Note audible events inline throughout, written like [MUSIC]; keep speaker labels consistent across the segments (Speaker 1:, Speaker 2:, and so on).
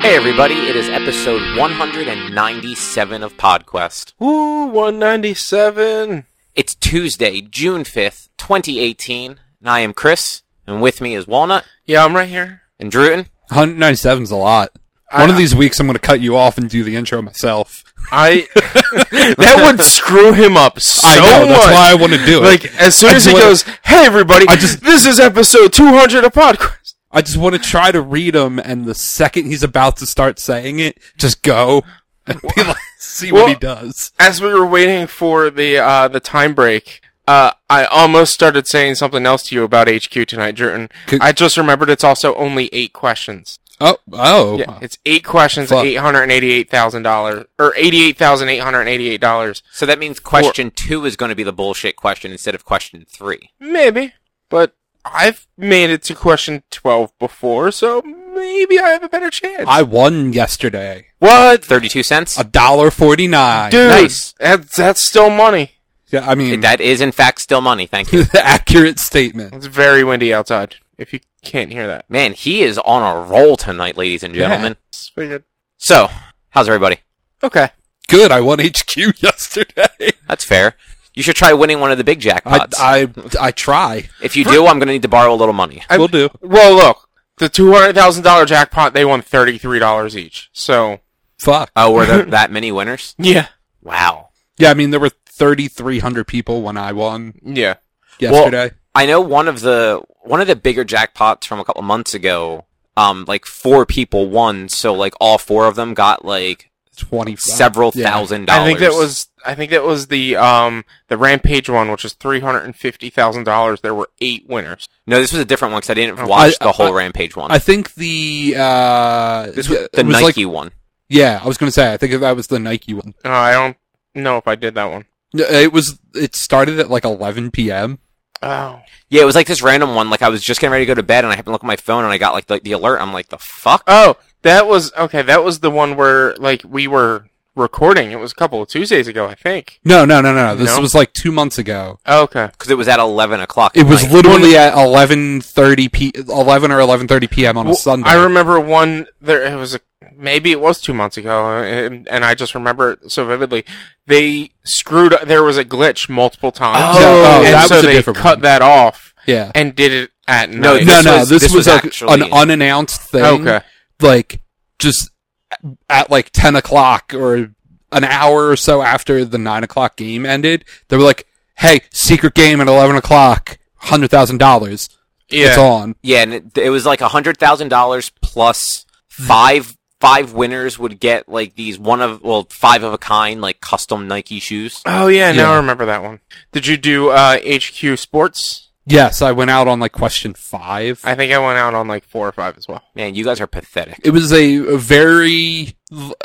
Speaker 1: Hey everybody, it is episode 197 of PodQuest.
Speaker 2: Woo, 197.
Speaker 1: It's Tuesday, June 5th, 2018, and I am Chris, and with me is Walnut
Speaker 2: Yeah, I'm right here.
Speaker 1: and Druten.
Speaker 3: 197 is a lot.
Speaker 2: I-
Speaker 3: One of these weeks, I'm going to cut you off and do the intro myself.
Speaker 2: [LAUGHS] I that would screw him up so
Speaker 3: I know.
Speaker 2: much.
Speaker 3: That's why I want to do it.
Speaker 2: like as soon
Speaker 3: I
Speaker 2: as he
Speaker 3: just wanna-
Speaker 2: goes, "Hey everybody,
Speaker 3: I just-
Speaker 2: this is episode 200 of podcast."
Speaker 3: I just want to try to read them, and the second he's about to start saying it, just go and be like, [LAUGHS] see
Speaker 2: Well-
Speaker 3: what he does.
Speaker 2: As we were waiting for the uh, the time break, uh, I almost started saying something else to you about HQ tonight, Jordan.
Speaker 3: Could-
Speaker 2: I just remembered it's also only eight questions.
Speaker 3: Oh, oh.
Speaker 2: Yeah, it's eight questions,
Speaker 3: Fuck.
Speaker 2: eight hundred eighty-eight thousand dollars, or eighty-eight thousand eight hundred eighty-eight dollars.
Speaker 1: So that means question 2 is going to be the bullshit question instead of question 3.
Speaker 2: Maybe, but I've made it to question 12 before, so maybe I have a better chance.
Speaker 3: I won yesterday.
Speaker 2: what?
Speaker 1: 32 cents?
Speaker 3: A dollar forty-nine.
Speaker 2: Dude,
Speaker 1: nice.
Speaker 2: that, that's still money.
Speaker 3: Yeah, I mean,
Speaker 1: That is in fact still money, thank you.
Speaker 3: the [LAUGHS] accurate statement.
Speaker 2: It's very windy outside, if you can't hear that.
Speaker 1: Man, he is on a roll tonight, ladies and gentlemen.
Speaker 2: It's pretty good.
Speaker 1: So, how's everybody?
Speaker 2: Okay.
Speaker 3: Good. I won HQ [LAUGHS] yesterday.
Speaker 1: That's fair. You should try winning one of the big
Speaker 3: I,
Speaker 1: jackpots.
Speaker 3: I I try.
Speaker 1: if you do, I'm going to need to borrow a little money.
Speaker 2: I-
Speaker 3: We'll do.
Speaker 2: Well, look, the $200,000 jackpot, they won $33 each. So,
Speaker 3: Fuck.
Speaker 1: Oh, were
Speaker 3: [LAUGHS]
Speaker 1: there that many winners?
Speaker 2: yeah.
Speaker 1: Wow.
Speaker 3: Yeah, I mean, there were thirty-three hundred people when I won
Speaker 2: Yeah.
Speaker 3: yesterday.
Speaker 1: I know one of the one of the bigger jackpots from a couple months ago. Um, like four people won, so like all four of them got like
Speaker 3: Twenty
Speaker 1: several thousand dollars.
Speaker 2: I think that was I think that was the um the Rampage one, which was three hundred and fifty thousand dollars. There were eight winners.
Speaker 1: no, this was a different one because I didn't watch
Speaker 3: Oh, I-
Speaker 1: the whole
Speaker 3: I-
Speaker 1: Rampage one.
Speaker 3: I think the uh,
Speaker 1: this was
Speaker 3: it
Speaker 1: the
Speaker 3: was
Speaker 1: Nike
Speaker 3: Like,
Speaker 1: one.
Speaker 3: yeah, I was gonna say. I think that was the Nike one.
Speaker 2: Uh, I don't know if I did that one.
Speaker 3: It was. It started at like 11 p.m.
Speaker 2: Oh.
Speaker 1: Yeah, it was like this random one. Like I was just getting ready to go to bed, and I happened to look at my phone, and I got like the, the alert. I'm like, the fuck.
Speaker 2: Oh, that was okay. That was the one where like we were recording. It was a couple of Tuesdays ago, I think.
Speaker 3: No, no, no, no. This
Speaker 2: No?
Speaker 3: was like two months ago.
Speaker 2: okay.
Speaker 1: Because it was at eleven o'clock.
Speaker 3: It
Speaker 1: at
Speaker 3: was
Speaker 1: night.
Speaker 3: literally at 11:30 p. 11 or 11:30 p.m. on a
Speaker 2: Well,
Speaker 3: Sunday.
Speaker 2: I remember one. There it was. A, maybe it was two months ago, and, and I just remember it so vividly. They screwed. up There was a glitch multiple times.
Speaker 1: Oh,
Speaker 3: Oh,
Speaker 2: and
Speaker 3: that
Speaker 2: so
Speaker 3: was a
Speaker 2: they
Speaker 3: different
Speaker 2: cut
Speaker 3: one.
Speaker 2: that off
Speaker 3: yeah.
Speaker 2: and did it at
Speaker 1: No,
Speaker 2: night.
Speaker 3: No,
Speaker 1: this
Speaker 3: no.
Speaker 1: was-
Speaker 3: this,
Speaker 1: this
Speaker 3: was,
Speaker 1: was
Speaker 3: like,
Speaker 1: actually-
Speaker 3: an unannounced thing.
Speaker 2: okay.
Speaker 3: Like just at like 10 o'clock or an hour or so after the nine o'clock game ended, they were like, "Hey, secret game at 11 o'clock, hundred thousand dollars.
Speaker 2: Yeah.
Speaker 3: It's on."
Speaker 1: Yeah, and it, it was like a hundred thousand dollars plus
Speaker 3: Hmm.
Speaker 1: five five winners would get like these one of well five of a kind like custom Nike shoes.
Speaker 2: Oh yeah, now
Speaker 3: Yeah.
Speaker 2: I remember that one. Did you do uh, HQ Sports?
Speaker 3: Yes, I went out on like question five.
Speaker 2: I think I went out on like four or five as well.
Speaker 1: Man, you guys are pathetic.
Speaker 3: it was a, a very,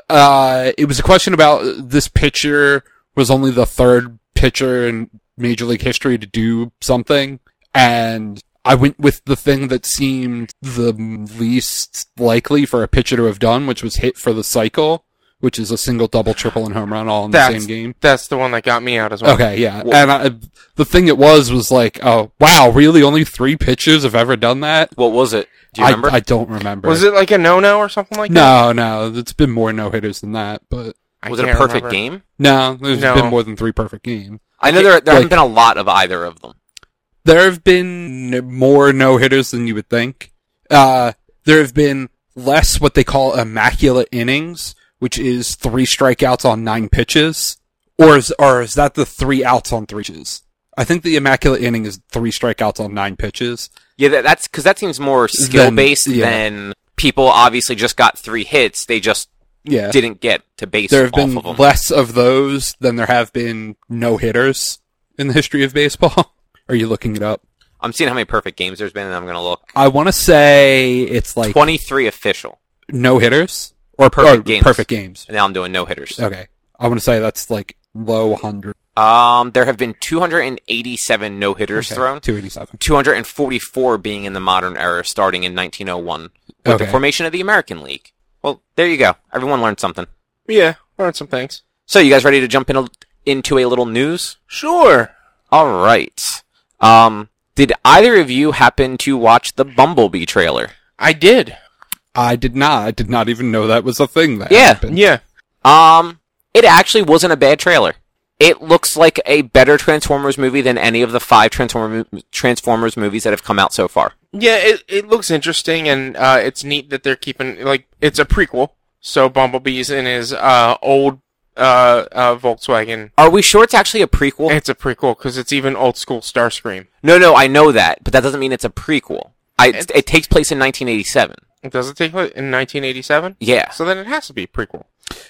Speaker 3: uh, it was a question about this pitcher was only the third pitcher in Major League history to do something, and I went with the thing that seemed the least likely for a pitcher to have done, which was hit for the cycle, which is a single, double, triple, and home run all in the
Speaker 2: That's-
Speaker 3: same game.
Speaker 2: That's the one that got me out as well.
Speaker 3: Okay, yeah,
Speaker 1: Well-
Speaker 3: and I, the thing it was was like, oh wow, really? Only three pitchers have ever done that.
Speaker 1: What was it? Do you
Speaker 3: I,
Speaker 1: remember?
Speaker 3: I don't remember.
Speaker 2: Was it like a no-no or something like that?
Speaker 3: No, no, it's been more no hitters than that, but
Speaker 2: I
Speaker 1: was it a
Speaker 2: can't
Speaker 1: perfect
Speaker 2: remember.
Speaker 1: game?
Speaker 3: no, there's
Speaker 2: No.
Speaker 3: been more than three perfect games.
Speaker 1: I know there there haven't
Speaker 3: like-
Speaker 1: been a lot of either of them.
Speaker 3: There have been n- more no hitters than you would think. Uh, there have been less what they call immaculate innings, which is three strikeouts on nine pitches, or is or is that the three outs on three pitches? I think the immaculate inning is three strikeouts on nine pitches.
Speaker 1: Yeah, that, that's because that seems more skill based
Speaker 3: yeah.
Speaker 1: than people. Obviously, just got three hits. They just
Speaker 3: Yeah,
Speaker 1: didn't get to base
Speaker 3: there have
Speaker 1: off
Speaker 3: been
Speaker 1: of them.
Speaker 3: less of those than there have been no hitters in the history of baseball. [LAUGHS] Are you looking it up?
Speaker 1: I'm seeing how many perfect games there's been, and I'm gonna look.
Speaker 3: I want to say it's like
Speaker 1: Twenty three official,
Speaker 3: no hitters or
Speaker 1: perfect
Speaker 3: or
Speaker 1: games.
Speaker 3: Perfect games.
Speaker 1: and now I'm doing no hitters.
Speaker 3: Okay, I want to say that's like low hundred.
Speaker 1: Um, there have been 287 no hitters thrown.
Speaker 3: two eighty seven.
Speaker 1: 244 being in the modern era starting in 1901 with the
Speaker 3: Okay.
Speaker 1: formation of the American League. Well, there you go. Everyone learned something.
Speaker 2: Yeah, learned some things.
Speaker 1: So, you guys ready to jump in a, into a little news?
Speaker 2: Sure.
Speaker 1: All right. Um, did either of you happen to watch the Bumblebee trailer?
Speaker 2: I did.
Speaker 3: I did not. I did not even know that was a thing that
Speaker 1: Yeah.
Speaker 3: happened.
Speaker 2: Yeah.
Speaker 1: Um, it actually wasn't a bad trailer. It looks like a better Transformers movie than any of the five Transformer- Transformers movies that have come out so far.
Speaker 2: Yeah, it, it looks interesting, and uh, it's neat that they're keeping like it's a prequel. So Bumblebee's in his uh, old uh, uh, Volkswagen.
Speaker 1: Are we sure it's actually a prequel?
Speaker 2: It's a prequel because it's even old school Starscream.
Speaker 1: no, no, I know that, but that doesn't mean it's a prequel. I, it, takes place in 1987.
Speaker 2: Does it take place in 1987?
Speaker 1: Yeah.
Speaker 2: So then it has to be a prequel.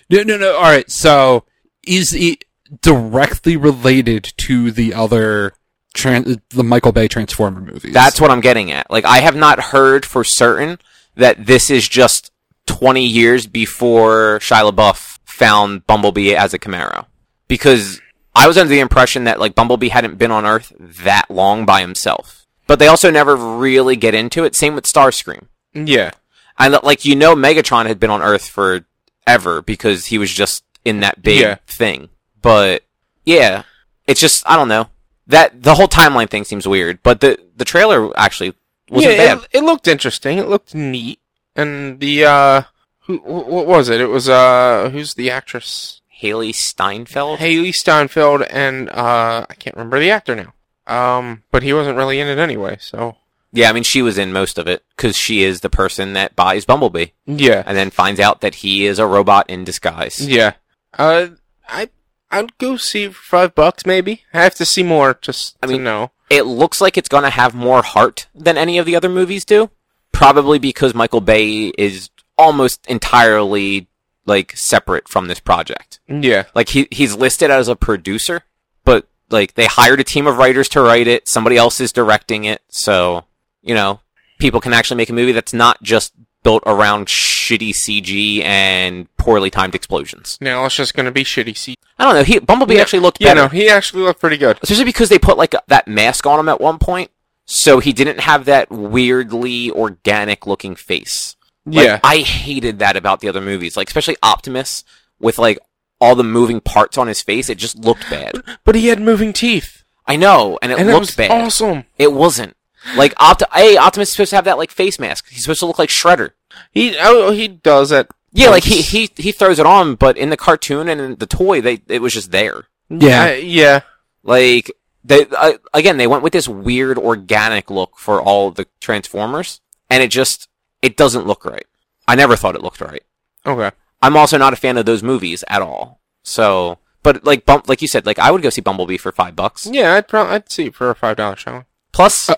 Speaker 3: No, no, no. All right. So is it directly related to the other tran- the Michael Bay Transformer movies?
Speaker 1: That's what I'm getting at. Like, I have not heard for certain that this is just 20 years before Shia LaBeouf found Bumblebee as a Camaro. Because I was under the impression that, like, Bumblebee hadn't been on Earth that long by himself. But they also never really get into it. Same with Starscream.
Speaker 2: Yeah.
Speaker 1: And, like, you know, Megatron had been on Earth for ever because he was just in that big
Speaker 2: Yeah.
Speaker 1: thing. But, yeah. It's just, I don't know. That, the whole timeline thing seems weird. But the, the trailer actually wasn't
Speaker 2: yeah,
Speaker 1: bad.
Speaker 2: it, it looked interesting. It looked neat. And the uh, who wh- what was it? It was uh, who's the actress?
Speaker 1: Haley Steinfeld.
Speaker 2: Haley Steinfeld, and uh, I can't remember the actor now. Um, but he wasn't really in it anyway. So
Speaker 1: Yeah, I mean, she was in most of it because she is the person that buys Bumblebee
Speaker 2: yeah,
Speaker 1: and then finds out that he is a robot in disguise.
Speaker 2: yeah. Uh, I I'd go see for five bucks maybe. I have to see more just
Speaker 1: I
Speaker 2: I
Speaker 1: mean-
Speaker 2: to know.
Speaker 1: It looks like it's going to have more heart than any of the other movies do, probably because Michael Bay is almost entirely like separate from this project.
Speaker 2: Yeah,
Speaker 1: Like he he's listed as a producer, but like they hired a team of writers to write it, somebody else is directing it, so you know, people can actually make a movie that's not just built around shitty CG and poorly timed explosions.
Speaker 2: now it's just gonna be shitty. See,
Speaker 1: I don't know. He Bumblebee
Speaker 2: Yeah,
Speaker 1: actually looked
Speaker 2: you
Speaker 1: better,
Speaker 2: know, he actually looked pretty good.
Speaker 1: especially because they put like that mask on him at one point, so he didn't have that weirdly organic looking face. Like,
Speaker 2: yeah,
Speaker 1: I hated that about the other movies, like especially Optimus with like all the moving parts on his face. It just looked bad.
Speaker 2: but he had moving teeth,
Speaker 1: I know, and it
Speaker 2: and that was
Speaker 1: looked bad.
Speaker 2: awesome.
Speaker 1: It wasn't like Opt. Hey, Optimus is supposed to have that like face mask. He's supposed to look like Shredder.
Speaker 2: He oh he does that.
Speaker 1: Yeah, like he he he throws it on, but in the cartoon and in the toy, they it was just there.
Speaker 3: yeah.
Speaker 2: Uh, yeah.
Speaker 1: Like they uh, again, they went with this weird organic look for all the Transformers, and it just it doesn't look right. I never thought it looked right.
Speaker 2: Okay.
Speaker 1: I'm also not a fan of those movies at all. So, but like bump, like you said, like I would go see Bumblebee for five bucks.
Speaker 2: Yeah, I'd probably I'd see it for a five
Speaker 1: [LAUGHS]
Speaker 2: dollar show.
Speaker 1: Plus,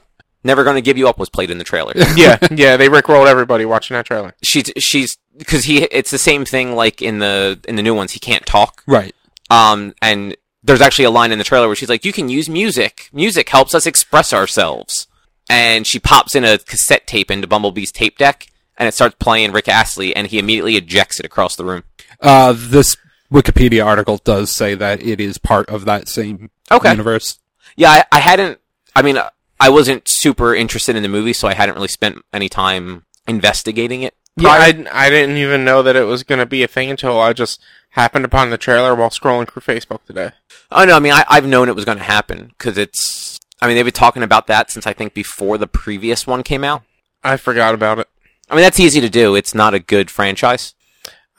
Speaker 1: Never Gonna Give You Up was played in the trailer.
Speaker 2: Yeah, yeah, they rickrolled everybody watching that trailer.
Speaker 1: she's she's because he it's the same thing like in the in the new ones. He can't talk.
Speaker 3: Right.
Speaker 1: Um, and there's actually a line in the trailer where she's like, "You can use music. Music helps us express ourselves." And she pops in a cassette tape into Bumblebee's tape deck, and it starts playing Rick Astley, and he immediately ejects it across the room.
Speaker 3: Uh, this Wikipedia article does say that it is part of that same
Speaker 1: Okay.
Speaker 3: universe.
Speaker 1: Yeah, I, I hadn't. I mean, uh, I wasn't super interested in the movie, so I hadn't really spent any time investigating it.
Speaker 2: Yeah, I, I didn't even know that it was going to be a thing until I just happened upon the trailer while scrolling through Facebook today.
Speaker 1: Oh no, I mean, I, I've known it was going to happen because it's. I mean, they've been talking about that since I think before the previous one came out.
Speaker 2: I forgot about it.
Speaker 1: I mean, that's easy to do. It's not a good franchise.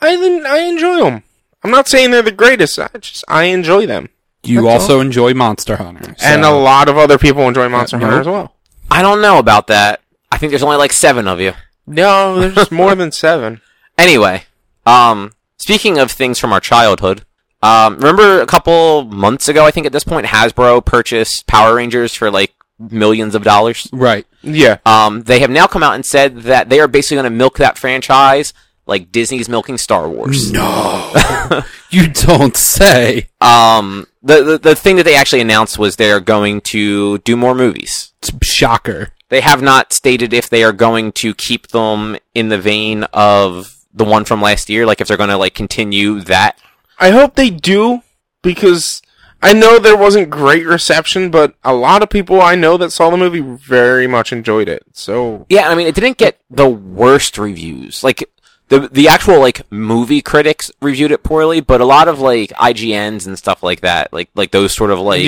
Speaker 2: I didn't- I enjoy them. I'm not saying they're the greatest. I just I enjoy them,
Speaker 3: You
Speaker 2: That's
Speaker 3: also enjoy Monster Hunter.
Speaker 2: and a
Speaker 3: so-
Speaker 2: lot of other people enjoy Monster
Speaker 3: Uh,
Speaker 2: Hunter
Speaker 3: no.
Speaker 2: as well.
Speaker 1: I don't know about that. I think there's only like seven of you.
Speaker 2: No, there's more than seven.
Speaker 1: Anyway, um, speaking of things from our childhood, um, remember a couple months ago, I think at this point, Hasbro purchased Power Rangers for like millions of dollars.
Speaker 3: Right.
Speaker 2: Yeah,
Speaker 1: Um, they have now come out and said that they are basically going to milk that franchise like Disney's milking Star Wars.
Speaker 3: No. you don't say.
Speaker 1: Um, the, the the thing that they actually announced was they're going to do more movies.
Speaker 3: It's a shocker.
Speaker 1: They have not stated if they are going to keep them in the vein of the one from last year, like if they're going to like continue that.
Speaker 2: I hope they do because I know there wasn't great reception, but a lot of people I know that saw the movie very much enjoyed it. So
Speaker 1: Yeah, I mean, it didn't get the worst reviews. Like the the actual like movie critics reviewed it poorly, but a lot of like IGNs and stuff like that, like like those sort of like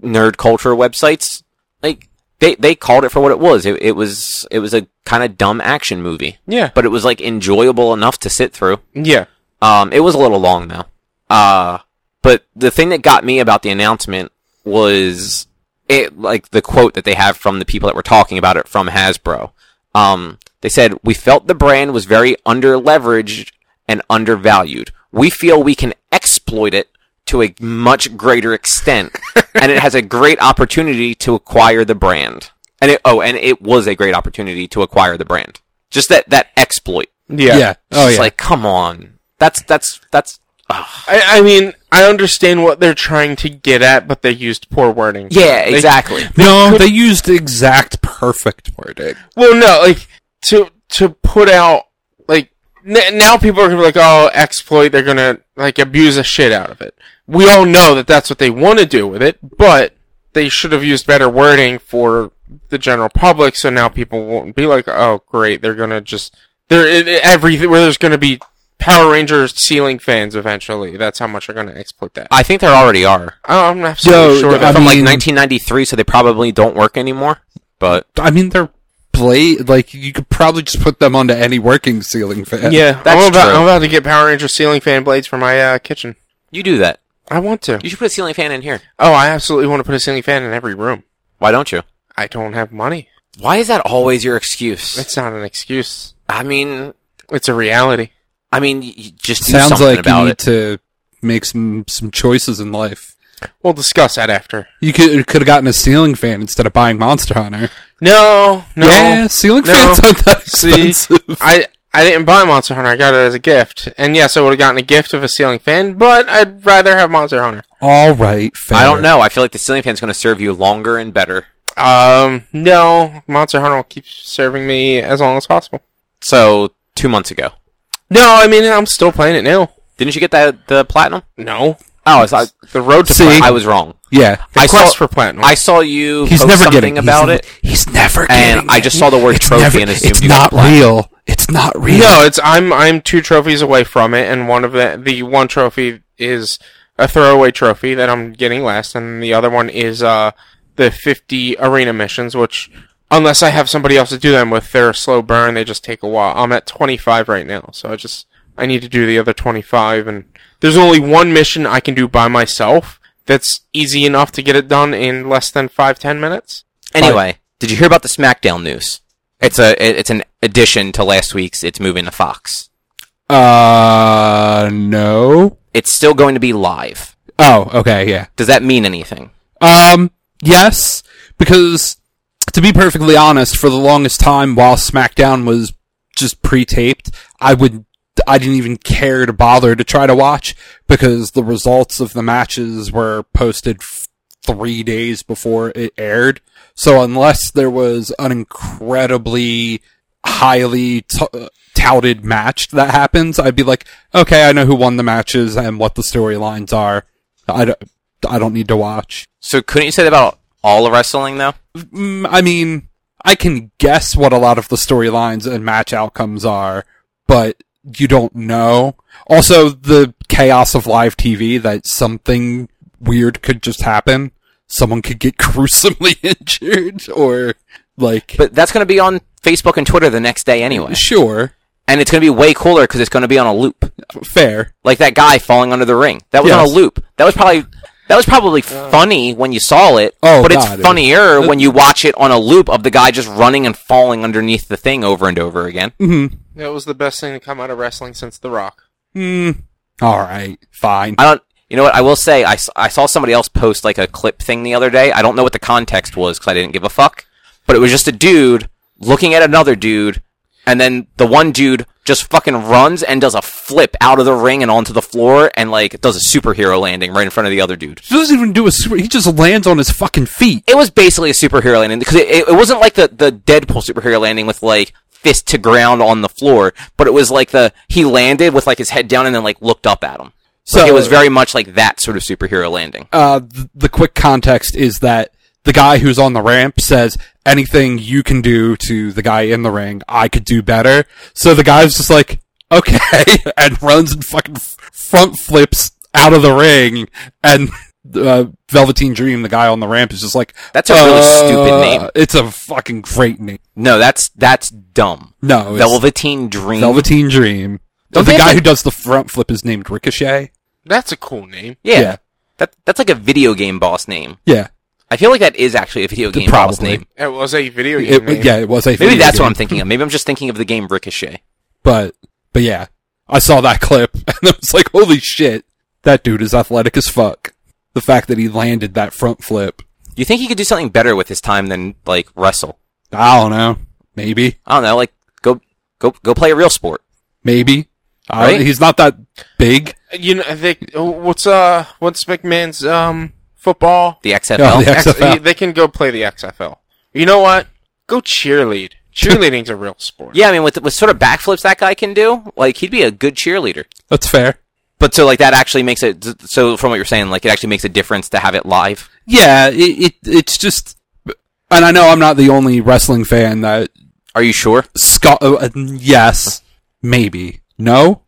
Speaker 1: nerd culture websites. Like they they called it for what it was. It, it was it was a kind of dumb action movie,
Speaker 2: Yeah.
Speaker 1: but it was like enjoyable enough to sit through.
Speaker 2: Yeah.
Speaker 1: Um, it was a little long though. Uh, but the thing that got me about the announcement was it like the quote that they have from the people that were talking about it from Hasbro. Um, they said we felt the brand was very underleveraged and undervalued. We feel we can exploit it to a much greater extent, and it has a great opportunity to acquire the brand. And it, oh, and it was a great opportunity to acquire the brand. Just that that exploit.
Speaker 2: Yeah.
Speaker 3: Oh
Speaker 1: It's
Speaker 3: yeah.
Speaker 1: like, come on. That's that's that's. ugh.
Speaker 2: I, I mean, I understand what they're trying to get at, but they used poor wording.
Speaker 1: Yeah,
Speaker 2: They-
Speaker 1: exactly.
Speaker 3: no, they used exact perfect wording.
Speaker 2: Well, no, like to to put out like n- now people are gonna be like, oh, exploit. They're gonna like abuse the shit out of it. We all know that that's what they want to do with it, but they should have used better wording for the general public. So now people won't be like, oh, great, they're gonna just there it- it- every where there's gonna be Power Rangers ceiling fans eventually. That's how much they're gonna exploit that.
Speaker 1: I think there already are
Speaker 2: I, I'm absolutely
Speaker 3: Yo,
Speaker 2: sure
Speaker 3: I
Speaker 2: that
Speaker 1: from like
Speaker 3: mean-
Speaker 1: 1993, so they probably don't work anymore. But
Speaker 3: I mean, they're blade. Like you could probably just put them onto any working ceiling fan.
Speaker 2: Yeah,
Speaker 1: That's
Speaker 2: I'm, about,
Speaker 1: true.
Speaker 2: I'm about to get Power Ranger ceiling fan blades for my uh, kitchen.
Speaker 1: you do that.
Speaker 2: I want to.
Speaker 1: You should put a ceiling fan in here.
Speaker 2: Oh, I absolutely want to put a ceiling fan in every room.
Speaker 1: Why don't you?
Speaker 2: I don't have money.
Speaker 1: Why is that always your excuse?
Speaker 2: It's not an excuse.
Speaker 1: I mean,
Speaker 2: It's a reality.
Speaker 1: I mean, y- you just do
Speaker 3: Sounds
Speaker 1: something
Speaker 3: like you
Speaker 1: about
Speaker 3: need
Speaker 1: it.
Speaker 3: to make some some choices in life.
Speaker 2: We'll discuss that after.
Speaker 3: You could could have gotten a ceiling fan instead of buying Monster Hunter.
Speaker 2: No, no.
Speaker 3: yeah, ceiling
Speaker 2: No.
Speaker 3: fans aren't that
Speaker 1: [LAUGHS]
Speaker 2: See?
Speaker 3: expensive.
Speaker 2: I I didn't buy Monster Hunter. I got it as a gift. And yes, I would have gotten a gift of a ceiling fan, but I'd rather have Monster Hunter.
Speaker 3: All right, fair.
Speaker 1: I don't know. I feel like the ceiling fan's going to serve you longer and better.
Speaker 2: Um, no, Monster Hunter will keep serving me as long as possible.
Speaker 1: So two months ago,
Speaker 2: No, I mean I'm still playing it now.
Speaker 1: didn't you get that the platinum?
Speaker 2: No,
Speaker 1: Oh, it's I,
Speaker 2: the road to
Speaker 3: See?
Speaker 2: platinum.
Speaker 1: I was wrong.
Speaker 3: Yeah,
Speaker 2: The
Speaker 1: I
Speaker 2: quest
Speaker 1: saw-
Speaker 2: for platinum.
Speaker 1: I saw you
Speaker 3: he's
Speaker 1: post
Speaker 3: never
Speaker 1: something
Speaker 3: getting
Speaker 1: about it.
Speaker 3: He's never
Speaker 1: And
Speaker 3: getting.
Speaker 1: I
Speaker 3: it.
Speaker 1: just saw the word
Speaker 3: It's
Speaker 1: trophy
Speaker 3: never-
Speaker 1: and assumed
Speaker 3: it's
Speaker 1: you got
Speaker 3: not
Speaker 1: black.
Speaker 3: real. It's not real.
Speaker 2: No, it's I'm I'm two trophies away from it, and one of the the one trophy is a throwaway trophy that I'm getting last, and the other one is uh the 50 arena missions, which unless I have somebody else to do them with, they're a slow burn. They just take a while. I'm at 25 right now, so I just I need to do the other 25, and there's only one mission I can do by myself. That's easy enough to get it done in less than five ten minutes.
Speaker 1: Anyway, did you hear about the SmackDown news? It's a it- it's an addition to last week's. It's moving to Fox.
Speaker 3: Uh, no.
Speaker 1: It's still going to be live.
Speaker 3: Oh, okay, yeah.
Speaker 1: Does that mean anything?
Speaker 3: Um, yes, because to be perfectly honest, for the longest time while SmackDown was just pre-taped, I would I didn't even care to bother to try to watch because the results of the matches were posted f- 3 days before it aired. So unless there was an incredibly highly t- uh, touted match that happens, I'd be like, okay, I know who won the matches and what the storylines are. I don't, I don't need to watch.
Speaker 1: So couldn't you say that about all of wrestling though?
Speaker 3: Mm, I mean, I can guess what a lot of the storylines and match outcomes are, but you don't know. Also, the chaos of live TV that something weird could just happen. Someone could get [LAUGHS] gruesomely injured or like,
Speaker 1: But that's going to be on Facebook and Twitter the next day anyway,
Speaker 3: sure,
Speaker 1: and it's going to be way cooler because it's going to be on a loop.
Speaker 3: fair.
Speaker 1: Like that guy falling under the ring. That was on a
Speaker 3: Yes.
Speaker 1: loop. That was probably that was probably funny when you saw it.
Speaker 3: Oh,
Speaker 1: but
Speaker 3: God, it
Speaker 1: it's
Speaker 3: was-
Speaker 1: funnier when you watch it on a loop of the guy just running and falling underneath the thing over and over again.
Speaker 2: That was the best thing to come out of wrestling since The Rock.
Speaker 3: Mm, all right, fine.
Speaker 1: I don't. You know what? I will say I, s- I saw somebody else post like a clip thing the other day. I don't know what the context was because I didn't give a fuck. But it was just a dude looking at another dude, and then the one dude just fucking runs and does a flip out of the ring and onto the floor and like does a superhero landing right in front of the other dude.
Speaker 3: He doesn't even do a super. He just lands on his fucking feet.
Speaker 1: It was basically a superhero landing because it, it, it wasn't like the, the Deadpool superhero landing with like fist to ground on the floor, but it was like the he landed with like his head down and then like looked up at him. So
Speaker 3: So-
Speaker 1: it was very much like that sort of superhero landing.
Speaker 3: uh, th- the quick context is that the guy who's on the ramp says anything you can do to the guy in the ring, I could do better. So the guy's just like, [LAUGHS] okay, and runs and fucking f- front flips out of the ring, and uh, Velveteen Dream, the guy on the ramp, is just like
Speaker 1: That's a really stupid
Speaker 3: "Uh,
Speaker 1: name.
Speaker 3: It's a fucking great name.
Speaker 1: No, that's that's dumb.
Speaker 3: No, Oh, it's
Speaker 1: Velveteen Dream.
Speaker 3: Velveteen Dream.
Speaker 1: Don't
Speaker 3: the
Speaker 1: they
Speaker 3: guy
Speaker 1: have-
Speaker 3: who does the front flip is named Ricochet.
Speaker 2: That's a cool name.
Speaker 1: yeah. That that's like a video game boss name.
Speaker 3: yeah,
Speaker 1: I feel like that is actually a video game boss
Speaker 3: probably.
Speaker 1: name.
Speaker 2: It was a video game
Speaker 3: It-
Speaker 2: name.
Speaker 3: yeah. It was a
Speaker 1: Maybe
Speaker 3: video
Speaker 1: that's what
Speaker 3: game.
Speaker 1: I'm thinking
Speaker 3: [LAUGHS]
Speaker 1: of. Maybe I'm just thinking of the game Ricochet.
Speaker 3: But but yeah, I saw that [LAUGHS] clip and I was like, holy shit, that dude is athletic as fuck. The fact that he landed that front flip,
Speaker 1: You think he could do something better with his time than like wrestle?
Speaker 3: I don't know, maybe
Speaker 1: I don't know, like go go go play a real sport.
Speaker 3: maybe. I don't-
Speaker 1: Right?
Speaker 3: he's not that big.
Speaker 2: You know, they, what's uh, what's McMahon's um football?
Speaker 1: The XFL.
Speaker 3: No, the
Speaker 2: X-
Speaker 3: XFL.
Speaker 2: they can go play the XFL. You know what? Go [LAUGHS] cheerlead. Cheerleading's a real sport.
Speaker 1: yeah, I mean with with sort of backflips that guy can do, like he'd be a good cheerleader.
Speaker 3: That's fair.
Speaker 1: But so like that actually makes it so from what you're saying, like it actually makes a difference to have it live.
Speaker 3: Yeah, it, it it's just, and I know I'm not the only wrestling fan that
Speaker 1: Are you sure?
Speaker 3: Scott. Uh, yes, maybe no.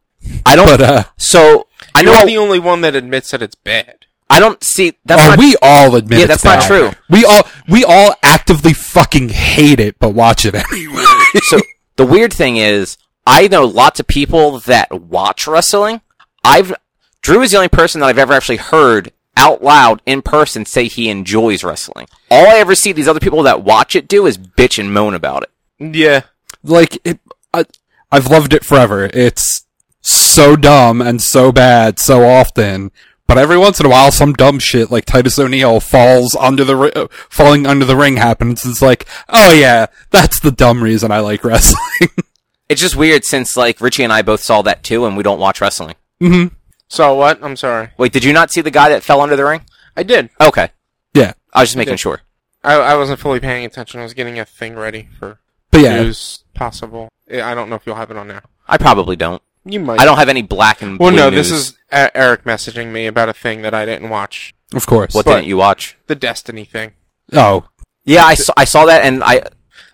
Speaker 3: I don't. But uh,
Speaker 1: So I know
Speaker 2: You're
Speaker 1: I-
Speaker 2: the only one that admits that it's bad.
Speaker 1: I don't see that's
Speaker 3: oh,
Speaker 1: not
Speaker 3: we all admit.
Speaker 1: Yeah,
Speaker 3: it's
Speaker 1: that's not
Speaker 3: bad.
Speaker 1: true.
Speaker 3: We all we all actively fucking hate it, but watch it anyway. [LAUGHS]
Speaker 1: so the weird thing is I know lots of people that watch wrestling. I've Drew is the only person that I've ever actually heard out loud in person say he enjoys wrestling. All I ever see these other people that watch it do is bitch and moan about it.
Speaker 2: Yeah.
Speaker 3: like it, I, I've loved it forever. It's so dumb and so bad so often. But every once in a while, some dumb shit like Titus O'Neil falls under the ri- uh, falling under the ring happens. It's like, oh yeah, that's the dumb reason I like wrestling. [LAUGHS]
Speaker 1: It's just weird since like Richie and I both saw that too and we don't watch wrestling.
Speaker 3: mm-hmm.
Speaker 2: So what? I'm sorry.
Speaker 1: Wait, did you not see the guy that fell under the ring?
Speaker 2: I did.
Speaker 1: Okay.
Speaker 3: Yeah,
Speaker 1: I was just making sure.
Speaker 2: I, I wasn't fully paying attention. I was getting a thing ready for
Speaker 3: but yeah,
Speaker 2: news possible. I I don't know if you'll have it on now.
Speaker 1: I probably don't.
Speaker 2: You might.
Speaker 1: I don't have any black and
Speaker 2: Well,
Speaker 1: blue
Speaker 2: no. This
Speaker 1: news.
Speaker 2: is uh, Eric messaging me about a thing that I didn't watch.
Speaker 3: of course.
Speaker 1: what
Speaker 2: but-
Speaker 1: didn't you watch?
Speaker 2: The Destiny thing.
Speaker 3: Oh,
Speaker 1: Yeah, I saw, I saw that, and I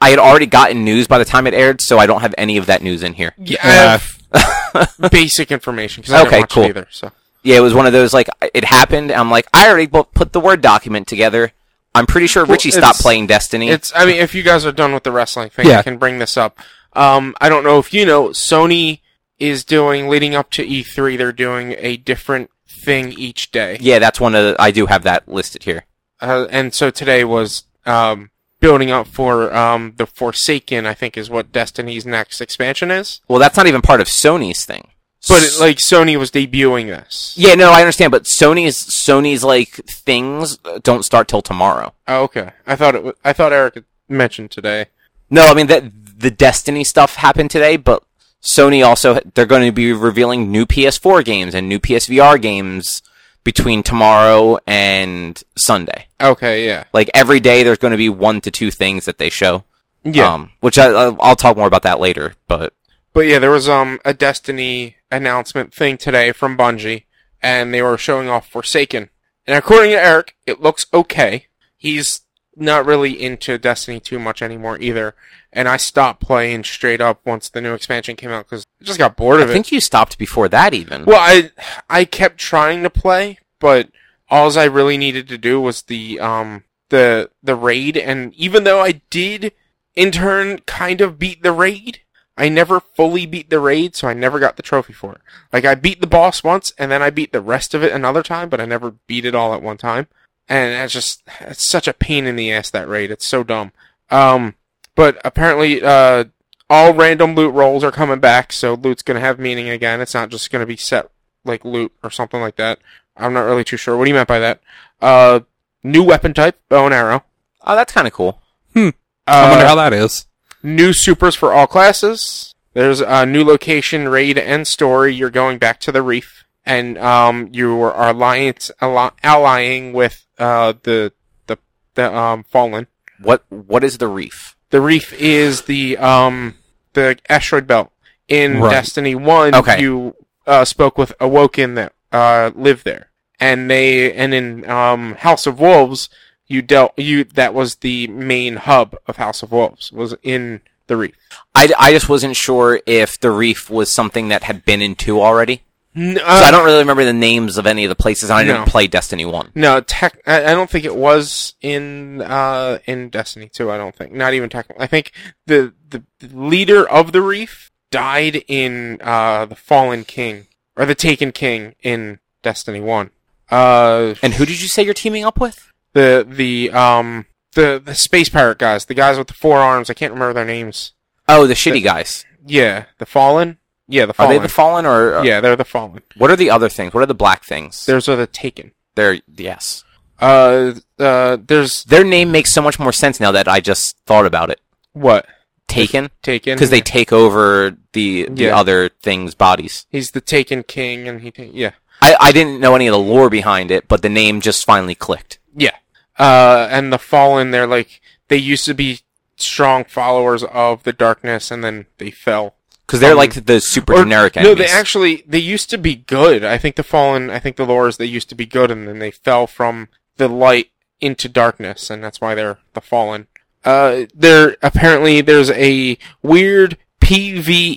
Speaker 1: I had already gotten news by the time it aired, so I don't have any of that news in here.
Speaker 2: Yeah.
Speaker 3: Yeah.
Speaker 2: I have [LAUGHS] basic information because I
Speaker 1: Okay,
Speaker 2: didn't watch
Speaker 1: cool.
Speaker 2: it either. So
Speaker 1: Yeah, it was one of those like it happened. And I'm like, I already bu- put the word document together. I'm pretty sure Richie stopped
Speaker 2: it's-
Speaker 1: playing Destiny.
Speaker 2: it's. I mean, if you guys are done with the wrestling thing,
Speaker 3: Yeah.
Speaker 2: I can bring this up. Um, I don't know if you know, Sony is doing leading up to E3. They're doing a different thing each day.
Speaker 1: yeah, that's one of the, I do have that listed here.
Speaker 2: uh, and so today was um, building up for um, the Forsaken. I think is what Destiny's next expansion is.
Speaker 1: Well, that's not even part of Sony's thing.
Speaker 2: But it, like Sony was debuting this.
Speaker 1: yeah, no, I understand, but Sony's Sony's like things uh, don't start till tomorrow.
Speaker 2: Oh, okay. I thought it. wa- I thought Eric had mentioned today.
Speaker 1: No, I mean that the Destiny stuff happened today, but Sony also they're going to be revealing new PS4 games and new PSVR games between tomorrow and Sunday.
Speaker 2: Okay. Yeah.
Speaker 1: Like every day, there's going to be one to two things that they show.
Speaker 2: Yeah.
Speaker 1: um, which I, I'll I'll talk more about that later. But
Speaker 2: But yeah, there was um a Destiny announcement thing today from Bungie, and they were showing off Forsaken. And according to Eric, it looks okay. He's not really into Destiny too much anymore either, and I stopped playing straight up once the new expansion came out because I just got bored
Speaker 1: I
Speaker 2: of it.
Speaker 1: think you stopped before that, even.
Speaker 2: Well, I I kept trying to play, but alls I really needed to do was the um the the raid, and even though I did in turn kind of beat the raid, I never fully beat the raid, so I never got the trophy for it. Like I beat the boss once, and then I beat the rest of it another time, but I never beat it all at one time. And that's just it's such a pain in the ass that raid. It's so dumb. Um, but apparently, uh, all random loot rolls are coming back, so loot's gonna have meaning again. It's not just gonna be set like loot or something like that. I'm not really too sure. What do you meant by that? Uh, new weapon type, bow and arrow.
Speaker 1: oh, that's kind of cool.
Speaker 3: I wonder
Speaker 2: Uh,
Speaker 3: how that is.
Speaker 2: new supers for all classes. There's a new location, raid, and story. You're going back to the reef, and um, you are alliance alli- allying with uh the the the um fallen.
Speaker 1: What What is the reef?
Speaker 2: The reef is the um the asteroid belt in
Speaker 3: Right.
Speaker 2: Destiny One.
Speaker 1: Okay.
Speaker 2: You uh, spoke with Awoken that uh lived there, and they and in um House of Wolves you dealt you that was the main hub of House of Wolves was in the reef.
Speaker 1: I, I just wasn't sure if the reef was something that had been in two already.
Speaker 2: N-
Speaker 1: So I
Speaker 2: uh,
Speaker 1: don't really remember the names of any of the places. and I didn't
Speaker 2: No.
Speaker 1: play Destiny One.
Speaker 2: No, tech. I, I don't think it was in uh in Destiny Two. I don't think. Not even tech. I think the the leader of the Reef died in uh the Fallen King or the Taken King in Destiny One. Uh,
Speaker 1: And who did you say you're teaming up with?
Speaker 2: the the um the the space pirate guys, the guys with the four arms. I can't remember their names.
Speaker 1: Oh, the shitty guys.
Speaker 2: Yeah, the Fallen. Yeah, the
Speaker 1: Are
Speaker 2: Fallen.
Speaker 1: they the uh, Fallen or
Speaker 2: yeah, they're the Fallen.
Speaker 1: What are the other things? What are the black things?
Speaker 2: Those are the Taken.
Speaker 1: They're yes.
Speaker 2: Uh, uh, there's
Speaker 1: Their name makes so much more sense now that I just thought about it.
Speaker 2: what
Speaker 1: Taken
Speaker 2: Taken
Speaker 1: because they take over the the
Speaker 2: Yeah.
Speaker 1: other things' bodies.
Speaker 2: He's the Taken King, and he ta- yeah.
Speaker 1: I, I didn't know any of the lore behind it, but the name just finally clicked.
Speaker 2: Yeah. Uh, and the Fallen, they're like, they used to be strong followers of the darkness and then they fell.
Speaker 1: Because they're
Speaker 2: Um,
Speaker 1: like the super
Speaker 2: Or-
Speaker 1: generic
Speaker 2: No,
Speaker 1: enemies.
Speaker 2: they actually, they used to be good. I think the Fallen, I think the lore is they used to be good and then they fell from the light into darkness and that's why they're the Fallen. Uh, there, apparently there's a weird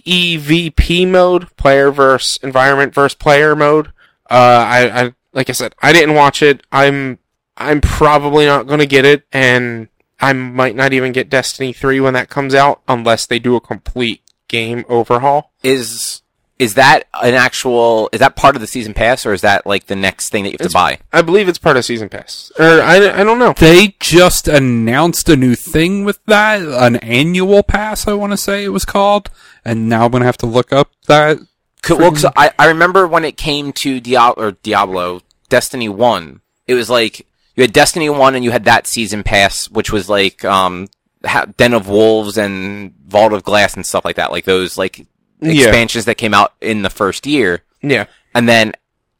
Speaker 2: PvEVP mode, player versus environment versus player mode. Uh, I, I, like I said, I didn't watch it. I'm I'm probably not going to get it, and I might not even get Destiny 3 when that comes out, unless they do a complete game overhaul.
Speaker 1: is is that an actual? Is that part of the season pass, or is that like the next thing that you have to buy?
Speaker 2: I believe it's part of Season Pass. Or, I, I don't know.
Speaker 3: They just announced a new thing with that, an annual pass, I want to say it was called. And now I'm going to have to look up that.
Speaker 1: Could, well, 'cause I, I remember when it came to Diablo, or Diablo Destiny One, it was like you had Destiny One and you had that season pass, which was like um, ha- Den of Wolves and Vault of Glass and stuff like that, like those like
Speaker 2: Yeah.
Speaker 1: expansions that came out in the first year.
Speaker 2: Yeah.
Speaker 1: And then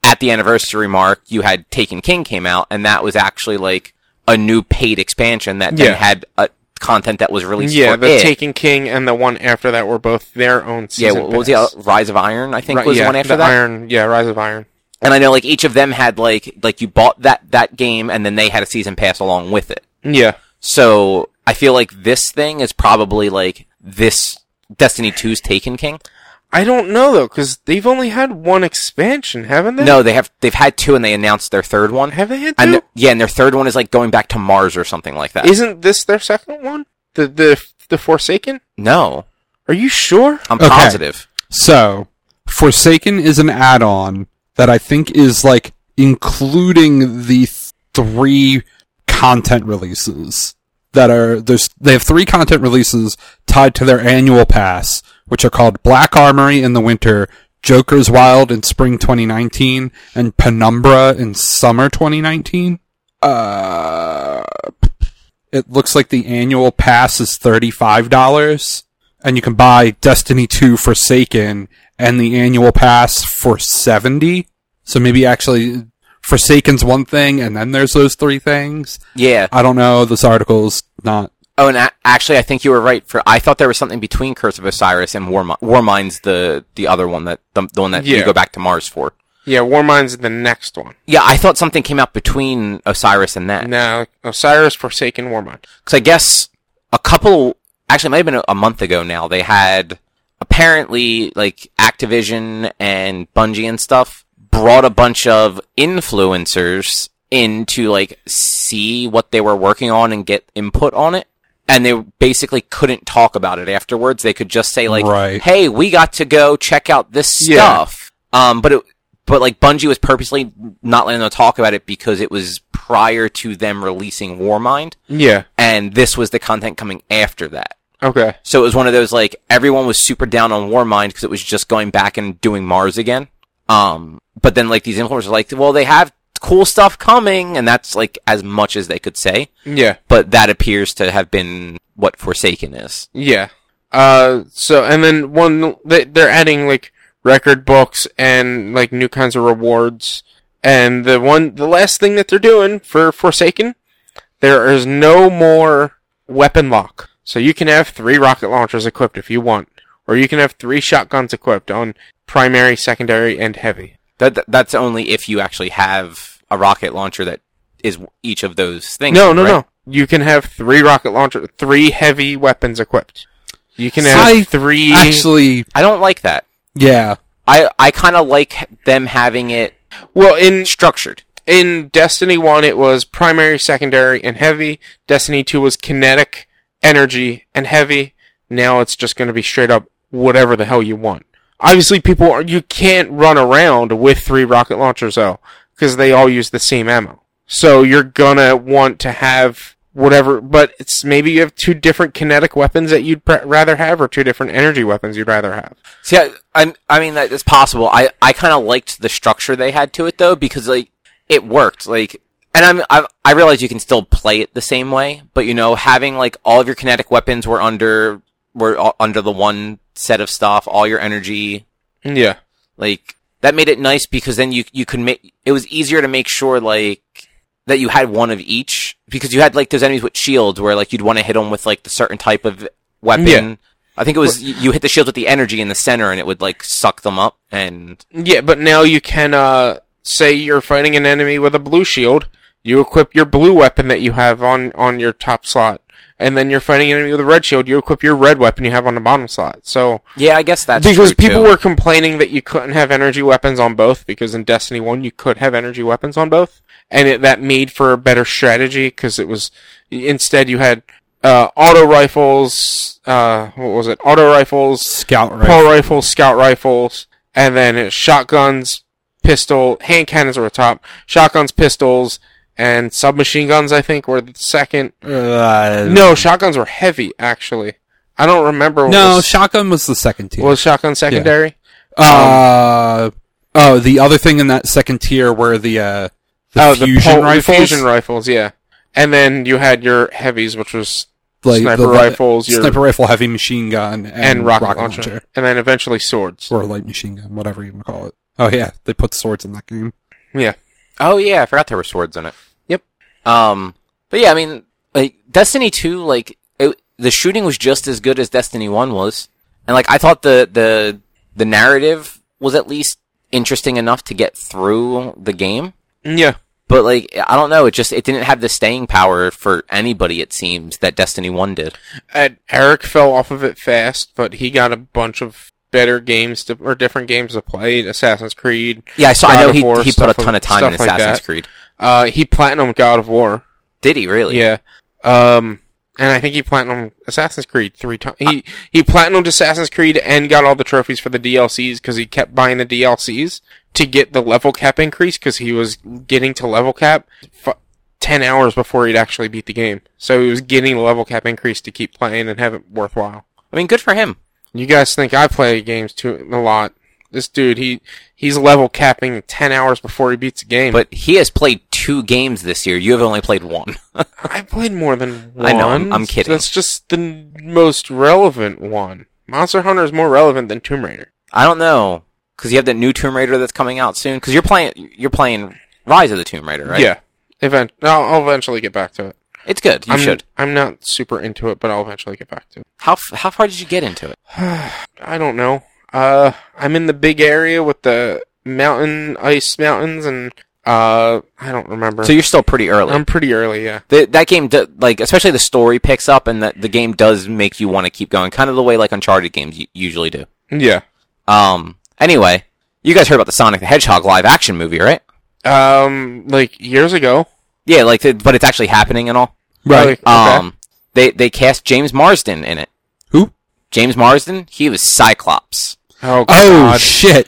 Speaker 1: at the anniversary mark, you had Taken King came out, and that was actually like a new paid expansion that
Speaker 2: Yeah.
Speaker 1: then had uh content that was released.
Speaker 2: Yeah,
Speaker 1: for
Speaker 2: the
Speaker 1: it.
Speaker 2: Taken King and the one after that were both their own
Speaker 1: yeah.
Speaker 2: Season
Speaker 1: What was the
Speaker 2: Pass.
Speaker 1: other- Rise of Iron? I think
Speaker 2: Right,
Speaker 1: was
Speaker 2: yeah,
Speaker 1: the one after that.
Speaker 2: Iron, yeah, Rise of Iron.
Speaker 1: And I know like each of them had like like you bought that that game, and then they had a season pass along with it.
Speaker 2: Yeah.
Speaker 1: So I feel like this thing is probably like this Destiny 2's Taken King.
Speaker 2: I don't know, though, because they've only had one expansion, haven't they?
Speaker 1: No, they have they've had two, and they announced their third one.
Speaker 2: Have they had
Speaker 1: And
Speaker 2: two?
Speaker 1: th- yeah, and their third one is like going back to Mars or something like that.
Speaker 2: Isn't this their second one? The, the, the Forsaken?
Speaker 1: no,
Speaker 2: Are you sure?
Speaker 1: I'm
Speaker 3: Okay.
Speaker 1: positive.
Speaker 3: So, Forsaken is an add on that I think is like including the three content releases that are, there's, they have three content releases tied to their annual pass, which are called Black Armory in the winter, Joker's Wild in spring 2019, and Penumbra in summer 2019. Uh, it looks like the annual pass is $35 and you can buy Destiny 2 Forsaken and the annual pass for 70. So maybe actually Forsaken's one thing and then there's those three things.
Speaker 1: Yeah.
Speaker 3: I don't know. This article's not.
Speaker 1: Oh, and a- actually, I think you were right. For I thought there was something between Curse of Osiris and War Warmind's the the other one that the, the one that you
Speaker 2: Yeah.
Speaker 1: go back to Mars for.
Speaker 2: Yeah, Warmind's the next one.
Speaker 1: Yeah, I thought something came out between Osiris and that.
Speaker 2: Now, Osiris, Forsaken, Warmind.
Speaker 1: Because I guess a couple, actually, it might have been a, a month ago now. They had apparently like Activision and Bungie and stuff brought a bunch of influencers in to like see what they were working on and get input on it. And they basically couldn't talk about it afterwards. They could just say like,
Speaker 3: Right.
Speaker 1: "Hey, we got to go check out this
Speaker 2: Yeah.
Speaker 1: stuff." Um, but it, but like Bungie was purposely not letting them talk about it because it was prior to them releasing Warmind
Speaker 2: Yeah.
Speaker 1: and this was the content coming after that.
Speaker 2: Okay.
Speaker 1: So it was one of those like everyone was super down on Warmind because it was just going back and doing Mars again. Um, but then like these influencers are like, well, they have cool stuff coming, and that's like as much as they could say.
Speaker 2: Yeah.
Speaker 1: But that appears to have been what Forsaken is.
Speaker 2: Yeah. Uh, so, and then one, they, they're adding, like, record books and, like, new kinds of rewards. And the one, the last thing that they're doing for Forsaken, there is no more weapon lock. So you can have three rocket launchers equipped if you want. Or you can have three shotguns equipped on primary, secondary, and heavy.
Speaker 1: That, that- that's only if you actually have a rocket launcher that is each of those things.
Speaker 2: No, no,
Speaker 1: right?
Speaker 2: no. You can have three rocket launcher, three heavy weapons equipped. You can have
Speaker 3: I-
Speaker 2: three.
Speaker 3: Actually,
Speaker 1: I don't like that.
Speaker 3: yeah.
Speaker 1: I I kind of like them having it
Speaker 2: Well, in
Speaker 1: structured.
Speaker 2: in Destiny 1, it was primary, secondary, and heavy. Destiny 2 was kinetic, energy, and heavy. Now it's just going to be straight up whatever the hell you want. Obviously, people are, you can't run around with three rocket launchers though, because they all use the same ammo. So you're gonna want to have whatever, but it's maybe you have two different kinetic weapons that you'd pr- rather have, or two different energy weapons you'd rather have.
Speaker 1: See, I, I, I mean, that is possible. I, I kind of liked the structure they had to it though, because like it worked. Like, and I'm, I, I realize you can still play it the same way, but you know, having like all of your kinetic weapons were under were all, under the one set of stuff, all your energy,
Speaker 2: Yeah.
Speaker 1: like that made it nice because then you you could make it was easier to make sure like that you had one of each because you had like those enemies with shields where like you'd want to hit them with like the certain type of weapon.
Speaker 2: Yeah.
Speaker 1: I think it was you you hit the shields with the energy in the center and it would like suck them up and
Speaker 2: Yeah, but now you can uh say you're fighting an enemy with a blue shield, you equip your blue weapon that you have on on your top slot, and then you're fighting an enemy with a red shield, you equip your red weapon you have on the bottom slot. So
Speaker 1: yeah, I guess that's
Speaker 2: because
Speaker 1: true,
Speaker 2: people
Speaker 1: too.
Speaker 2: were complaining that you couldn't have energy weapons on both because in Destiny 1 you could have energy weapons on both and it, that made for a better strategy because it was instead you had uh auto rifles uh what was it auto rifles
Speaker 3: Scout
Speaker 2: pole
Speaker 3: right.
Speaker 2: rifles, scout rifles, and then it's shotguns, pistol, hand cannons were top, shotguns, pistols, and submachine guns. I think were the second.
Speaker 3: Uh,
Speaker 2: No, shotguns were heavy actually. I don't remember. What
Speaker 3: no,
Speaker 2: was,
Speaker 3: shotgun was the second tier.
Speaker 2: was shotgun secondary. um,
Speaker 3: uh, oh, the other thing in that second tier were the uh, the
Speaker 2: oh,
Speaker 3: fusion
Speaker 2: pole-
Speaker 3: rifles,
Speaker 2: fusion rifles, yeah. And then you had your heavies, which was
Speaker 3: like
Speaker 2: sniper
Speaker 3: the- the
Speaker 2: rifles, your
Speaker 3: sniper rifle, heavy machine gun, and,
Speaker 2: and rocket,
Speaker 3: launcher.
Speaker 2: launcher, and then eventually swords.
Speaker 3: or light machine gun, whatever you want to call it. Oh yeah, they put swords in that game.
Speaker 2: Yeah,
Speaker 1: Oh yeah, I forgot there were swords in it.
Speaker 2: Yep.
Speaker 1: Um, but yeah, I mean, like Destiny two, like it, the shooting was just as good as Destiny one was, and like I thought the the the narrative was at least interesting enough to get through the game.
Speaker 2: yeah.
Speaker 1: But like I don't know, it just it didn't have the staying power for anybody. It seems that Destiny one did.
Speaker 2: And Eric fell off of it fast, but he got a bunch of better games to, or different games to play. Assassin's Creed.
Speaker 1: Yeah, I saw. I
Speaker 2: God
Speaker 1: know
Speaker 2: of
Speaker 1: he
Speaker 2: War,
Speaker 1: he put a
Speaker 2: stuff
Speaker 1: ton of
Speaker 2: like-
Speaker 1: time in
Speaker 2: stuff like
Speaker 1: Assassin's
Speaker 2: that.
Speaker 1: Creed.
Speaker 2: Uh, he platinum God of War.
Speaker 1: Did he really?
Speaker 2: Yeah. Um, and I think he platinum Assassin's Creed three times. He he platinumed Assassin's Creed and got all the trophies for the DLCs because he kept buying the DLCs to get the level cap increase because he was getting to level cap f- ten hours before he'd actually beat the game. So he was getting the level cap increase to keep playing and have it worthwhile.
Speaker 1: I mean, good for him.
Speaker 2: You guys think I play games too a lot? This dude, he he's level capping ten hours before he beats a game.
Speaker 1: But he has played two games this year. You have only played one.
Speaker 2: I played more than one.
Speaker 1: I know, I'm- I'm kidding.
Speaker 2: That's just the n- most relevant one. Monster Hunter is more relevant than Tomb Raider.
Speaker 1: I don't know because you have that new Tomb Raider that's coming out soon. Because you're playing, you're playing Rise of the Tomb Raider, right?
Speaker 2: Yeah. Event. I'll, I'll eventually get back to it.
Speaker 1: it's good. You
Speaker 2: I'm,
Speaker 1: should.
Speaker 2: I'm not super into it, but I'll eventually get back to it.
Speaker 1: How f- how far did you get into it?
Speaker 2: I don't know. Uh, I'm in the big area with the mountain ice mountains, and uh, I don't remember.
Speaker 1: So you're still pretty early.
Speaker 2: I'm pretty early. Yeah.
Speaker 1: the, that game, do, like especially the story picks up, and the, the game does make you want to keep going, kind of the way like Uncharted games y- usually do.
Speaker 2: Yeah.
Speaker 1: Um. Anyway, you guys heard about the Sonic the Hedgehog live action movie, right?
Speaker 2: Um, like years ago.
Speaker 1: Yeah, like, th- but it's actually happening and all.
Speaker 2: Right. Okay.
Speaker 1: Um. They they cast James Marsden in it.
Speaker 3: Who?
Speaker 1: James Marsden? He was Cyclops.
Speaker 2: Oh
Speaker 3: Oh
Speaker 2: God. [LAUGHS]
Speaker 3: shit!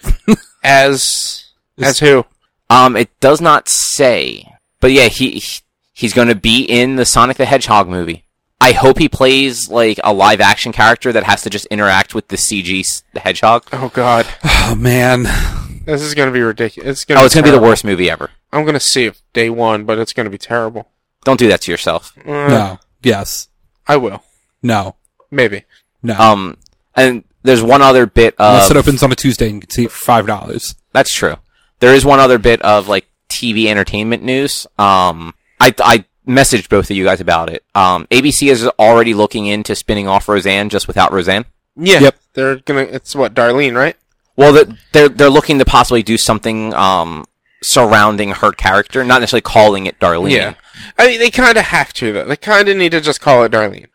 Speaker 2: as as who?
Speaker 1: Um, it does not say, but yeah, he, he- he's going to be in the Sonic the Hedgehog movie. I hope he plays like a live action character that has to just interact with the CG s- the Hedgehog.
Speaker 2: Oh God.
Speaker 3: oh man,
Speaker 2: Hmm. This is gonna be ridiculous. It's gonna.
Speaker 1: Oh, it's going to be the
Speaker 2: terrible.
Speaker 1: worst movie ever.
Speaker 2: I'm gonna see it day one, but it's gonna be terrible.
Speaker 1: Don't do that to yourself.
Speaker 2: Uh,
Speaker 3: no, yes,
Speaker 2: I will.
Speaker 3: no,
Speaker 2: Maybe.
Speaker 3: no.
Speaker 1: Um, and there's one other bit
Speaker 2: Um,
Speaker 3: Unless
Speaker 1: of
Speaker 3: it opens on a Tuesday and you can see it for five dollars.
Speaker 1: That's true. There is one other bit of like TV entertainment news. Um, I I messaged both of you guys about it. Um, ABC is already looking into spinning off Roseanne just without Roseanne.
Speaker 2: Yeah.
Speaker 3: Yep.
Speaker 2: They're gonna. It's what Darlene, right?
Speaker 1: Well, that- they're they're looking to possibly do something um, surrounding her character, not necessarily calling it Darlene.
Speaker 2: I mean, they kind of have to though. They kind of need to just call it Darlene.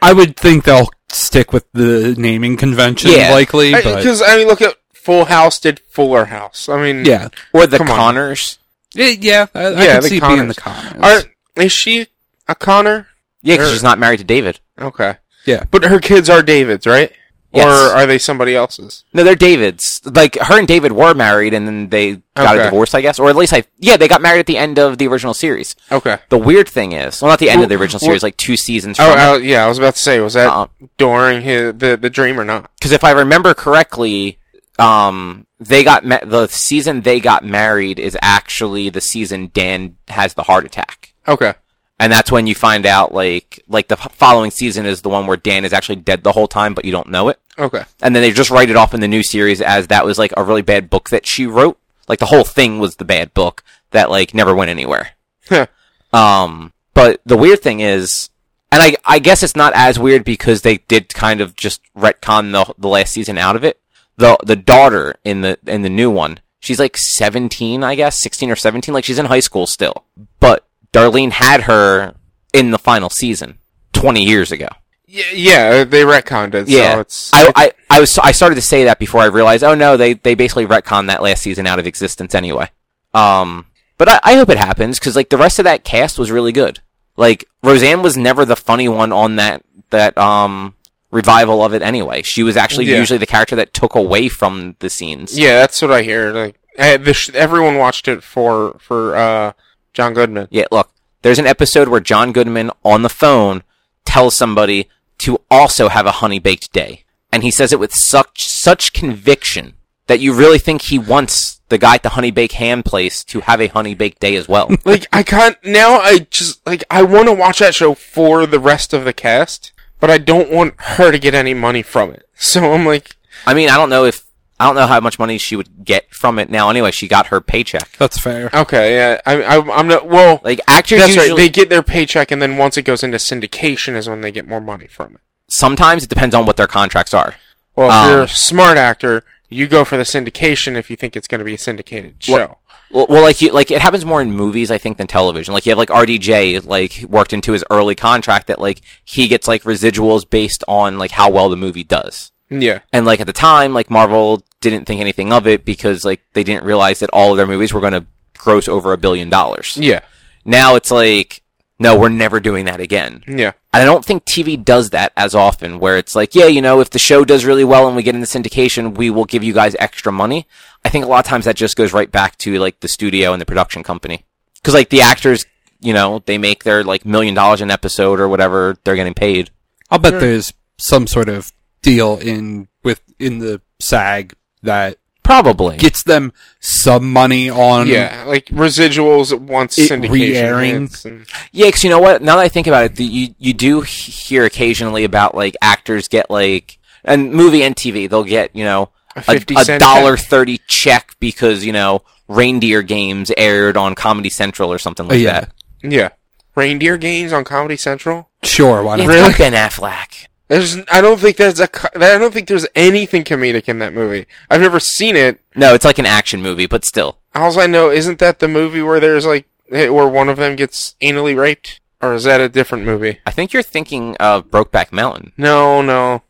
Speaker 3: I would think they'll stick with the naming convention
Speaker 1: Yeah.
Speaker 3: likely, but
Speaker 2: Because I, mean, look at Full House did Fuller House. I mean,
Speaker 3: Yeah.
Speaker 1: Or the
Speaker 2: Come on.
Speaker 1: Connors.
Speaker 3: Eh, yeah. I, I
Speaker 2: Yeah,
Speaker 3: can
Speaker 2: the
Speaker 3: see it being the Connors.
Speaker 2: Are, is she a Connor?
Speaker 1: Yeah, because
Speaker 2: Sure.
Speaker 1: she's not married to David.
Speaker 2: Okay.
Speaker 3: Yeah.
Speaker 2: But her kids are David's, right?
Speaker 1: Yes.
Speaker 2: Or are they somebody else's?
Speaker 1: No, they're David's. Like her and David were married, and then they got a
Speaker 2: Okay.
Speaker 1: divorce, I guess, or at least I. Yeah, they got married at the end of the original series.
Speaker 2: Okay.
Speaker 1: The weird thing is, well, not the end of the original
Speaker 2: Well-
Speaker 1: series, like two seasons.
Speaker 2: Oh,
Speaker 1: from it.
Speaker 2: I- yeah. I was about to say, was that
Speaker 1: Uh-uh.
Speaker 2: during his, the the dream or not?
Speaker 1: because if I remember correctly, um, they got ma- the season they got married is actually the season Dan has the heart attack,
Speaker 2: Okay.
Speaker 1: and that's when you find out like like the f- following season is the one where Dan is actually dead the whole time, but you don't know it,
Speaker 2: Okay. [LAUGHS]
Speaker 1: and then they just write it off in the new series as that was like a really bad book that she wrote, like the whole thing was the bad book that like never went anywhere.
Speaker 2: Huh.
Speaker 1: Um, but the weird thing is, and I, I guess it's not as weird because they did kind of just retcon the, the last season out of it. The, the daughter in the, in the new one, she's like 17, I guess, 16 or 17. Like she's in high school still, but Darlene had her in the final season 20 years ago.
Speaker 2: Yeah, yeah, uh, they retconned it.
Speaker 1: Yeah.
Speaker 2: So it's
Speaker 1: I, I, I was, I started to say that before I realized, oh no, they, they basically retconned that last season out of existence anyway. Um, but I, I hope it happens because like the rest of that cast was really good. Like Roseanne was never the funny one on that, that, um, revival of it anyway. She was actually
Speaker 2: Yeah.
Speaker 1: usually the character that took away from the scenes.
Speaker 2: yeah, that's what I hear. Like eh, the sh- everyone watched it for for uh, John Goodman.
Speaker 1: Yeah, look, there's an episode where John Goodman on the phone tells somebody to also have a honey baked day. And he says it with such such conviction that you really think he wants the guy at the honey bake ham place to have a honey baked day as
Speaker 2: [LAUGHS]
Speaker 1: well.
Speaker 2: Like I can't now. I just like I want to watch that show for the rest of the cast, but I don't want her to get any money from it. [LAUGHS] So I'm like,
Speaker 1: I mean, I don't know if I don't know how much money she would get from it now. Anyway, she got her paycheck.
Speaker 3: That's fair.
Speaker 2: okay, yeah, I, I I'm not. Well,
Speaker 1: Like actors
Speaker 2: that's
Speaker 1: usually
Speaker 2: right. They get their paycheck, and then once it goes into syndication, is when they get more money from it.
Speaker 1: sometimes it depends on what their contracts are.
Speaker 2: Well, if
Speaker 1: Um,
Speaker 2: you're a smart actor, you go for the syndication if you think it's going to be a syndicated show.
Speaker 1: Well- Well, well, like you, like it happens more in movies, I think, than television. Like you have like RDJ, like worked into his early contract that like he gets like residuals based on like how well the movie does.
Speaker 2: Yeah.
Speaker 1: And like at the time, like Marvel didn't think anything of it because like they didn't realize that all of their movies were going to gross over a billion dollars.
Speaker 2: Yeah.
Speaker 1: Now it's like, no, we're never doing that again.
Speaker 2: Yeah.
Speaker 1: And I don't think TV does that as often, where it's like, yeah, you know, if the show does really well and we get into syndication, we will give you guys extra money. I think a lot of times that just goes right back to like the studio and the production company. Cause like the actors, you know, they make their like million dollars an episode or whatever they're getting paid.
Speaker 3: I'll
Speaker 2: uh,
Speaker 3: bet there's some sort of deal in with in the SAG that
Speaker 1: Probably.
Speaker 3: gets them some money on.
Speaker 2: yeah. Like residuals once
Speaker 3: It
Speaker 2: syndication
Speaker 3: re-airing.
Speaker 2: hits and-
Speaker 1: Yeah, because you know what? Now that I think about it, the, you you do he- hear occasionally about like actors get like and movie and TV they'll get you know
Speaker 2: A
Speaker 1: a,
Speaker 2: 50
Speaker 1: a
Speaker 2: cent
Speaker 1: dollar thirty check because you know Reindeer Games aired on Comedy Central or something
Speaker 3: Oh,
Speaker 1: like
Speaker 3: yeah.
Speaker 1: that.
Speaker 2: Yeah. Reindeer games on Comedy Central.
Speaker 3: Sure. Why
Speaker 1: Yeah,
Speaker 3: not?
Speaker 1: it's got Ben Affleck.
Speaker 2: There's, I don't think there's a, co- I don't think there's anything comedic in that movie. I've never seen it.
Speaker 1: No, it's like an action movie, but still,
Speaker 2: All I know isn't that the movie where there's like, eh, where one of them gets anally raped, or is that a different movie?
Speaker 1: I think you're thinking of Brokeback Mountain.
Speaker 2: No, no,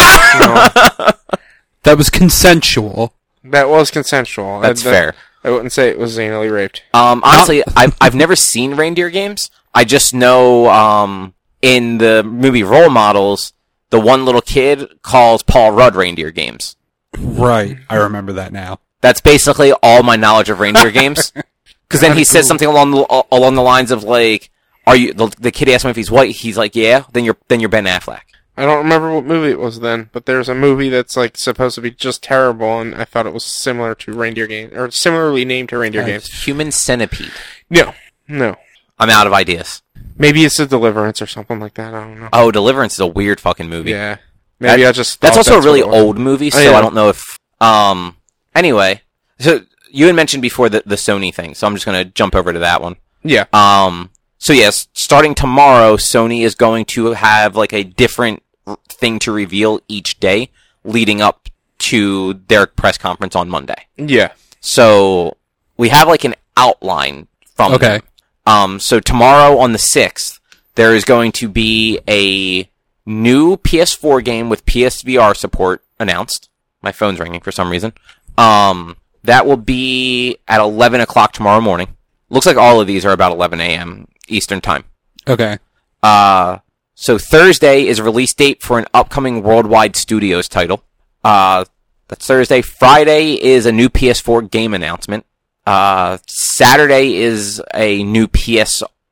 Speaker 2: [LAUGHS] no.
Speaker 3: That was consensual.
Speaker 2: That was consensual.
Speaker 1: That's
Speaker 2: I, that-
Speaker 1: fair.
Speaker 2: I wouldn't say it was anally raped.
Speaker 1: Um, honestly, I've I've never seen reindeer games. I just know um, in the movie Role Models, the one little kid calls Paul Rudd reindeer games.
Speaker 3: Right. I remember that now.
Speaker 1: That's basically all my knowledge of reindeer games. Because then he says something along the al- along the lines of like, "Are you?" The, the kid asks him if he's white. He's like, "Yeah." Then you're then you're Ben Affleck.
Speaker 2: I don't remember what movie it was then, but there's a movie that's like supposed to be just terrible, and I thought it was similar to Reindeer Game or similarly named to Reindeer Games.
Speaker 1: Human centipede.
Speaker 2: No, no.
Speaker 1: I'm out of ideas.
Speaker 2: Maybe it's a Deliverance or something like that. I don't know.
Speaker 1: Oh, Deliverance is a weird fucking movie.
Speaker 2: yeah, maybe
Speaker 1: That-
Speaker 2: I just.
Speaker 1: That's
Speaker 2: thought
Speaker 1: also a really
Speaker 2: what it was.
Speaker 1: old movie, so
Speaker 2: yeah.
Speaker 1: I don't know if. Um. Anyway, so you had mentioned before the the Sony thing, so I'm just gonna jump over to that one.
Speaker 2: Yeah,
Speaker 1: Um. So yes, starting tomorrow, Sony is going to have like a different r- thing to reveal each day leading up to their press conference on Monday.
Speaker 2: yeah,
Speaker 1: So we have like an outline from
Speaker 3: Okay.
Speaker 1: them. Um, so tomorrow on the 6th, there is going to be a new PS4 game with PSVR support announced. My phone's ringing for some reason. Um, that will be at 11 o'clock tomorrow morning. Looks like all of these are about 11 a.m. Eastern time.
Speaker 3: Okay.
Speaker 1: Uh, so Thursday is release date for an upcoming worldwide studios title. Uh, that's Thursday. Friday is a new PS4 game announcement. Uh, Saturday is a new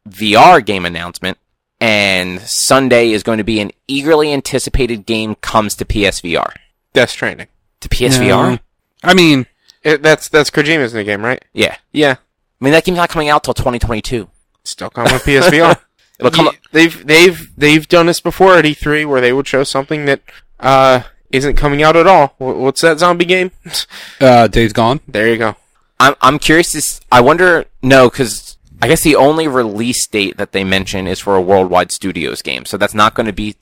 Speaker 1: PSVR game announcement. And Sunday is going to be an eagerly anticipated game comes to PSVR.
Speaker 2: Death Stranding.
Speaker 1: To PSVR?
Speaker 3: No. I mean,
Speaker 2: It, that's that's Kojima's new game, right?
Speaker 1: Yeah.
Speaker 2: Yeah,
Speaker 1: I mean, that game's not coming out till 2022.
Speaker 2: still coming with PSVR.
Speaker 1: [LAUGHS] It'll come
Speaker 2: Ye- They've they've they've done this before at E3 where they would show something that uh isn't coming out at all. Wh- What's that zombie game? [LAUGHS]
Speaker 3: uh, Days Gone.
Speaker 2: there you go.
Speaker 1: I'm I'm curious. To, s- I wonder. No, because I guess the only release date that they mention is for a worldwide studios game, so that's not going to be.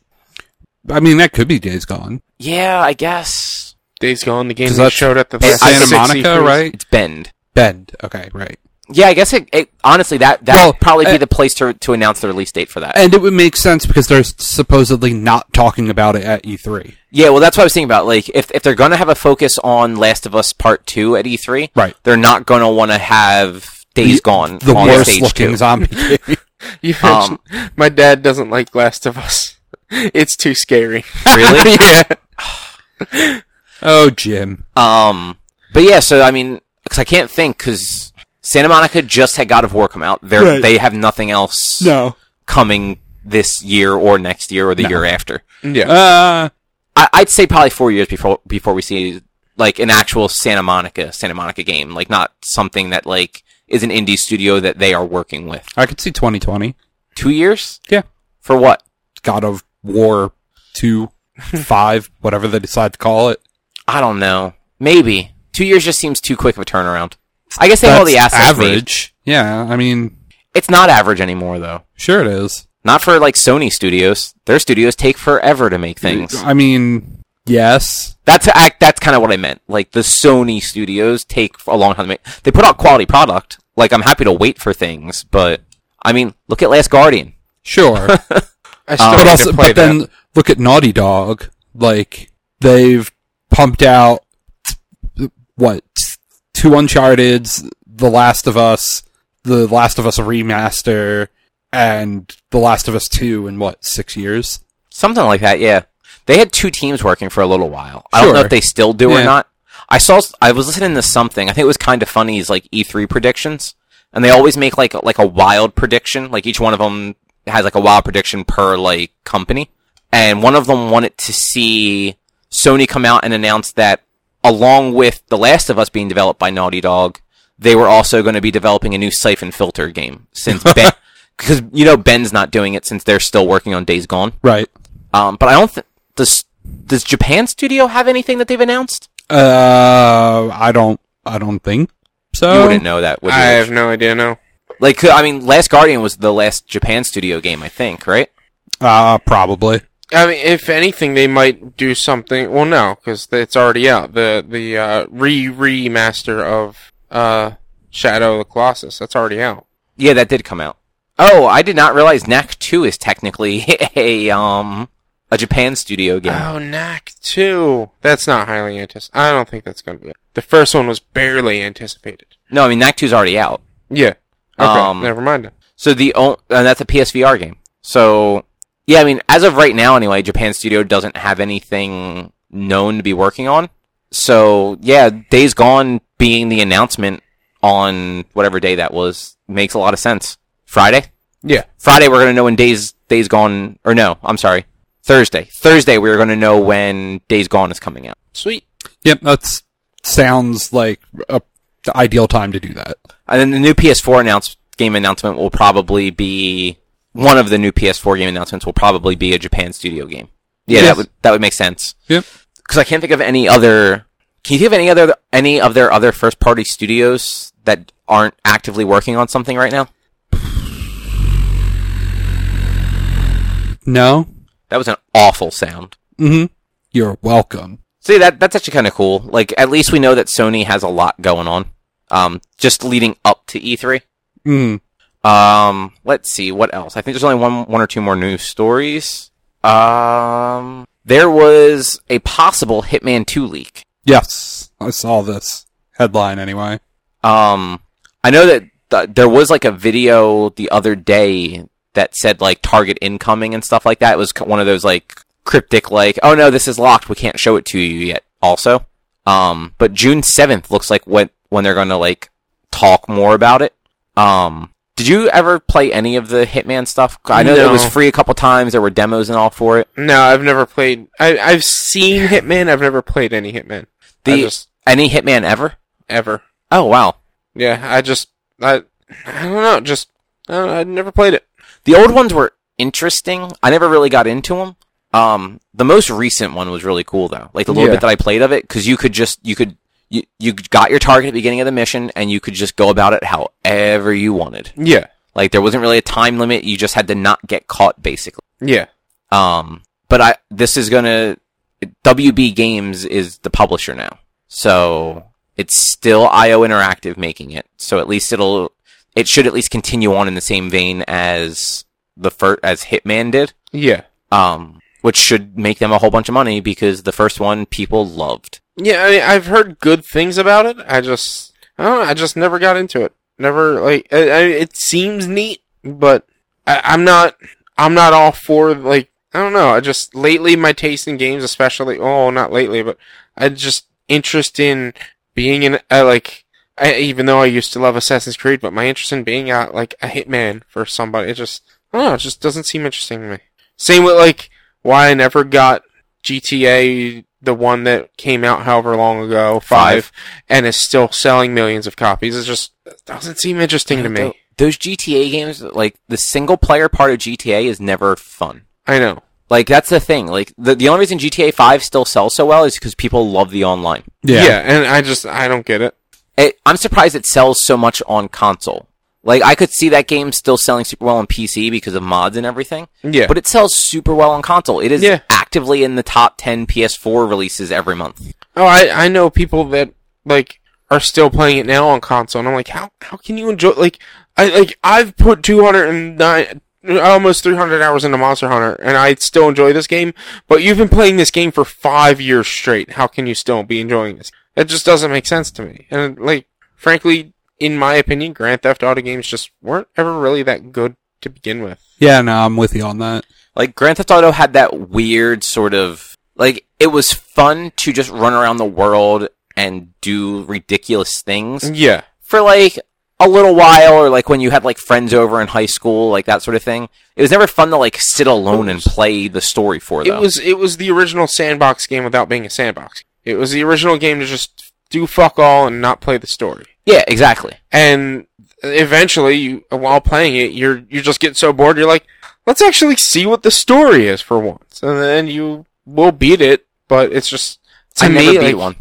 Speaker 3: I mean, that could be Days Gone.
Speaker 1: Yeah, I guess
Speaker 2: Days Gone, the game
Speaker 3: Is
Speaker 2: that
Speaker 3: that
Speaker 2: showed at the
Speaker 1: I-
Speaker 2: last
Speaker 3: Santa
Speaker 2: six
Speaker 3: Monica,
Speaker 2: E3s.
Speaker 3: right?
Speaker 1: it's Bend.
Speaker 3: Bend. Okay, right.
Speaker 1: Yeah, I guess it. it honestly, that that
Speaker 3: Well,
Speaker 1: would probably
Speaker 3: uh,
Speaker 1: be the place to to announce the release date for that.
Speaker 3: And it would make sense because they're supposedly not talking about it at E E3.
Speaker 1: yeah, well, that's what I was thinking about. Like, if if they're going to have a focus on Last of Us Part Two at E3,
Speaker 3: Right.
Speaker 1: They're not going to want to have Days Gone
Speaker 3: The
Speaker 1: on
Speaker 3: worst
Speaker 1: stage
Speaker 3: looking
Speaker 1: two.
Speaker 3: [LAUGHS] zombie
Speaker 1: [LAUGHS]
Speaker 3: game.
Speaker 2: [LAUGHS] You
Speaker 1: Um,
Speaker 2: mentioned- my dad doesn't like Last of Us. [LAUGHS] It's too scary.
Speaker 1: Really?
Speaker 2: yeah.
Speaker 3: oh, Jim.
Speaker 1: Um, but yeah, so I mean, because I can't think because Santa Monica just had God of War come out. They are
Speaker 3: Right.
Speaker 1: they have nothing else
Speaker 3: No.
Speaker 1: coming this year or next year or the year after.
Speaker 2: Yeah.
Speaker 3: Uh,
Speaker 1: I, I'd say probably four years before before we see like an actual Santa Monica Santa Monica game, like not something that like is an indie studio that they are working with.
Speaker 3: I could see 2020.
Speaker 1: Two years?
Speaker 3: Yeah.
Speaker 1: For what?
Speaker 3: God of War 2, 5, whatever they decide to call it.
Speaker 1: I don't know. Maybe two years just seems too quick of a turnaround. I guess they have all the
Speaker 3: That's
Speaker 1: assets. made.
Speaker 3: average. Yeah, I mean,
Speaker 1: It's not average anymore though.
Speaker 3: sure it is.
Speaker 1: Not for like Sony studios. Their studios take forever to make things.
Speaker 3: I mean, yes.
Speaker 1: That's I, that's kind of what I meant. Like the Sony studios take a long time to make. They put out quality product. Like I'm happy to wait for things, but I mean, look at Last Guardian. [LAUGHS]
Speaker 3: Sure.
Speaker 2: I still
Speaker 3: Um, but
Speaker 2: need
Speaker 3: also,
Speaker 2: to play
Speaker 3: but then
Speaker 2: that.
Speaker 3: look at Naughty Dog. Like they've pumped out what two Uncharted's, The Last of Us, The Last of Us remaster, and The Last of Us two in what six years?
Speaker 1: Something like that, yeah. They had two teams working for a little while. I don't know
Speaker 3: Sure.
Speaker 1: if they still do or
Speaker 3: Yeah.
Speaker 1: not. I saw I was listening to something. I think it was kind of funny. Is like E3 predictions, and they always make like like a wild prediction. Like each one of them has like a wild prediction per like company, and one of them wanted to see Sony come out and announce that along with The Last of Us being developed by Naughty Dog, they were also going to be developing a new siphon filter game
Speaker 3: [LAUGHS]
Speaker 1: since Ben. Because you know Ben's not doing it since they're still working on Days Gone.
Speaker 3: Right.
Speaker 1: Um, but I don't think does does Japan Studio have anything that they've announced?
Speaker 3: Uh, I don't. I don't think so.
Speaker 1: you wouldn't know that, would you?
Speaker 2: I have no idea. No.
Speaker 1: Like, uh, I mean, Last Guardian was the last Japan Studio game, I think, right?
Speaker 3: Uh, probably.
Speaker 2: I mean, if anything, they might do something. Well, no, because it's already out. The the uh, re remaster of uh, Shadow of the Colossus. That's already out.
Speaker 1: Yeah, that did come out. Oh, I did not realize Knack Two is technically [LAUGHS] a um a Japan Studio game.
Speaker 2: Oh, Knack two. That's not highly anticipated. I don't think that's gonna be it. The first one was barely anticipated.
Speaker 1: no, I mean Knack Two's already out.
Speaker 2: Yeah. Okay.
Speaker 1: Um,
Speaker 2: never mind.
Speaker 1: So the o- and that's a PSVR game. So yeah, I mean, as of right now, anyway, Japan Studio doesn't have anything known to be working on. So yeah, Days Gone being the announcement on whatever day that was makes a lot of sense. Friday,
Speaker 2: Yeah.
Speaker 1: Friday, we're gonna know when Days Days Gone or no, I'm sorry, Thursday. Thursday, we're gonna know when Days Gone is coming out.
Speaker 2: Sweet.
Speaker 3: Yep. That's sounds like a, the ideal time to do that.
Speaker 1: And then the new PS4 announce game announcement will probably be one of the new PS4 game announcements will probably be a Japan Studio game. Yeah,
Speaker 3: Yes.
Speaker 1: that would that would make sense.
Speaker 3: Yep.
Speaker 1: Because I can't think of any other. Can you think of any other any of their other first party studios that aren't actively working on something right now?
Speaker 3: No.
Speaker 1: That was an awful sound.
Speaker 3: Mm-hmm. You're welcome.
Speaker 1: See that that's actually kind of cool. Like at least we know that Sony has a lot going on. Um, just leading up to E E3.
Speaker 3: Mm.
Speaker 1: Um, let's see what else. I think there's only one, one or two more news stories. Um, there was a possible Hitman 2 leak.
Speaker 3: Yes, I saw this headline anyway.
Speaker 1: Um, I know that th- there was like a video the other day that said like target incoming and stuff like that. It was c- one of those like cryptic like, oh no, this is locked. We can't show it to you yet. Also, um, but June seventh looks like when when they're going to like talk more about it. Um, did you ever play any of the Hitman stuff? I know that it was
Speaker 2: No.
Speaker 1: free a couple times. There were demos and all for it.
Speaker 2: No, I've never played. I, I've seen Hitman. I've never played any Hitman. I
Speaker 1: The
Speaker 2: just
Speaker 1: any Hitman ever?
Speaker 2: ever.
Speaker 1: Oh wow.
Speaker 2: Yeah, I just I I don't know. Just I, don't know, I never played it.
Speaker 1: The old ones were interesting. I never really got into them. Um, the most recent one was really cool though. Like the little
Speaker 3: Yeah.
Speaker 1: bit that I played of it, because you could just you could you, you got your target at the beginning of the mission, and you could just go about it however you wanted.
Speaker 2: Yeah,
Speaker 1: Like there wasn't really a time limit. You just had to not get caught, basically.
Speaker 2: yeah.
Speaker 1: Um, but I this is gonna WB Games is the publisher now, so it's still IO Interactive making it. So at least it'll it should at least continue on in the same vein as the first as Hitman did,
Speaker 2: Yeah.
Speaker 1: um, which should make them a whole bunch of money because the first one people loved.
Speaker 2: Yeah, I mean, I've heard good things about it. I just I don't know, I just never got into it. Never like I, I, it seems neat, but I, I'm not I'm not all for like I don't know. I just lately my taste in games, especially oh not lately, but I just interest in being in I like I, even though I used to love Assassin's Creed, but my interest in being out like a hitman for somebody, it just I don't know, it just doesn't seem interesting to me. Same with like why I never got GTA, the one that came out however long ago, five, and is still selling millions of copies. It just it doesn't seem interesting to
Speaker 1: Tho-
Speaker 2: me.
Speaker 1: Those GTA games, like the single player part of GTA, is never fun.
Speaker 2: I know.
Speaker 1: Like that's the thing. Like the the only reason GTA Five still sells so well is because people love the online.
Speaker 2: Yeah. and I just I don't get it.
Speaker 1: it, I'm surprised it sells so much on console. Like I could see that game still selling super well on PC because of mods and everything,
Speaker 2: Yeah,
Speaker 1: but it sells super well on console. It is
Speaker 2: Yeah.
Speaker 1: actively in the top 10 PS4 releases every month.
Speaker 2: oh, I I know people that like are still playing it now on console, and I'm like, how how can you enjoy like I like I've put two hundred and nine. Almost 300 hours into Monster Hunter, and I still enjoy this game. But you've been playing this game for five years straight. How can you still be enjoying this? It just doesn't make sense to me. And like, frankly, in my opinion, Grand Theft Auto games just weren't ever really that good to begin with.
Speaker 3: Yeah, no, I'm with you on that.
Speaker 1: Like Grand Theft Auto had that weird sort of like it was fun to just run around the world and do ridiculous things
Speaker 2: Yeah,
Speaker 1: for like a little while or like when you had like friends over in high school, like that sort of thing. It was never fun to like sit alone and play the story for
Speaker 2: it
Speaker 1: though.
Speaker 2: was it was the original sandbox game without being a sandbox. It was the original game to just do fuck all and not play the story.
Speaker 1: yeah, exactly.
Speaker 2: And eventually, you, while playing it, you're you just get so bored. You're like, let's actually see what the story is for once, and then you will beat it. But it's just to
Speaker 1: I
Speaker 2: me,
Speaker 1: never beat
Speaker 2: like,
Speaker 1: one.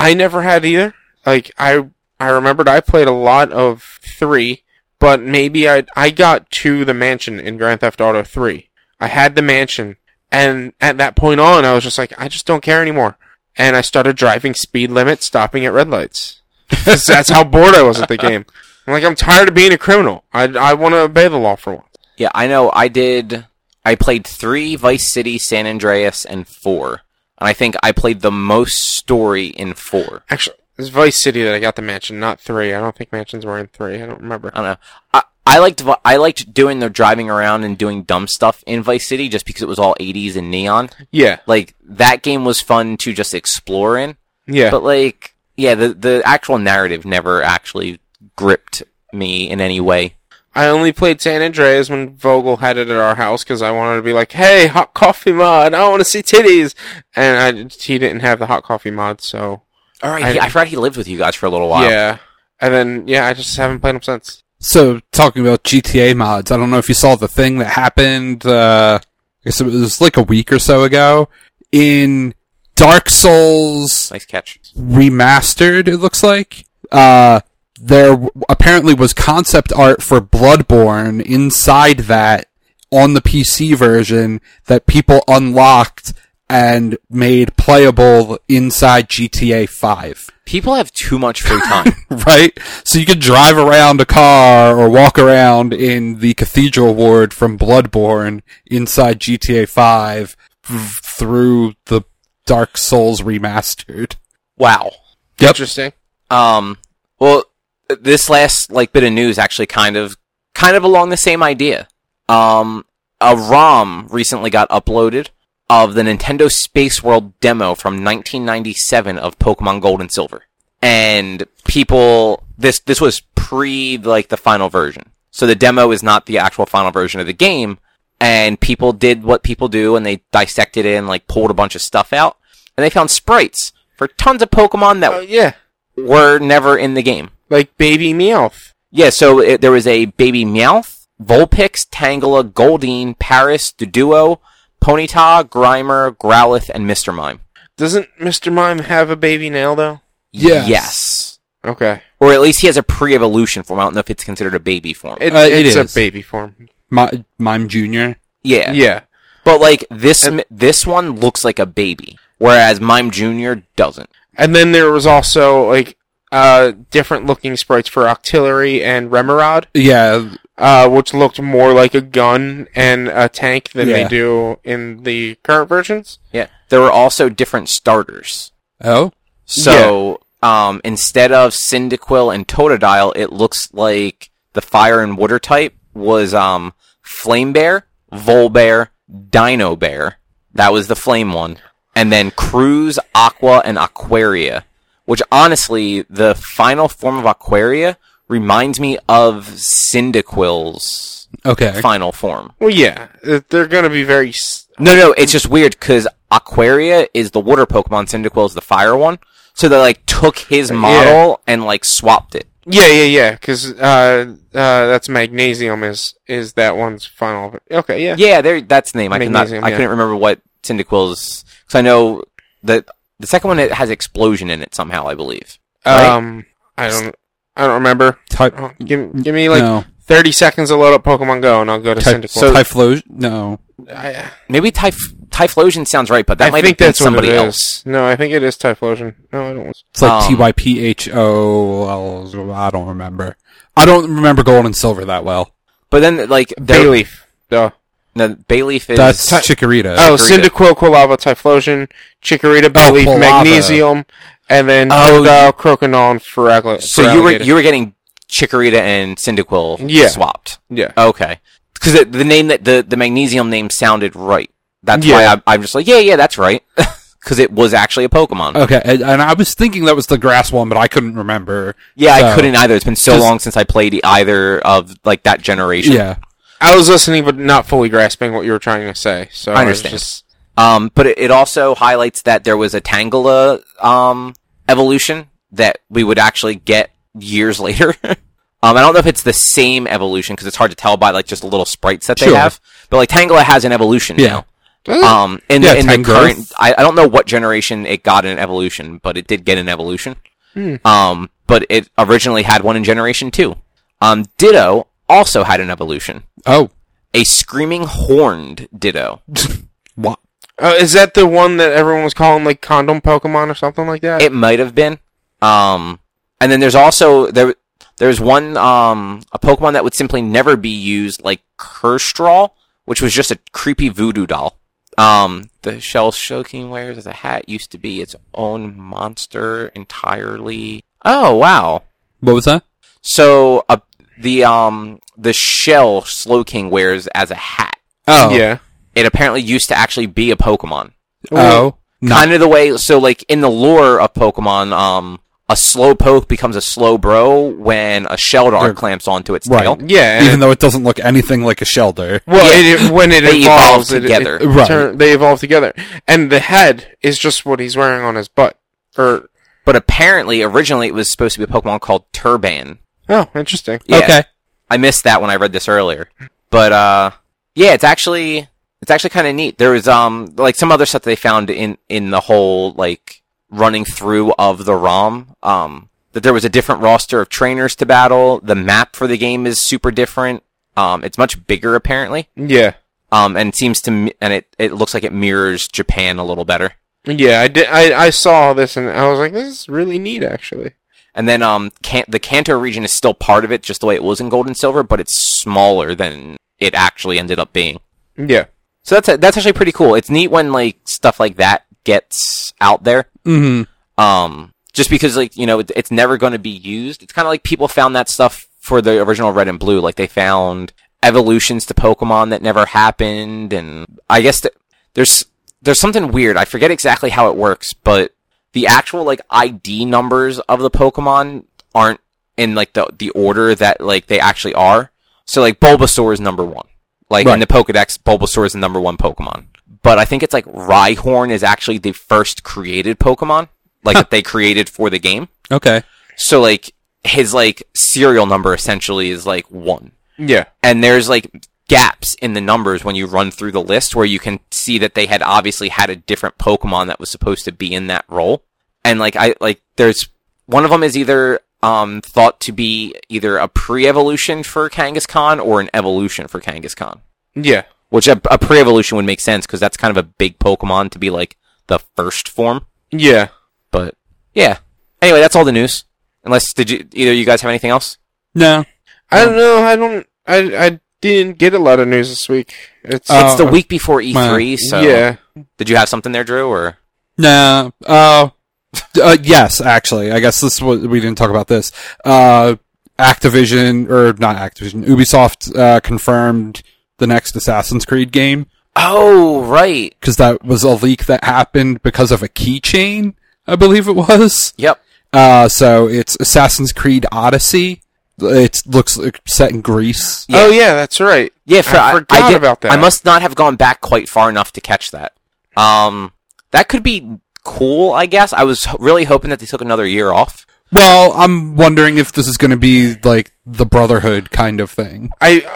Speaker 2: I never had either. Like I I remembered I played a lot of three, but maybe I I got to the mansion in Grand Theft Auto three. I had the mansion, and at that point on, I was just like, I just don't care anymore. And I started driving speed limits, stopping at red lights. 'Cause that's how bored I was at the game. I'm like, I'm tired of being a criminal. I, I want to obey the law for once.
Speaker 1: Yeah, I know. I did. I played three Vice City, San Andreas, and four. And I think I played the most story in four.
Speaker 2: Actually, it's Vice City that I got the mansion, not three. I don't think mansions were in three. I don't remember.
Speaker 1: I don't know. I, I liked Vi- I liked doing the driving around and doing dumb stuff in Vice City just because it was all 80s and neon.
Speaker 2: Yeah,
Speaker 1: Like that game was fun to just explore in.
Speaker 2: yeah.
Speaker 1: But like, yeah, the the actual narrative never actually gripped me in any way.
Speaker 2: I only played San Andreas when Vogel had it at our house because I wanted to be like, "Hey, hot coffee mod! I want to see titties." And I, he didn't have the hot coffee mod, so
Speaker 1: All right,
Speaker 2: I-
Speaker 1: I, I forgot he lived with you guys for a little while.
Speaker 2: yeah. And then yeah, I just haven't played them since.
Speaker 3: So, talking about GTA mods, I don't know if you saw the thing that happened, uh, I guess it was like a week or so ago in Dark Souls
Speaker 1: Nice catch.
Speaker 3: Remastered, it looks like. Uh, there w- apparently was concept art for Bloodborne inside that on the PC version that people unlocked and made playable inside GTA 5
Speaker 1: People have too much free [LAUGHS] time.
Speaker 3: [LAUGHS] right? So you could drive around a car or walk around in the cathedral ward from Bloodborne inside GTA 5 v- through the Dark Souls remastered.
Speaker 2: Wow.
Speaker 3: Yep.
Speaker 2: Interesting.
Speaker 1: Um, well, this last like bit of news actually kind of kind of along the same idea. Um, a ROM recently got uploaded of the Nintendo Space World demo from 1997 of Pokemon Gold and Silver, and people this this was pre like the final version, so the demo is not the actual final version of the game. And people did what people do, and they dissected it and like pulled a bunch of stuff out, and they found sprites for tons of Pokemon that
Speaker 2: Oh yeah,
Speaker 1: were never in the game.
Speaker 2: like baby Meowth.
Speaker 1: Yeah, so it, there was a baby Meowth, Vulpix, Tangela, Goldeen, Paris, Duduo, Ponyta, Grimer, Growlithe, and Mr. Mime.
Speaker 2: Doesn't Mr. Mime have a baby nail though?
Speaker 3: Yes.
Speaker 1: Yes.
Speaker 2: Okay,
Speaker 1: Or at least he has a pre-evolution form. I don't know if it's considered a baby form.
Speaker 2: it,
Speaker 3: Uh, it
Speaker 2: it's
Speaker 3: is.
Speaker 2: a baby form.
Speaker 3: Mi- Mime Junior.
Speaker 1: yeah.
Speaker 2: Yeah,
Speaker 1: But like this, m this one looks like a baby, whereas Mime Junior doesn't.
Speaker 2: and then there was also like uh different looking sprites for Octillery and Remoraid,
Speaker 3: Yeah,
Speaker 2: uh, which looked more like a gun and a tank than they
Speaker 3: Yeah.
Speaker 2: do in the current versions.
Speaker 1: Yeah. There were also different starters.
Speaker 3: Oh,
Speaker 1: So um, instead of Cyndaquil and Totodile, it looks like the fire and water type was um, Flame Bear, Volibear, Dino Bear. That was the flame one. And then Cruz, Aqua, and Aquaria. Which honestly, the final form of Aquaria reminds me of Cyndaquil's
Speaker 3: okay.
Speaker 1: final form.
Speaker 2: Well, yeah, uh, they're gonna be very. s-
Speaker 1: No, no, it's just weird because Aquaria is the water Pokemon, Cyndaquil is the fire one. So they like took his model and like swapped it.
Speaker 2: Yeah, yeah, yeah. Because uh, uh, that's magnesium is is that one's final. Okay, yeah.
Speaker 1: Yeah, there. That's the name. I could not.
Speaker 2: Magnesium,
Speaker 1: I
Speaker 2: yeah.
Speaker 1: couldn't remember what Cyndaquil's. Because I know that the second one it has explosion in it somehow. I believe. right?
Speaker 2: Um, I don't, I don't remember.
Speaker 3: Type
Speaker 2: Oh,
Speaker 1: Mm,
Speaker 2: give, give me like
Speaker 3: no.
Speaker 2: thirty seconds to load up Pokemon Go, and I'll go to
Speaker 3: Type,
Speaker 2: Cyndaquil.
Speaker 3: so, Typhlo- no.
Speaker 2: I,
Speaker 1: Maybe Typh- Typhlosion sounds right, but that
Speaker 2: I
Speaker 1: might
Speaker 2: think
Speaker 1: be
Speaker 2: that's
Speaker 1: somebody
Speaker 2: what it is.
Speaker 1: else.
Speaker 2: No, I think it is Typhlosion. No, I don't.
Speaker 3: It's like
Speaker 1: Um,
Speaker 3: T Y P H O. I don't remember. I don't remember gold and silver that well.
Speaker 1: But then like there-
Speaker 2: Bayleaf. Duh.
Speaker 1: No, Bayleaf is.
Speaker 3: That's Chikorita.
Speaker 2: Oh,
Speaker 1: Chikorita.
Speaker 2: Cyndaquil, Quilava, Typhlosion, Chikorita, Bayleaf,
Speaker 3: Quilava.
Speaker 2: Magnesium, and then
Speaker 1: Oh,
Speaker 2: Totodile, Croconaw, and Feragli-
Speaker 1: so you were
Speaker 2: Feraligatr.
Speaker 1: you were getting Chikorita and Cyndaquil
Speaker 2: Yeah.
Speaker 1: swapped.
Speaker 2: yeah.
Speaker 1: Okay, because the, the name that the the magnesium name sounded right. That's why
Speaker 2: Yeah.
Speaker 1: I, I'm just like yeah yeah that's right [LAUGHS] because it was actually a Pokemon.
Speaker 3: Okay, and, and I was thinking that was the grass one, but I couldn't remember.
Speaker 1: Yeah, I
Speaker 3: So-
Speaker 1: couldn't either. It's been so
Speaker 3: Does-
Speaker 1: long since I played either of like that generation.
Speaker 3: Yeah,
Speaker 2: I was listening, but not fully grasping what you were trying to say. So
Speaker 1: I
Speaker 2: was
Speaker 1: understand.
Speaker 2: just-
Speaker 1: Um, but it, it also highlights that there was a Tangela um evolution that we would actually get years [LAUGHS] later. um, I don't know if it's the same evolution because it's hard to tell by like just the little sprites that they
Speaker 3: Sure.
Speaker 1: have. But like Tangela has an evolution
Speaker 3: yeah.
Speaker 2: Does it?
Speaker 1: now. Um, in,
Speaker 3: Yeah,
Speaker 1: the, in the
Speaker 3: Tangrowth.
Speaker 1: current, I, I don't know what generation it got an evolution, but it did get an evolution.
Speaker 2: Hmm.
Speaker 1: Um, but it originally had one in generation two. Um, Ditto also had an evolution.
Speaker 3: Oh,
Speaker 1: a screaming horned ditto.
Speaker 3: what?
Speaker 2: Oh, is that the one that everyone was calling like condom Pokemon or something like that?
Speaker 1: It might have been. Um, and then there's also there there's one um a Pokemon that would simply never be used like Kerstraw, which was just a creepy voodoo doll. Um, the shell Shoking wears as a hat used to be its own monster entirely. Oh wow!
Speaker 3: What was that?
Speaker 1: So uh, the um the shell Slowking wears as a hat.
Speaker 3: Oh,
Speaker 2: yeah.
Speaker 1: It apparently used to actually be a Pokemon.
Speaker 3: Oh, not
Speaker 1: kind of the way so like in the lore of pokemon um a slow poke becomes a slow bro when a sheldar
Speaker 3: They're-
Speaker 1: clamps onto its
Speaker 3: Right.
Speaker 1: tail
Speaker 2: Yeah.
Speaker 3: even though it doesn't look anything like a shelter.
Speaker 2: Well,
Speaker 1: Yeah.
Speaker 2: it, it- when it
Speaker 1: They evolve
Speaker 2: evolves, it- it-
Speaker 1: together.
Speaker 2: it
Speaker 3: Right.
Speaker 2: turn- they evolve together, and the head is just what he's wearing on his butt. Or
Speaker 1: but apparently originally it was supposed to be a pokemon called turban
Speaker 2: oh, interesting.
Speaker 1: Yeah.
Speaker 3: Okay,
Speaker 1: i missed that when i read this earlier but uh yeah it's actually it's actually kind of neat there was um like some other stuff they found in in the whole like running through of the rom um that there was a different roster of trainers to battle the map for the game is super different um it's much bigger apparently
Speaker 2: Yeah,
Speaker 1: um, and it seems to mi- and it it looks like it mirrors Japan a little better.
Speaker 2: yeah. I did. I, I saw this and I was like, this is really neat, actually.
Speaker 1: And then um, can- the Kanto region is still part of it, just the way it was in Gold and Silver, but it's smaller than it actually ended up being.
Speaker 2: Yeah,
Speaker 1: So that's that's actually pretty cool. It's neat when like stuff like that gets out there.
Speaker 3: mm-hmm.
Speaker 1: Um, just because like, you know, it, it's never going to be used. It's kind of like people found that stuff for the original red and blue. Like they found evolutions to Pokemon that never happened. And I guess th- there's, there's something weird. I forget exactly how it works, but the actual like ID numbers of the Pokemon aren't in like the, the order that like they actually are. So like Bulbasaur is number one. Like in
Speaker 3: Right.
Speaker 1: the Pokedex, Bulbasaur is the number one Pokemon. But I think it's like Rhyhorn is actually the first created Pokemon, like that they created for the game.
Speaker 3: Okay.
Speaker 1: So like his like serial number essentially is like one.
Speaker 2: Yeah.
Speaker 1: And there's like gaps in the numbers when you run through the list where you can see that they had obviously had a different Pokemon that was supposed to be in that role. And like I like there's one of them is either um thought to be either a pre-evolution for Kangaskhan or an evolution for Kangaskhan
Speaker 2: Yeah.
Speaker 1: which a, a pre-evolution would make sense because that's kind of a big Pokemon to be like the first form.
Speaker 2: Yeah.
Speaker 1: But yeah. Anyway, that's all the news. Unless did you either you guys have anything else?
Speaker 3: No.
Speaker 2: I don't know. I don't. I I didn't get a lot of news this week. It's
Speaker 3: Uh,
Speaker 1: it's the
Speaker 3: uh,
Speaker 1: week before E3, Oh, so
Speaker 2: yeah.
Speaker 1: did you have something there, Drew? Or
Speaker 3: No. Uh, uh, yes, actually. I guess this was, we didn't talk about this. Uh, Activision, or not Activision, Ubisoft, uh, confirmed the next Assassin's Creed game
Speaker 1: oh right,
Speaker 3: because that was a leak that happened because of a keychain, I believe it was.
Speaker 1: yep.
Speaker 3: Uh, so it's Assassin's Creed Odyssey. It looks like set in Greece.
Speaker 1: Yeah.
Speaker 2: Oh yeah, that's right.
Speaker 1: Yeah, for,
Speaker 2: I
Speaker 1: I,
Speaker 2: forgot
Speaker 1: I did-
Speaker 2: about that.
Speaker 1: I must not have gone back quite far enough to catch that. Um, that could be cool, I guess. I was h- really hoping that they took another year off.
Speaker 3: Well, I'm wondering if this is going to be like the Brotherhood kind of thing.
Speaker 2: I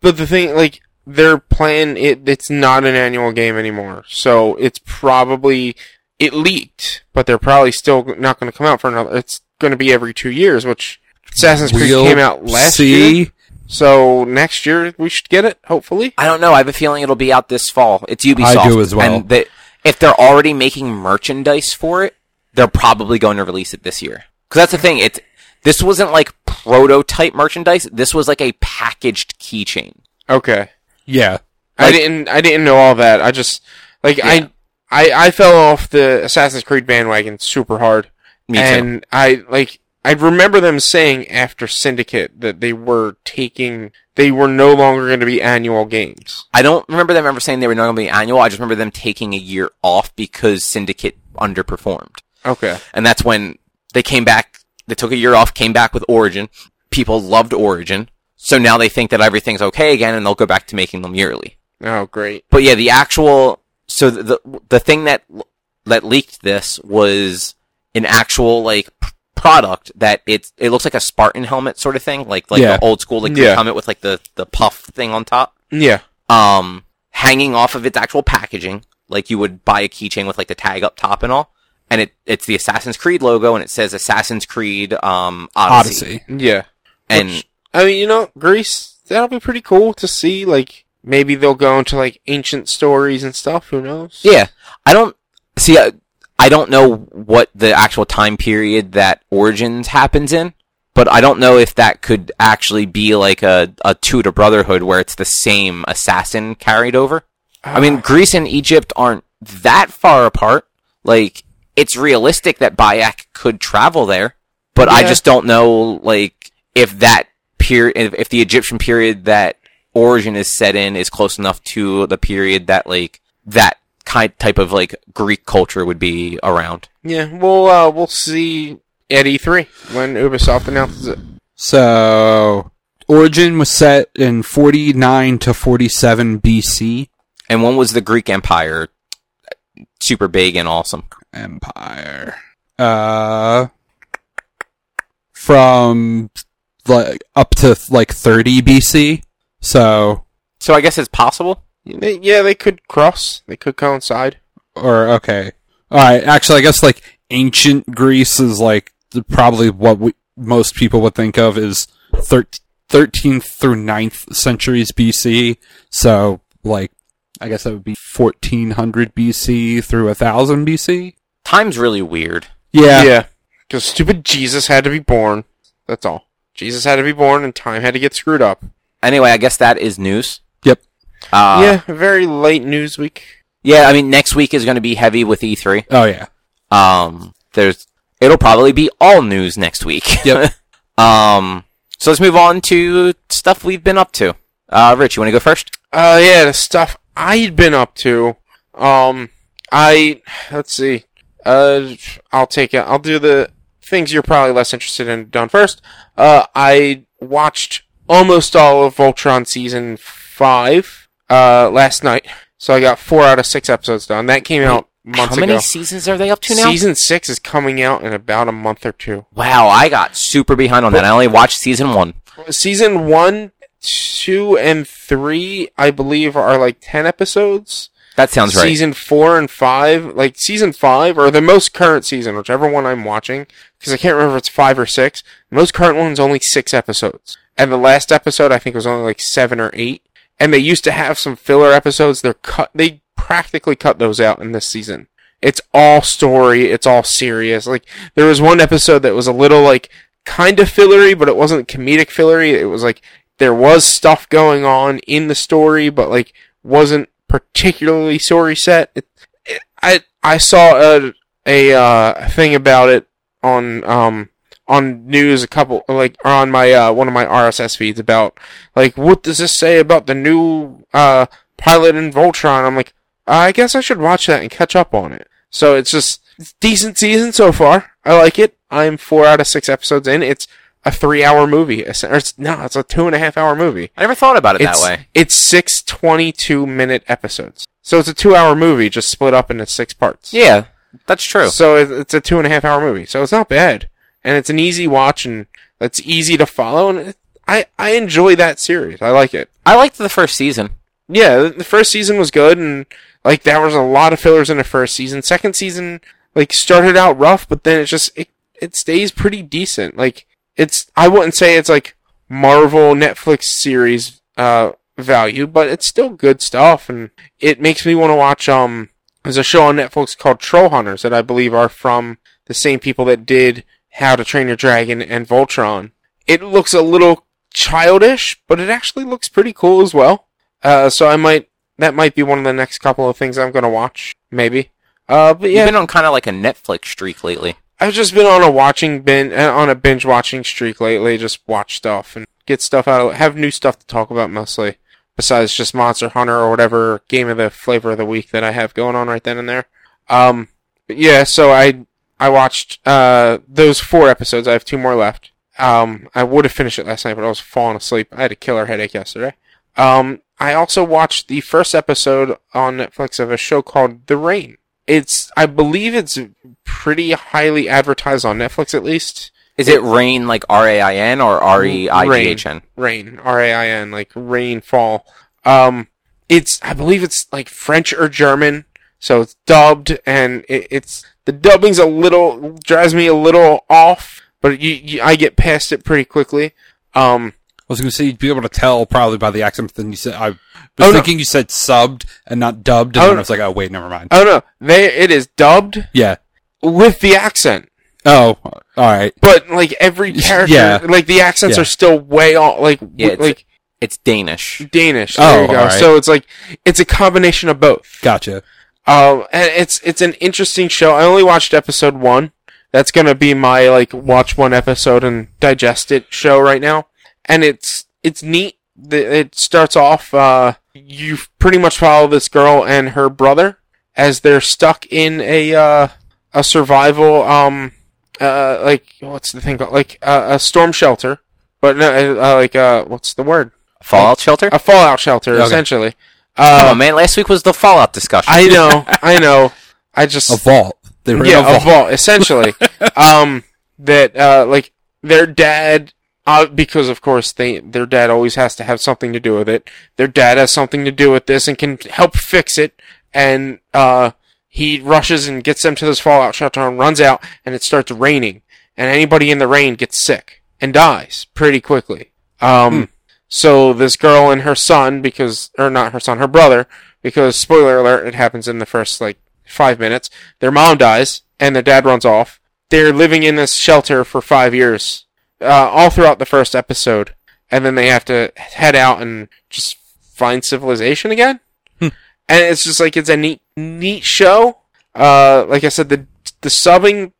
Speaker 2: but the thing like they're playing it. It's not an annual game anymore, so it's probably it leaked, but they're probably still not going to come out for another. It's going to be every two years, which Assassin's Creed
Speaker 3: We'll
Speaker 2: came out last
Speaker 3: see.
Speaker 2: year. So next year we should get it, hopefully.
Speaker 1: I don't know. I have a feeling it'll be out this fall. It's Ubisoft.
Speaker 3: I do as well.
Speaker 1: And they, if they're already making merchandise for it, they're probably going to release it this year. Because that's the thing. It's this wasn't like prototype merchandise. This was like a packaged keychain.
Speaker 2: Okay.
Speaker 3: Yeah.
Speaker 2: I didn't I didn't know all that. I just like I I I fell off the Assassin's Creed bandwagon super hard.
Speaker 1: Me too.
Speaker 2: and I like I remember them saying after Syndicate that they were taking they were no longer going to be annual games.
Speaker 1: I don't remember them ever saying they were not going to be annual. I just remember them taking a year off because Syndicate underperformed,
Speaker 2: Okay.
Speaker 1: and that's when they came back. They took a year off, came back with Origin. People loved Origin, so now they think that everything's okay again, and they'll go back to making them yearly.
Speaker 2: Oh, great.
Speaker 1: But yeah, the actual so the the, the thing that that leaked this was an actual like p- product that it's it looks like a Spartan helmet sort of thing, like like
Speaker 3: Yeah.
Speaker 1: the old school like
Speaker 2: Yeah.
Speaker 1: helmet with like the the puff thing on top,
Speaker 2: Yeah.
Speaker 1: um, hanging off of its actual packaging, like you would buy a keychain with like the tag up top and all. And it, it's the Assassin's Creed logo, and it says Assassin's Creed um, Odyssey.
Speaker 3: Odyssey.
Speaker 2: Yeah.
Speaker 1: And
Speaker 2: I mean, you know, Greece. That'll be pretty cool to see. Like maybe they'll go into like ancient stories and stuff. Who knows?
Speaker 1: Yeah, I don't see. I, I don't know what the actual time period that Origins happens in, but I don't know if that could actually be like a a Tudor Brotherhood where it's the same assassin carried over.
Speaker 2: Uh,
Speaker 1: I mean, Greece and Egypt aren't that far apart. Like, it's realistic that Bayak could travel there, but I
Speaker 2: Yeah.
Speaker 1: just don't know like if that period, if, if the Egyptian period that Origin is set in is close enough to the period that like that kind type of like Greek culture would be around.
Speaker 2: Yeah. We'll uh, we'll see at E3 when Ubisoft announces it.
Speaker 3: So Origin was set in 49 to 47 BC
Speaker 1: And when was the Greek Empire uh, super big and awesome?
Speaker 3: Empire. Uh from like up to like 30 BC. So
Speaker 1: So I guess it's possible.
Speaker 2: They- yeah, they could cross. They could coincide.
Speaker 3: or okay. All right, actually I guess like ancient Greece is like the, probably what we, most people would think of is thir- 13th through 9th centuries BC. So like I guess that would be 1400 BC through 1000 BC.
Speaker 1: Time's really weird.
Speaker 3: Yeah.
Speaker 2: Yeah. Because stupid Jesus had to be born. That's all. Jesus had to be born, and time had to get screwed up.
Speaker 1: Anyway, I guess that is news.
Speaker 3: Yep.
Speaker 1: Uh,
Speaker 2: yeah, very late news week.
Speaker 1: Yeah, I mean, next week is going to be heavy with E3.
Speaker 3: Oh yeah.
Speaker 1: E Um, there's it'll probably be all news next week.
Speaker 3: Yep.
Speaker 1: [LAUGHS] um. So let's move on to stuff we've been up to. Uh, Rich, you want to go first?
Speaker 2: Uh, yeah, the stuff I'd been up to. Um, I let's see. Uh, I'll take it. I'll do the things you're probably less interested in done first. Uh, I watched almost all of Voltron season five. Uh, last night, so I got four out of six episodes done. That came out months
Speaker 1: How many
Speaker 2: ago.
Speaker 1: seasons are they up to now?
Speaker 2: Season six is coming out in about a month or two.
Speaker 1: wow, I got super behind on that. I only watched season one.
Speaker 2: season one, two, and three, I believe, are like ten episodes.
Speaker 1: That sounds right.
Speaker 2: Season four and five, like season five, or the most current season, whichever one I'm watching, because I can't remember if it's five or six. The most current one's only six episodes, and the last episode I think was only like seven or eight. And they used to have some filler episodes. They're cut. They practically cut those out in this season. It's all story. It's all serious. Like there was one episode that was a little like kind of fillery, but it wasn't comedic fillery. It was like there was stuff going on in the story, but like wasn't particularly story set. It, it, I I saw a a uh, thing about it on um on news a couple like or on my uh, one of my RSS feeds about like what does this say about the new uh, pilot in Voltron? I'm like "Uh, I guess I should watch that and catch up on it. So it's just it's decent season so far. I like it. I'm four out of six episodes in. It's a three hour movie. It's, or it's no, it's a two and a half hour movie.
Speaker 1: I never thought about it
Speaker 2: It's,
Speaker 1: that way.
Speaker 2: It's six 22 minute episodes. So it's a two hour movie just split up into six parts.
Speaker 1: Yeah, that's true.
Speaker 2: So it- it's a two and a half hour movie. So it's not bad, and it's an easy watch, and it's easy to follow. And it, I I enjoy that series. I like it.
Speaker 1: I liked the first season.
Speaker 2: Yeah, the- the first season was good, and like there was a lot of fillers in the first season. Second season like started out rough, but then it just it it stays pretty decent. Like it's I wouldn't say it's like Marvel Netflix series uh value, but it's still good stuff, and it makes me want to watch um. There's a show on Netflix called Troll Hunters that I believe are from the same people that did How to Train Your Dragon and Voltron. It looks a little childish, but it actually looks pretty cool as well. Uh, so I might that might be one of the next couple of things I'm gonna watch, maybe. Uh, but yeah,
Speaker 1: You've been on kind of like a Netflix streak lately.
Speaker 2: I've just been on a watching bin uh, on a binge watching streak lately. Just watch stuff and get stuff out. Of, have new stuff to talk about mostly, besides just Monster Hunter or whatever game of the flavor of the week that I have going on right then and there. Um, but yeah. So I I watched uh those four episodes. I have two more left. Um, I would have finished it last night, but I was falling asleep. I had a killer headache yesterday. Um, I also watched the first episode on Netflix of a show called The Rain. It's I believe it's pretty highly advertised on Netflix at least.
Speaker 1: Is it rain like R A I N or R E I G H N?
Speaker 2: Rain, R A I N, like rainfall. Um, it's I believe it's like French or German, so it's dubbed, and it, it's the dubbing's a little drives me a little off, but you, you, I get past it pretty quickly. Um,
Speaker 3: was going to say you'd be able to tell probably by the accent. Then you said I was thinking you said subbed and not dubbed, and
Speaker 2: Oh,
Speaker 3: then
Speaker 2: no.
Speaker 3: I was like, oh wait, never mind.
Speaker 2: oh no, they it is dubbed
Speaker 3: yeah.
Speaker 2: with the accent.
Speaker 3: Oh, all right.
Speaker 2: but like every character,
Speaker 3: [LAUGHS] Yeah.
Speaker 2: like the accents
Speaker 3: Yeah.
Speaker 2: are still way off, like w-
Speaker 1: Yeah, it's-
Speaker 2: like
Speaker 1: It's Danish.
Speaker 2: Danish.
Speaker 3: Oh,
Speaker 2: there you go.
Speaker 3: alright.
Speaker 2: So it's like it's a combination of both.
Speaker 3: Gotcha.
Speaker 2: Um, and it's it's an interesting show. I only watched episode one. That's gonna be my like watch one episode and digest it show right now. And it's it's neat. The- It starts off. Uh, you pretty much follow this girl and her brother as they're stuck in a uh, a survival um uh like what's the thing called like uh, a storm shelter, but no, uh, like uh what's the word?
Speaker 1: Fallout shelter?
Speaker 2: A fallout shelter
Speaker 3: Okay.
Speaker 2: essentially.
Speaker 1: Come
Speaker 2: Uh,
Speaker 1: on, man. Last week was the Fallout discussion.
Speaker 2: I know, I know. I just
Speaker 3: A vault. They were
Speaker 2: yeah,
Speaker 3: in a vault. [LAUGHS]
Speaker 2: essentially. um, that uh, like their dad, uh, because of course they their dad always has to have something to do with it. Their dad has something to do with this and can help fix it. And uh, he rushes and gets them to this fallout shelter and runs out, and it starts raining. And anybody in the rain gets sick and dies pretty quickly.
Speaker 3: Hmm.
Speaker 2: Um, so this girl and her son, because or not her son, her brother, because spoiler alert, it happens in the first like five minutes. Their mom dies, and their dad runs off. They're living in this shelter for five years, uh, all throughout the first episode, and then they have to head out and just find civilization again. and it's just like it's a neat, neat show. Uh, like I said, the the subbing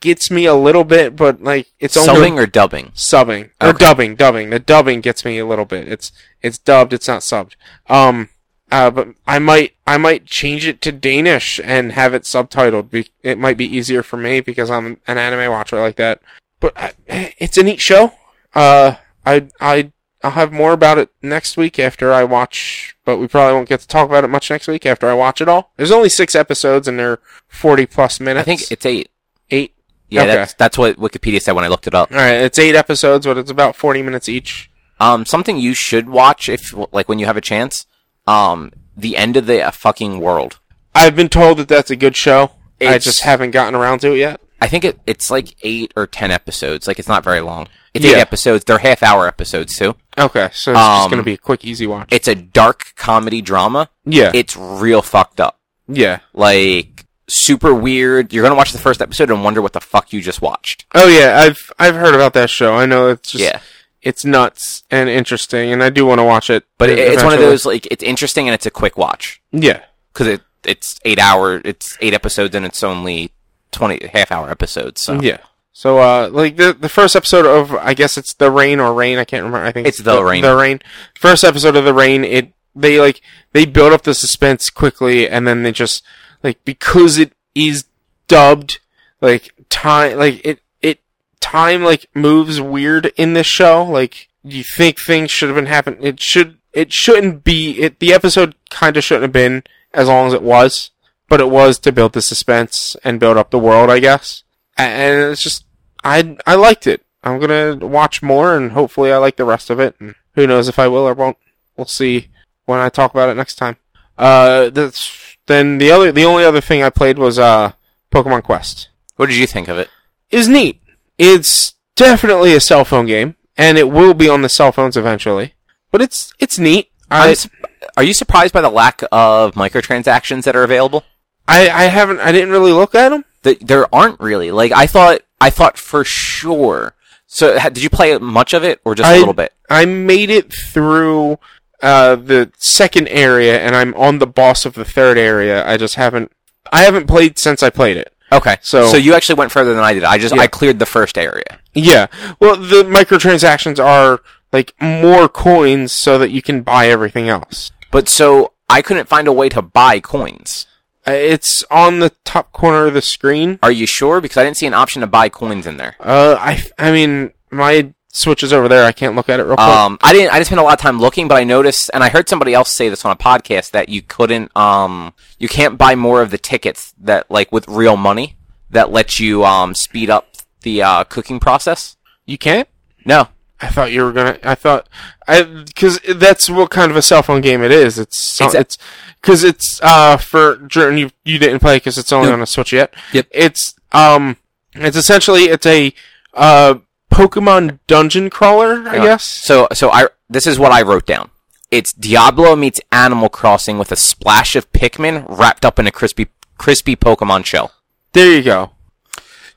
Speaker 2: gets me a little bit, but like it's only
Speaker 1: Subbing or dubbing?
Speaker 2: subbing or
Speaker 1: Okay.
Speaker 2: dubbing, dubbing. The dubbing gets me a little bit. It's it's dubbed. It's not subbed. Um, uh, but I might I might change it to Danish and have it subtitled. Be- it might be easier for me because I'm an anime watcher like that. But I, it's a neat show. Uh, I I I'll have more about it next week after I watch. But we probably won't get to talk about it much next week after I watch it all. There's only six episodes and they're forty plus minutes.
Speaker 1: I think it's eight.
Speaker 2: eight.
Speaker 1: Yeah,
Speaker 2: Okay.
Speaker 1: that's that's what Wikipedia said when I looked it up.
Speaker 2: All right, it's eight episodes, but it's about forty minutes each.
Speaker 1: Um, something you should watch if like when you have a chance. Um, the end of the uh, fucking world.
Speaker 2: I've been told that that's a good show. I
Speaker 1: It's-
Speaker 2: just haven't gotten around to it yet.
Speaker 1: I think it, it's like eight or ten episodes. Like it's not very long. It's
Speaker 2: Yeah.
Speaker 1: eight episodes. They're half hour episodes too.
Speaker 2: Okay, so it's just
Speaker 1: Um,
Speaker 2: gonna be a quick, easy watch.
Speaker 1: It's a dark comedy drama.
Speaker 2: Yeah,
Speaker 1: It's real fucked up.
Speaker 2: yeah.
Speaker 1: Like super weird. You're gonna watch the first episode and wonder what the fuck you just watched.
Speaker 2: Oh yeah, I've I've heard about that show. I know it's just e-
Speaker 1: yeah.
Speaker 2: it's nuts and interesting, and I do want to watch it.
Speaker 1: But it, it's one of
Speaker 2: eventually.
Speaker 1: those like it's interesting and it's a quick watch
Speaker 2: Yeah,
Speaker 1: because it it's eight hour. It's eight episodes and it's only twenty half hour episodes. So
Speaker 2: yeah. So uh, like the the first episode of I guess it's the rain or rain. I can't remember. I think
Speaker 1: It's The Rain.
Speaker 2: The rain. First episode of the rain. It they like they build up the suspense quickly, and then they just like because it is dubbed like time like it it time like moves weird in this show like you think things should have been happening it should it shouldn't be it the episode kind of shouldn't have been as long as it was but it was to build the suspense and build up the world i guess A- and it's just i i liked it i'm gonna watch more and hopefully i like the rest of it and who knows if i will or won't we'll see when i talk about it next time uh that's then the other the only other thing i played was uh pokemon quest
Speaker 1: what did you think of it?
Speaker 2: is neat. It's definitely a cell phone game, and it will be on the cell phones eventually. But it's it's neat.
Speaker 1: I'm
Speaker 2: I,
Speaker 1: su- are you surprised by the lack of microtransactions that are available?
Speaker 2: I I haven't I didn't really look at them.
Speaker 1: Th there aren't really. Like I thought, I thought for sure. So ha- did you play much of it or just a
Speaker 2: I-
Speaker 1: little bit?
Speaker 2: I made it through uh, the second area, and I'm on the boss of the third area. I just haven't I haven't played since I played it.
Speaker 1: Okay,
Speaker 2: So-
Speaker 1: so you actually went further than I did. I just
Speaker 2: Yeah.
Speaker 1: I cleared the first area.
Speaker 2: Yeah. Well, the microtransactions are like more coins so that you can buy everything else.
Speaker 1: But so I couldn't find a way to buy coins.
Speaker 2: Uh, It's on the top corner of the screen.
Speaker 1: Are you sure? Because I didn't see an option to buy coins in there.
Speaker 2: Uh, I I mean my switch is over there. I can't look at it real quick.
Speaker 1: Um, I didn't. I didn't spend a lot of time looking, but I noticed, and I heard somebody else say this on a podcast that you couldn't. Um, you can't buy more of the tickets that like with real money that lets you um speed up the uh, cooking process.
Speaker 2: you can't?
Speaker 1: No,
Speaker 2: I thought you were gonna. I thought I because that's what kind of a cell phone game it is. It's so-
Speaker 1: It's a-
Speaker 2: it's because it's uh for Jordan. You you didn't play because it's only
Speaker 3: No.
Speaker 2: on a Switch yet.
Speaker 3: Yep.
Speaker 2: It's um it's essentially it's a uh Pokemon dungeon crawler. I
Speaker 1: Yeah.
Speaker 2: guess.
Speaker 1: So so I this is what I wrote down. It's Diablo meets Animal Crossing with a splash of Pikmin wrapped up in a crispy crispy Pokemon shell.
Speaker 2: There you go.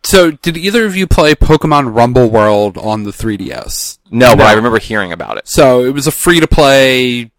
Speaker 3: So, did either of you play Pokemon Rumble World on the 3DS?
Speaker 1: No, but
Speaker 2: No.
Speaker 1: I remember hearing about it.
Speaker 3: So it was a free to play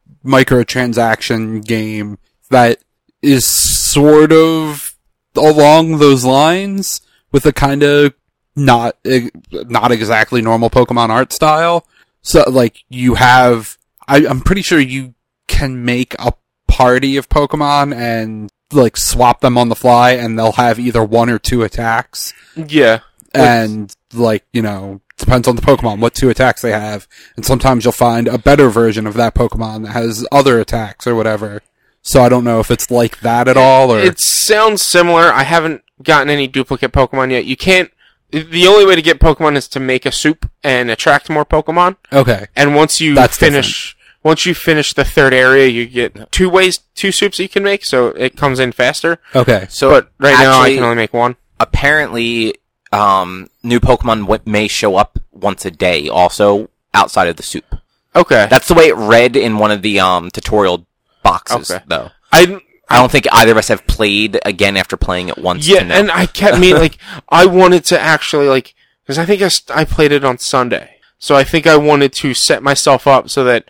Speaker 3: microtransaction game that is sort of along those lines with a kind of not eh, not exactly normal Pokemon art style. So like you have, I, I'm pretty sure you can make a party of Pokemon and like swap them on the fly, and they'll have either one or two attacks
Speaker 2: Yeah.
Speaker 3: and like you know depends on the pokemon what two attacks they have and sometimes you'll find a better version of that pokemon that has other attacks or whatever so i don't know if it's like that at all or
Speaker 2: It sounds similar. I haven't gotten any duplicate Pokemon yet. You can't. The only way to get Pokemon is to make a soup and attract more Pokemon.
Speaker 3: okay
Speaker 2: And once you
Speaker 3: That's
Speaker 2: finish, once you finish the third area, you get two ways, two soups you can make, so it comes in faster.
Speaker 3: okay
Speaker 1: So
Speaker 2: but right now, I
Speaker 1: actually-
Speaker 2: can only make one.
Speaker 1: Apparently, um, new Pokemon w- may show up once a day, also outside of the soup.
Speaker 2: Okay.
Speaker 1: That's the way it read in one of the um, tutorial boxes,
Speaker 2: Okay.
Speaker 1: though.
Speaker 2: I
Speaker 1: I don't think either of us have played again after playing it once.
Speaker 2: yeah,
Speaker 1: to know.
Speaker 2: and I kept me
Speaker 1: [LAUGHS]
Speaker 2: like I wanted to actually like because I think I, s- I played it on Sunday, so I think I wanted to set myself up so that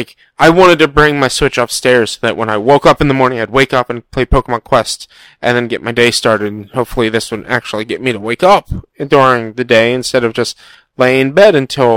Speaker 2: Like I wanted to bring my Switch upstairs so that when I woke up in the morning, I'd wake up and play Pokemon Quest, and then get my day started. And hopefully, this would actually get me to wake up during the day instead of just lay in bed until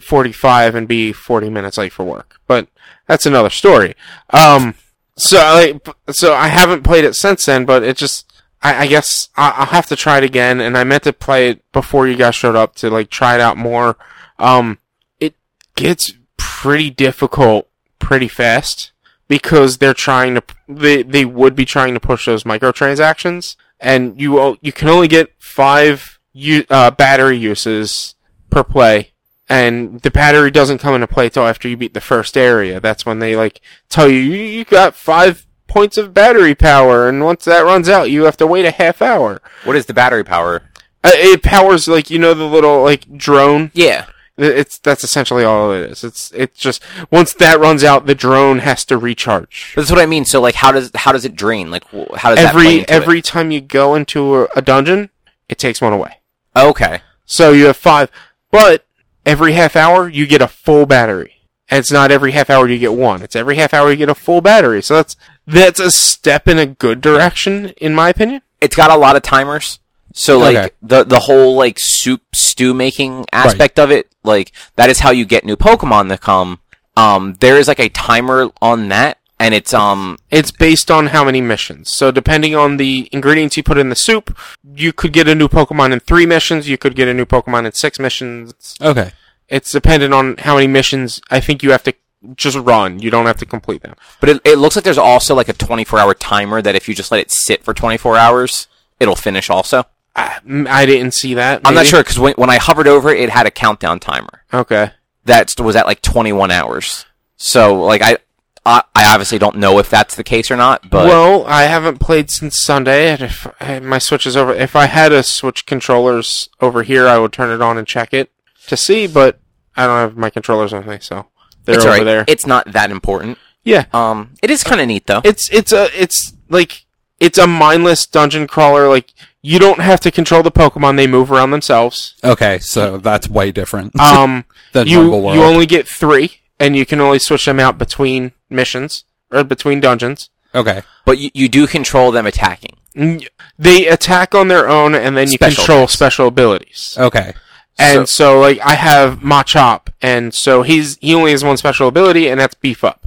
Speaker 2: 8:45 and be 40 minutes late for work. But that's another story. Um, so like, p- so I haven't played it since then, but it just, I, I guess I, I'll have to try it again. And I meant to play it before you guys showed up to like try it out more. Um, it gets pretty difficult pretty fast because they're trying to, they, they would be trying to push those microtransactions and you, o- you can only get five u- uh, battery uses per play and the battery doesn't come into play till after you beat the first area. That's when they like tell you you, you got five points of battery power, and once that runs out, you have to wait a half hour.
Speaker 1: What is the battery power?
Speaker 2: Uh, it powers like you know the little like drone.
Speaker 1: Yeah.
Speaker 2: Th- It's that's essentially all it is. It's it's just once that runs out, the drone has to recharge.
Speaker 1: That's what I mean. So like, how does how does it drain? Like, wh- how does that play
Speaker 2: Every
Speaker 1: into
Speaker 2: every time you go into a, a dungeon, it takes one away.
Speaker 1: it? okay.
Speaker 2: So you have five, but every half hour you get a full battery. And it's not every half hour you get one. It's every half hour you get a full battery. So that's that's a step in a good direction, in my opinion.
Speaker 1: It's got a lot of timers. So like
Speaker 2: Okay.
Speaker 1: the the whole like soup stew making aspect of it, like that is how you get new Pokemon to come. Um, there is like a timer on that, and it's um
Speaker 2: It's based on how many missions. So depending on the ingredients you put in the soup, you could get a new Pokemon in three missions. You could get a new Pokemon in six missions.
Speaker 3: Okay.
Speaker 2: It's dependent on how many missions. I think you have to just run. You don't have to complete them.
Speaker 1: But it, it looks like there's also like a 24 hour timer that if you just let it sit for 24 hours, it'll finish also.
Speaker 2: I, I didn't see that.
Speaker 1: I'm not
Speaker 2: maybe.
Speaker 1: sure because when, when I hovered over it, it had a countdown timer
Speaker 2: Okay.
Speaker 1: that was at like 21 hours. So like I, I, I obviously don't know if that's the case or not, but
Speaker 2: well, I haven't played since Sunday, and if and my Switch is over, if I had a Switch controllers over here, I would turn it on and check it to see. But I don't have my controllers with me, so they're
Speaker 1: it's
Speaker 2: over
Speaker 1: alright.
Speaker 2: there.
Speaker 1: It's not that important.
Speaker 2: yeah,
Speaker 1: Um, it is kind of neat though.
Speaker 2: it's it's a it's like it's a mindless dungeon crawler. Like you don't have to control the Pokemon; they move around themselves.
Speaker 3: Okay, so that's way different
Speaker 1: Ah,
Speaker 2: Um,
Speaker 3: than
Speaker 2: you
Speaker 3: Rumble World.
Speaker 2: you only get three, and you can only switch them out between missions or between dungeons.
Speaker 3: okay.
Speaker 1: but you, you do control them attacking.
Speaker 2: N- They attack on their own, and then you
Speaker 1: Special
Speaker 2: control special abilities.
Speaker 3: Okay.
Speaker 2: And so, like I have Machop, and so he's he only has one special ability, and that's beef up.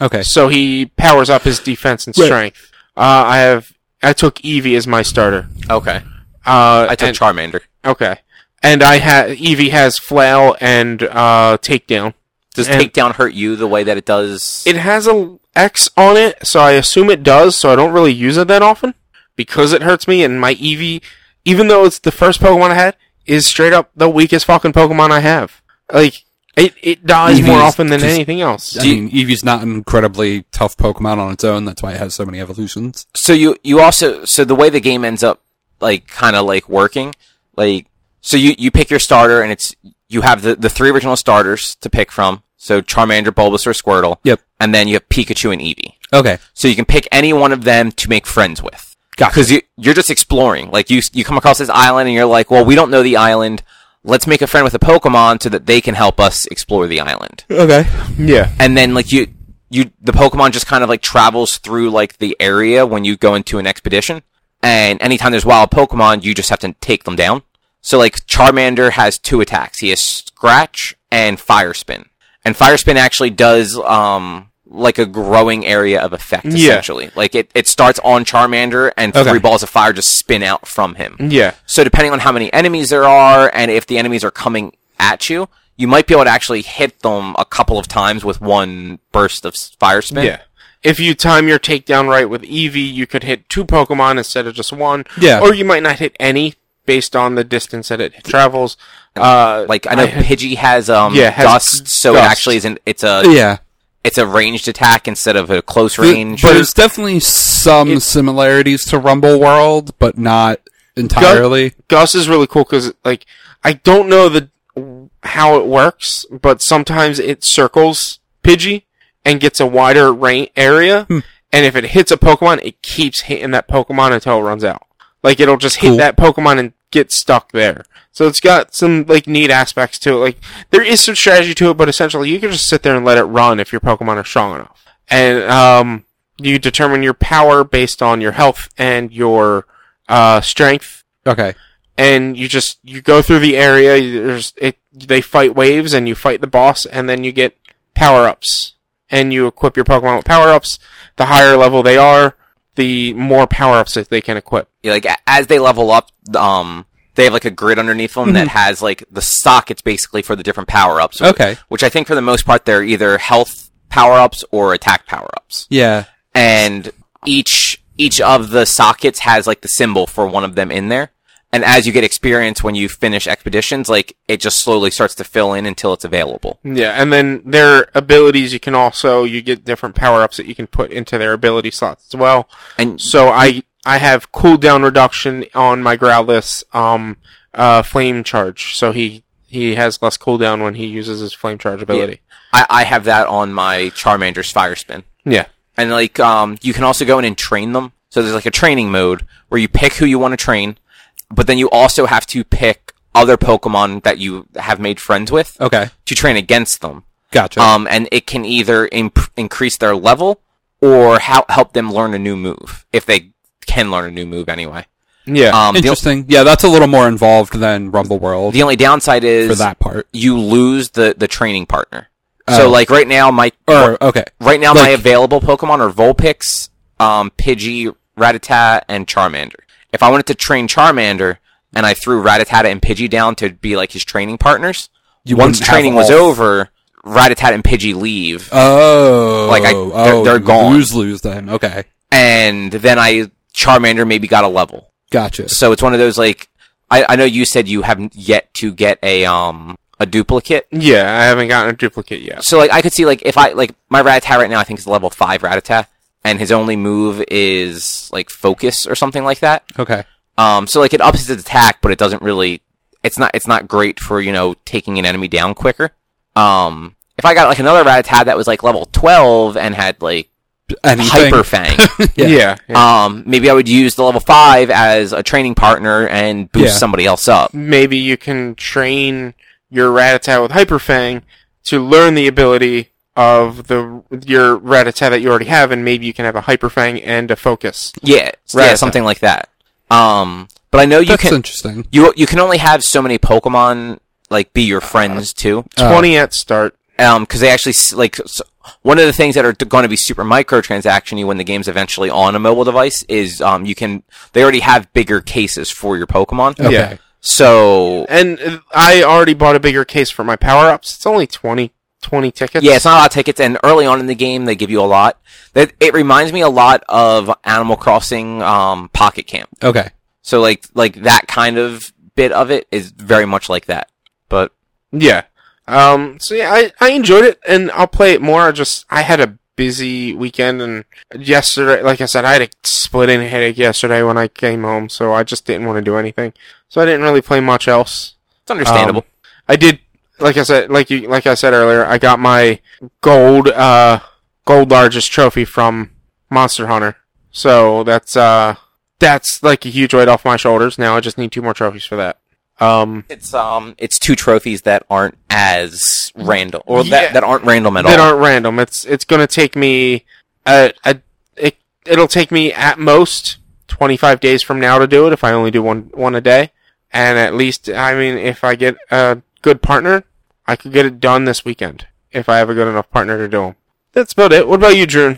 Speaker 3: Okay.
Speaker 2: So he powers up his defense and
Speaker 3: Right.
Speaker 2: strength. Uh, I have I took Eevee as my starter.
Speaker 1: Okay,
Speaker 2: Uh,
Speaker 1: I took
Speaker 2: and-
Speaker 1: Charmander.
Speaker 2: okay, and I have Eevee has Flail and uh, Takedown.
Speaker 1: Does
Speaker 2: and-
Speaker 1: takedown hurt you the way that it does?
Speaker 2: It has a X on it, so I assume it does. So I don't really use it that often because it hurts me. And my Eevee, even though it's the first Pokemon I had, is straight up the weakest fucking Pokemon I have. Like it, it dies
Speaker 3: Eevee
Speaker 2: more
Speaker 3: is
Speaker 2: often than
Speaker 3: just-
Speaker 2: anything else.
Speaker 3: I mean, Eevee's not an incredibly tough Pokemon on its own. That's why it has so many evolutions.
Speaker 1: so you you also so the way the game ends up like kind of like working like so you you pick your starter and it's you have the the three original starters to pick from so Charmander, Bulbasaur, Squirtle.
Speaker 3: Yep.
Speaker 1: And then you have Pikachu and Eevee.
Speaker 3: Okay.
Speaker 1: So you can pick any one of them to make friends with.
Speaker 3: Gotcha.
Speaker 1: Because you you're just exploring. Like you you come across this island and you're like, well, we don't know the island. Let's make a friend with a Pokemon so that they can help us explore the island
Speaker 3: Okay.
Speaker 2: Yeah.
Speaker 1: and then like you you the pokemon just kind of like travels through like the area when you go into an expedition and anytime there's wild pokemon you just have to take them down so like charmander has two attacks he has scratch and fire spin and fire spin actually does um like a growing area of effect essentially like it, it starts on charmander and
Speaker 3: Okay.
Speaker 1: three balls of fire just spin out from him
Speaker 2: Yeah.
Speaker 1: so depending on how many enemies there are and if the enemies are coming at you, you might be able to actually hit them a couple of times with one burst of s- fire spin.
Speaker 2: Yeah. If you time your takedown right with Eevee, you could hit two Pokemon instead of just one.
Speaker 3: Yeah.
Speaker 2: Or you might not hit any based on the distance that it travels. Uh,
Speaker 1: Like I know Pidgey has um
Speaker 2: Yeah, has
Speaker 1: dust, so it
Speaker 2: dust.
Speaker 1: actually isn't it's a
Speaker 3: Yeah.
Speaker 1: it's a ranged attack instead of a close range.
Speaker 3: But there's definitely some similarities to Rumble World, but not entirely.
Speaker 2: Gus is really cool because, like, I don't know the how it works, but sometimes it circles Pidgey and gets a wider range area. And if it hits a Pokemon, it keeps hitting that Pokemon until it runs out. Like, it'll just hit
Speaker 3: Cool.
Speaker 2: that Pokemon and get stuck there. So it's got some like neat aspects to it. Like there is some strategy to it, but essentially you can just sit there and let it run if your Pokemon are strong enough. And um, you determine your power based on your health and your uh, strength
Speaker 3: Okay.
Speaker 2: and you just you go through the area. you- There's it. They fight waves, and you fight the boss, and then you get power ups, and you equip your Pokemon with power ups. The higher level they are, the more power ups that they can equip.
Speaker 1: Yeah, like a- as they level up, um, they have like a grid underneath them that has like the sockets basically for the different power ups.
Speaker 3: Okay.
Speaker 1: Which I think for the most part they're either health power ups or attack power ups,
Speaker 3: Yeah.
Speaker 1: and each each of the sockets has like the symbol for one of them in there. And as you get experience when you finish expeditions, like it just slowly starts to fill in until it's available.
Speaker 2: Yeah, and then their abilities you can also you get different power ups that you can put into their ability slots as well.
Speaker 1: And
Speaker 2: So I I have cooldown reduction on my Growlithe, um, uh, flame charge. So he he has less cooldown when he uses his flame charge ability.
Speaker 1: I, I have that on my Charmander's Fire Spin.
Speaker 2: yeah.
Speaker 1: And like, um, you can also go in and train them. So there's like a training mode where you pick who you want to train, but then you also have to pick other Pokemon that you have made friends with
Speaker 3: Okay.
Speaker 1: to train against them.
Speaker 3: Gotcha.
Speaker 1: Um, and it can either imp- increase their level or how- help them learn a new move if they can learn a new move anyway.
Speaker 2: yeah.
Speaker 1: Um, the, o-
Speaker 3: Interesting. Yeah, that's a little more involved than Rumble World
Speaker 1: the only downside is
Speaker 3: for that part.
Speaker 1: you lose the, the training partner. So
Speaker 3: Oh.
Speaker 1: like right now, my
Speaker 3: Or okay.
Speaker 1: Right now, my
Speaker 3: Like-
Speaker 1: available Pokemon are Vulpix, um, Pidgey, Rattata, and Charmander. If I wanted to train Charmander and I threw Rattata and Pidgey down to be like his training partners,
Speaker 3: You
Speaker 1: once
Speaker 3: wouldn't have
Speaker 1: training was
Speaker 3: all-
Speaker 1: over, Rattata and Pidgey leave,
Speaker 3: Oh,
Speaker 1: Like, I- they're-
Speaker 3: oh,
Speaker 1: they're
Speaker 3: you
Speaker 1: gone.
Speaker 3: Lose, lose. Then okay,
Speaker 1: and then I Charmander maybe got a level.
Speaker 3: gotcha.
Speaker 1: So it's one of those like I, I know you said you haven't yet to get a um a duplicate.
Speaker 2: Yeah, I haven't gotten a duplicate yet.
Speaker 1: So like I could see like if I like my Rattata right now I think is level five Rattata, and his only move is like Focus or something like that.
Speaker 3: Okay,
Speaker 1: Um, so like it ups its attack, but it doesn't really. It's not. It's not great for you know taking an enemy down quicker. Um, if I got like another Rattata that was like level twelve and had like
Speaker 3: anything?
Speaker 1: Hyper Fang,
Speaker 3: Yeah.
Speaker 2: Yeah. yeah.
Speaker 1: um, maybe I would use the level five as a training partner and boost
Speaker 3: Yeah.
Speaker 1: somebody else up.
Speaker 2: Maybe you can train your Rattata with Hyper Fang to learn the ability of the your Rattata that you already have, and maybe you can have a Hyper Fang and a Focus.
Speaker 1: Yeah, yeah,
Speaker 2: Rattata.
Speaker 1: something like that. Um, but I know you
Speaker 3: That's
Speaker 1: can
Speaker 3: interesting.
Speaker 1: you you can only have so many Pokemon like be your friends too.
Speaker 3: Uh,
Speaker 2: Twenty at start.
Speaker 1: um because they actually s- like s one of the things that are going to be super microtransactiony when the game's eventually on a mobile device is um you can they already have bigger cases for your Pokemon.
Speaker 3: Okay.
Speaker 2: Yeah.
Speaker 1: So
Speaker 2: And uh, I already bought a bigger case for my power ups. It's only 20, 20 tickets.
Speaker 1: yeah, it's not a lot of tickets, and early on in the game they give you a lot. That it reminds me a lot of Animal Crossing um Pocket Camp.
Speaker 3: Okay.
Speaker 1: So like like that kind of bit of it is very much like that. But
Speaker 2: Yeah. Um. So yeah, I I enjoyed it, and I'll play it more. I just I had a busy weekend, and yesterday, like I said, I had a splitting headache yesterday when I came home, so I just didn't want to do anything. So I didn't really play much else.
Speaker 1: it's understandable.
Speaker 2: Um, I did, like I said, like you, like I said earlier, I got my gold, uh, gold largest trophy from Monster Hunter. So that's uh, that's like a huge weight off my shoulders. Now I just need two more trophies for that. Um.
Speaker 1: it's um it's two trophies that aren't as random or
Speaker 2: Yeah.
Speaker 1: that, that aren't random at
Speaker 2: that
Speaker 1: all.
Speaker 2: aren't random. It's it's gonna take me uh, a it, it'll take me at most twenty five days from now to do it if I only do one one a day. And at least I mean if I get a good partner, I could get it done this weekend if I have a good enough partner to do 'em. That's about it. What about you, Drew?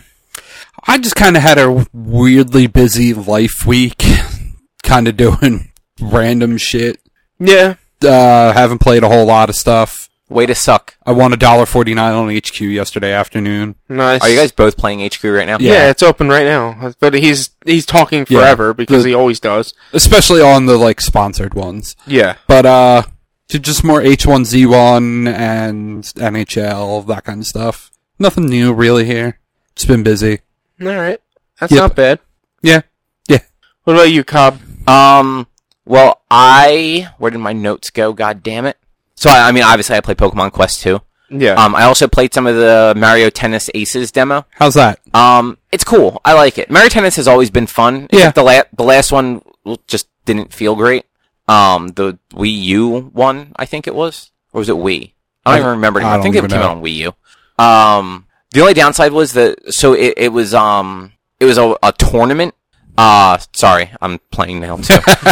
Speaker 3: I just kind of had a weirdly busy life week, [LAUGHS] kind of doing [LAUGHS] random shit.
Speaker 2: Yeah,
Speaker 3: Uh, haven't played a whole lot of stuff.
Speaker 1: Way to suck.
Speaker 3: I won a dollar forty nine on HQ yesterday afternoon.
Speaker 2: nice.
Speaker 1: Are you guys both playing HQ right now?
Speaker 2: Yeah.
Speaker 3: Yeah.
Speaker 2: it's open right now, but he's he's talking
Speaker 3: Yeah.
Speaker 2: forever because
Speaker 3: The-
Speaker 2: he always does.
Speaker 3: especially on the like sponsored ones.
Speaker 2: Yeah,
Speaker 3: But uh, to just more H1Z1 and NHL that kind of stuff. Nothing new really here. It's been busy.
Speaker 2: all right, that's
Speaker 3: Yep.
Speaker 2: not bad.
Speaker 3: Yeah, yeah.
Speaker 2: What about you, Cobb?
Speaker 1: Um. Well, I where did my notes go? God damn it! So I, I mean, obviously, I played Pokemon Quest 2.
Speaker 2: Yeah,
Speaker 1: Um, I also played some of the Mario Tennis Aces demo.
Speaker 3: How's that?
Speaker 1: Um, it's cool. I like it. Mario Tennis has always been fun.
Speaker 3: Yeah.
Speaker 1: The la- the last one just didn't feel great. Um, the Wii U one, I think it was, or was it Wii? I don't
Speaker 3: I-
Speaker 1: even remember.
Speaker 3: I
Speaker 1: anymore. I,
Speaker 3: don't
Speaker 1: think it
Speaker 3: even
Speaker 1: came
Speaker 3: know.
Speaker 1: out on Wii U. Um, the only downside was that so it, it was um it was a, a tournament. Uh, sorry, I'm playing now
Speaker 3: [LAUGHS]
Speaker 1: too.
Speaker 2: [LAUGHS]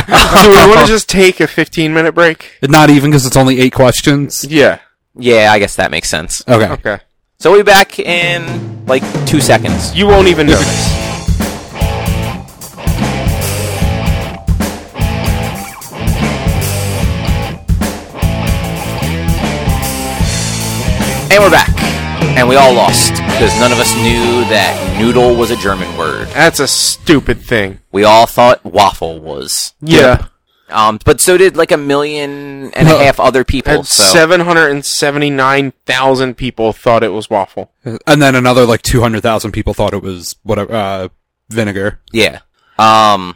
Speaker 2: Do we want to just take a 15 minute break?
Speaker 3: Not even because it's only eight questions.
Speaker 2: Yeah.
Speaker 1: yeah, I guess that makes sense.
Speaker 3: Okay.
Speaker 2: Okay.
Speaker 1: So we'll be back in like two seconds.
Speaker 2: You won't even notice.
Speaker 1: And we're back. And we all lost because none of us knew that noodle was a German word.
Speaker 2: That's a stupid thing.
Speaker 1: We all thought waffle was.
Speaker 2: Yeah.
Speaker 1: Um, but so did like a million and a half other people.
Speaker 2: And
Speaker 1: So
Speaker 2: 779,000 people thought it was waffle.
Speaker 3: And then another like 200,000 people thought it was whatever, uh, vinegar.
Speaker 1: yeah. Um.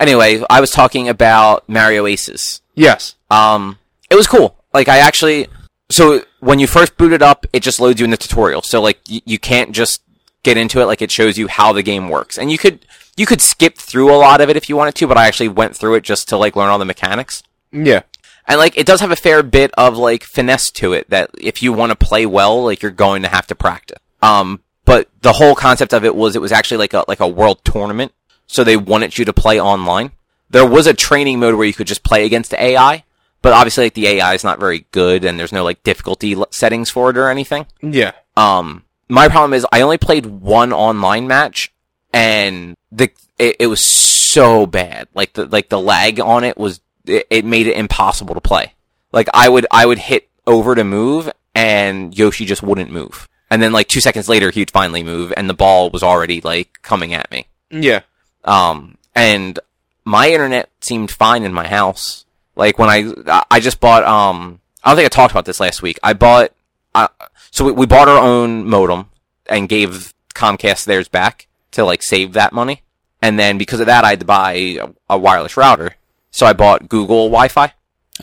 Speaker 1: Anyway, I was talking about Mario Aces.
Speaker 2: Yes.
Speaker 1: Um. It was cool. Like I actually. So when you first boot it up, it just loads you in the tutorial. So like y- you can't just get into it. Like it shows you how the game works, and you could you could skip through a lot of it if you wanted to. But I actually went through it just to like learn all the mechanics.
Speaker 2: Yeah.
Speaker 1: And like it does have a fair bit of like finesse to it that if you want to play well, like you're going to have to practice. Um, but the whole concept of it was it was actually like a like a world tournament, so they wanted you to play online. There was a training mode where you could just play against the AI, but obviously like the AI is not very good and there's no like difficulty l- settings for it or anything.
Speaker 2: Yeah.
Speaker 1: Um, my problem is I only played one online match, and the it, it was so bad. Like the like the lag on it was it, it made it impossible to play. Like I would I would hit over to move, and Yoshi just wouldn't move. And then like two seconds later, he'd finally move, and the ball was already like coming at me.
Speaker 2: Yeah.
Speaker 1: Um, and my internet seemed fine in my house. Like when I, I just bought, um, I don't think I talked about this last week. I bought, uh, so we, we bought our own modem and gave Comcast theirs back to like save that money. And then because of that, I had to buy a, a wireless router. So I bought Google Wi-Fi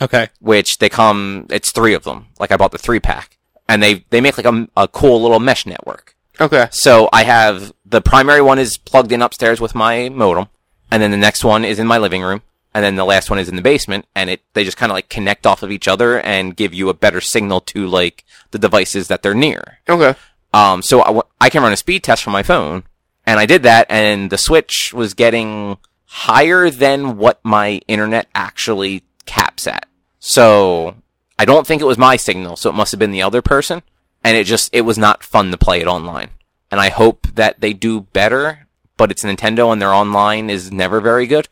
Speaker 3: Okay.
Speaker 1: which they come, it's three of them. Like I bought the three pack and they, they make like a, a cool little mesh network.
Speaker 2: Okay.
Speaker 1: So I have the primary one is plugged in upstairs with my modem and then the next one is in my living room and then the last one is in the basement and it, they just kind of like connect off of each other and give you a better signal to like the devices that they're near.
Speaker 2: Okay.
Speaker 1: Um, so I, w- I can run a speed test from my phone, and I did that, and the Switch was getting higher than what my internet actually caps at. So I don't think it was my signal, so it must have been the other person, and it just it was not fun to play it online. And I hope that they do better, but it's Nintendo, and their online is never very good.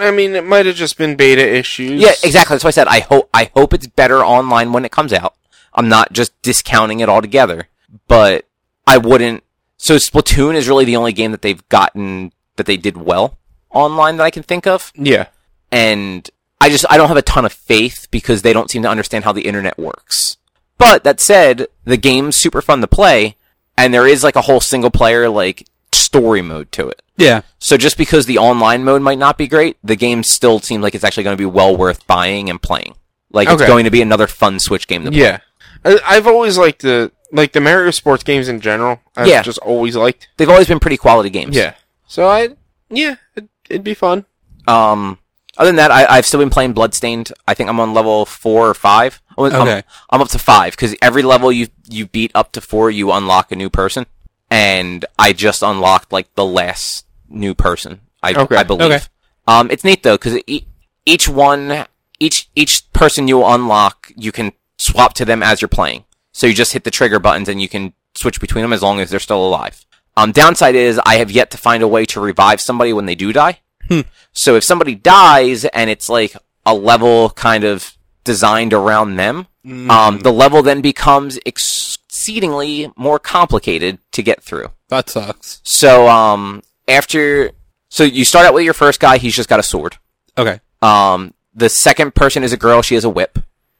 Speaker 2: I mean, it might have just been beta issues.
Speaker 1: Yeah, exactly. That's why I said I hope I hope it's better online when it comes out. I'm not just discounting it altogether, but I wouldn't. So Splatoon is really the only game that they've gotten that they did well online that I can think of,
Speaker 2: Yeah.
Speaker 1: and I just I don't have a ton of faith because they don't seem to understand how the internet works. But that said, the game's super fun to play, and there is like a whole single player like story mode to it.
Speaker 3: Yeah.
Speaker 1: So just because the online mode might not be great, the game still seems like it's actually going to be well worth buying and playing. Like it's
Speaker 2: Okay.
Speaker 1: going to be another fun Switch game to play.
Speaker 2: Yeah. I, I've always liked the like the Mario sports games in general. I've
Speaker 1: Yeah.
Speaker 2: just always liked.
Speaker 1: They've always been pretty quality games.
Speaker 2: So I yeah, it, it'd be fun.
Speaker 1: Um. Other than that, I, I've still been playing Bloodstained. I think I'm on level four or five. I'm, I'm-
Speaker 3: Okay.
Speaker 1: I'm up to five because every level you you beat up to four, you unlock a new person, and I just unlocked like the last new person. I
Speaker 2: Okay.
Speaker 1: I believe.
Speaker 3: Okay.
Speaker 1: Um, it's neat though because e- each one, each each person you unlock, you can swap to them as you're playing. So you just hit the trigger buttons and you can switch between them as long as they're still alive. Um, downside is I have yet to find a way to revive somebody when they do die. So if somebody dies and it's like a level kind of designed around them, um, the level then becomes exceedingly more complicated to get through.
Speaker 3: That sucks.
Speaker 1: So um, after, so you start out with your first guy. He's just got a sword.
Speaker 3: Okay.
Speaker 1: Um, the second person is a girl. She has a whip,